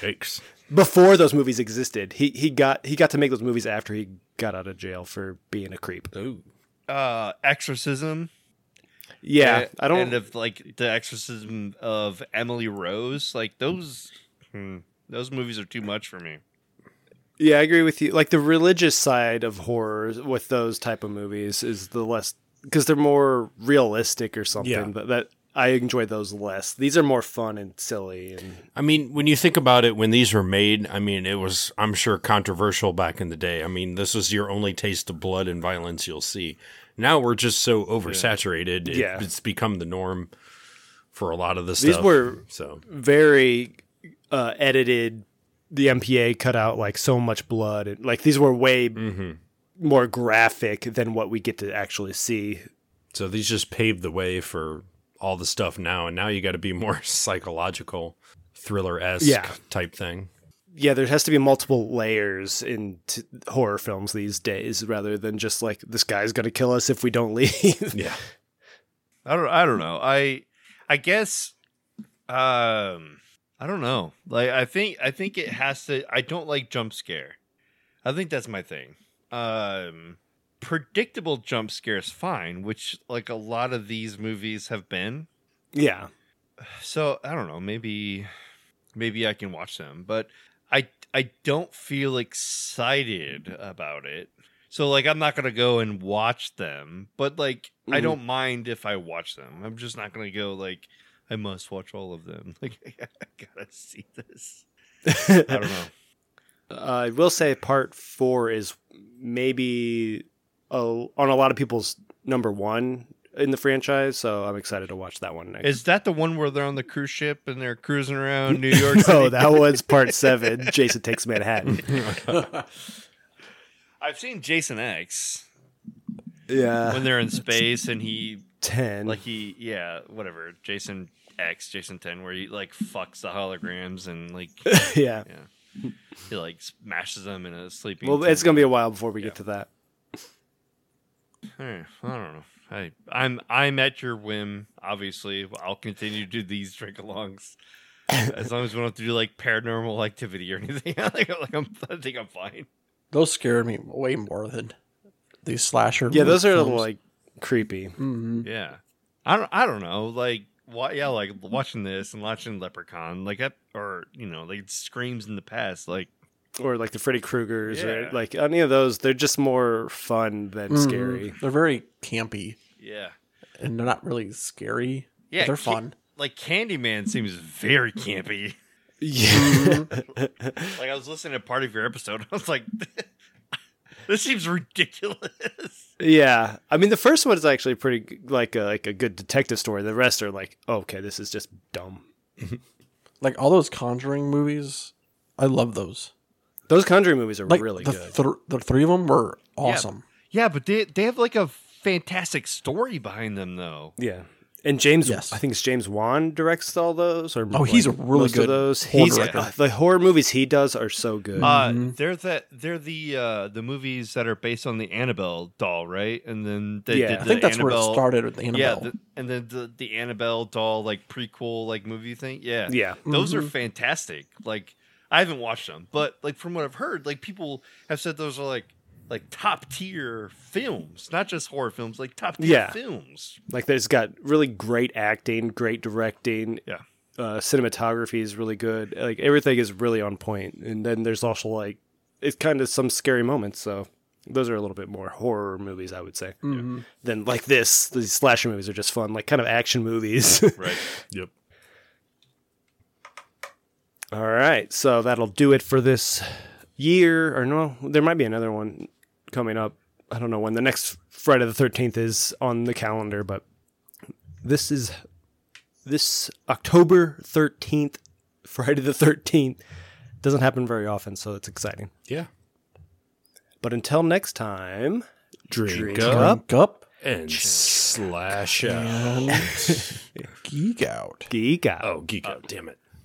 Speaker 8: Yikes.
Speaker 5: before those movies existed. He he got he got to make those movies after he got out of jail for being a creep.
Speaker 8: Oh.
Speaker 3: Uh, Exorcism.
Speaker 5: Yeah,
Speaker 3: and-
Speaker 5: I don't.
Speaker 3: and of like the Exorcism of Emily Rose. Like those, hmm, those movies are too much for me.
Speaker 5: yeah, I agree with you. Like the religious side of horror with those type of movies is the less because they're more realistic or something.
Speaker 2: Yeah.
Speaker 5: But that I enjoy those less. These are more fun and silly. And
Speaker 8: I mean, when you think about it, when these were made, I mean, it was, I'm sure, controversial back in the day. I mean, this is your only taste of blood and violence you'll see. Now we're just so oversaturated. It-
Speaker 5: Yeah.
Speaker 8: it's become the norm for a lot of this
Speaker 5: These
Speaker 8: stuff.
Speaker 5: were-
Speaker 8: so
Speaker 5: very uh, edited. The MPA cut out like so much blood. And, like these were way
Speaker 3: Mm-hmm.
Speaker 5: more graphic than what we get to actually see.
Speaker 8: so these just paved the way for all the stuff now, and now you got to be more psychological, thriller esque
Speaker 5: Yeah.
Speaker 8: type thing.
Speaker 5: Yeah, there has to be multiple layers in t- horror films these days rather than just like this guy's going to kill us if we don't leave.
Speaker 8: Yeah,
Speaker 3: I don't. I don't know. I. I guess. Um. I don't know. Like I think. I think it has to. I don't like jump scare. I think that's my thing. Um. Predictable jump scares fine, which like a lot of these movies have been.
Speaker 5: yeah.
Speaker 3: So I don't know. Maybe. Maybe I can watch them, but I. I don't feel excited about it. So like I'm not gonna go and watch them, but like I
Speaker 5: Mhm.
Speaker 3: don't mind if I watch them. I'm just not gonna go like I must watch all of them. Like I gotta see this. I don't know.
Speaker 5: I will say part four is maybe a, on a lot of people's number one in the franchise, so I'm excited to watch that one next.
Speaker 3: Is that the one where they're on the cruise ship and they're cruising around New York?
Speaker 5: no,
Speaker 3: City?
Speaker 5: that one's part seven. Jason takes Manhattan.
Speaker 3: I've seen Jason X
Speaker 5: Yeah,
Speaker 3: when they're in space and he
Speaker 5: ten.
Speaker 3: like he yeah whatever Jason X Jason Ten where he like fucks the holograms and like
Speaker 5: yeah.
Speaker 3: he like smashes them in a sleeping.
Speaker 5: Well, it's
Speaker 3: tent.
Speaker 5: gonna be a while before we get to that.
Speaker 3: Eh, I don't know. I, I'm I'm at your whim. Obviously, I'll continue to do these drink alongs as long as we don't have to do like paranormal activity or anything. I think, like, I'm, I think I'm fine.
Speaker 2: Those scared me way more than these slasher.
Speaker 5: Yeah, those are
Speaker 2: films.
Speaker 5: like creepy.
Speaker 2: Mhm.
Speaker 3: Yeah, I don't I don't know. Like what? Yeah, like watching this and watching Leprechaun, like that, or you know, like screams in the past. Like
Speaker 5: Or like the Freddy Krueger's,
Speaker 3: Yeah.
Speaker 5: or like any of those. They're just more fun than
Speaker 2: Mhm.
Speaker 5: scary.
Speaker 2: They're very campy
Speaker 3: yeah,
Speaker 2: and they're not really scary. but
Speaker 3: yeah,
Speaker 2: they're
Speaker 3: Ca-
Speaker 2: fun.
Speaker 3: Like Candyman seems very campy.
Speaker 5: Yeah.
Speaker 3: Like I was listening to part of your episode, I was like, this seems ridiculous.
Speaker 5: Yeah, I mean the first one is actually pretty g- like a, like a good detective story. The rest are like, okay, this is just dumb.
Speaker 2: Like all those Conjuring movies, I love those.
Speaker 5: Those Conjuring movies are
Speaker 2: Like
Speaker 5: really
Speaker 2: the,
Speaker 5: good.
Speaker 2: thr- the three of them were awesome.
Speaker 3: Yeah, but they they have like a fantastic story behind them though.
Speaker 5: yeah, and James,
Speaker 2: Yes.
Speaker 5: I think it's James Wan directs all those. Or
Speaker 2: Oh, he's
Speaker 5: like,
Speaker 2: a really
Speaker 5: most
Speaker 2: good
Speaker 5: Of those,
Speaker 2: horror
Speaker 5: he's
Speaker 2: director.
Speaker 5: uh, the horror movies he does are so good.
Speaker 3: Uh
Speaker 2: Mm-hmm.
Speaker 3: they're that they're the uh the movies that are based on the Annabelle doll, right? And then they
Speaker 5: Yeah.
Speaker 3: did
Speaker 5: I
Speaker 3: the
Speaker 2: I think that's
Speaker 3: Annabelle,
Speaker 2: where it started with Annabelle.
Speaker 3: Yeah, the, and then the, the Annabelle doll like prequel like movie thing. Yeah.
Speaker 5: yeah,
Speaker 3: Those are fantastic. Like I haven't watched them, but like from what I've heard, like people have said those are like like top tier films, not just horror films, like top tier
Speaker 5: Yeah.
Speaker 3: films.
Speaker 5: like there's got really great acting, great directing.
Speaker 3: Yeah.
Speaker 5: uh, cinematography is really good. Like everything is really on point. And then there's also like it's kind of some scary moments. So those are a little bit more horror movies, I would say, than like this. These slasher movies are just fun, like kind of action movies.
Speaker 3: Right.
Speaker 8: yep.
Speaker 5: All right, so that'll do it for this year. Or no, there might be another one coming up. I don't know when the next Friday the Thirteenth is on the calendar, but this is this October thirteenth, Friday the Thirteenth. Doesn't happen very often, so it's exciting.
Speaker 8: Yeah.
Speaker 5: But until next time,
Speaker 8: Drink,
Speaker 5: Drink
Speaker 8: up,
Speaker 5: up.
Speaker 2: Drink up
Speaker 8: and slash out.
Speaker 2: and geek out.
Speaker 5: geek out.
Speaker 8: Oh, geek out. Damn it.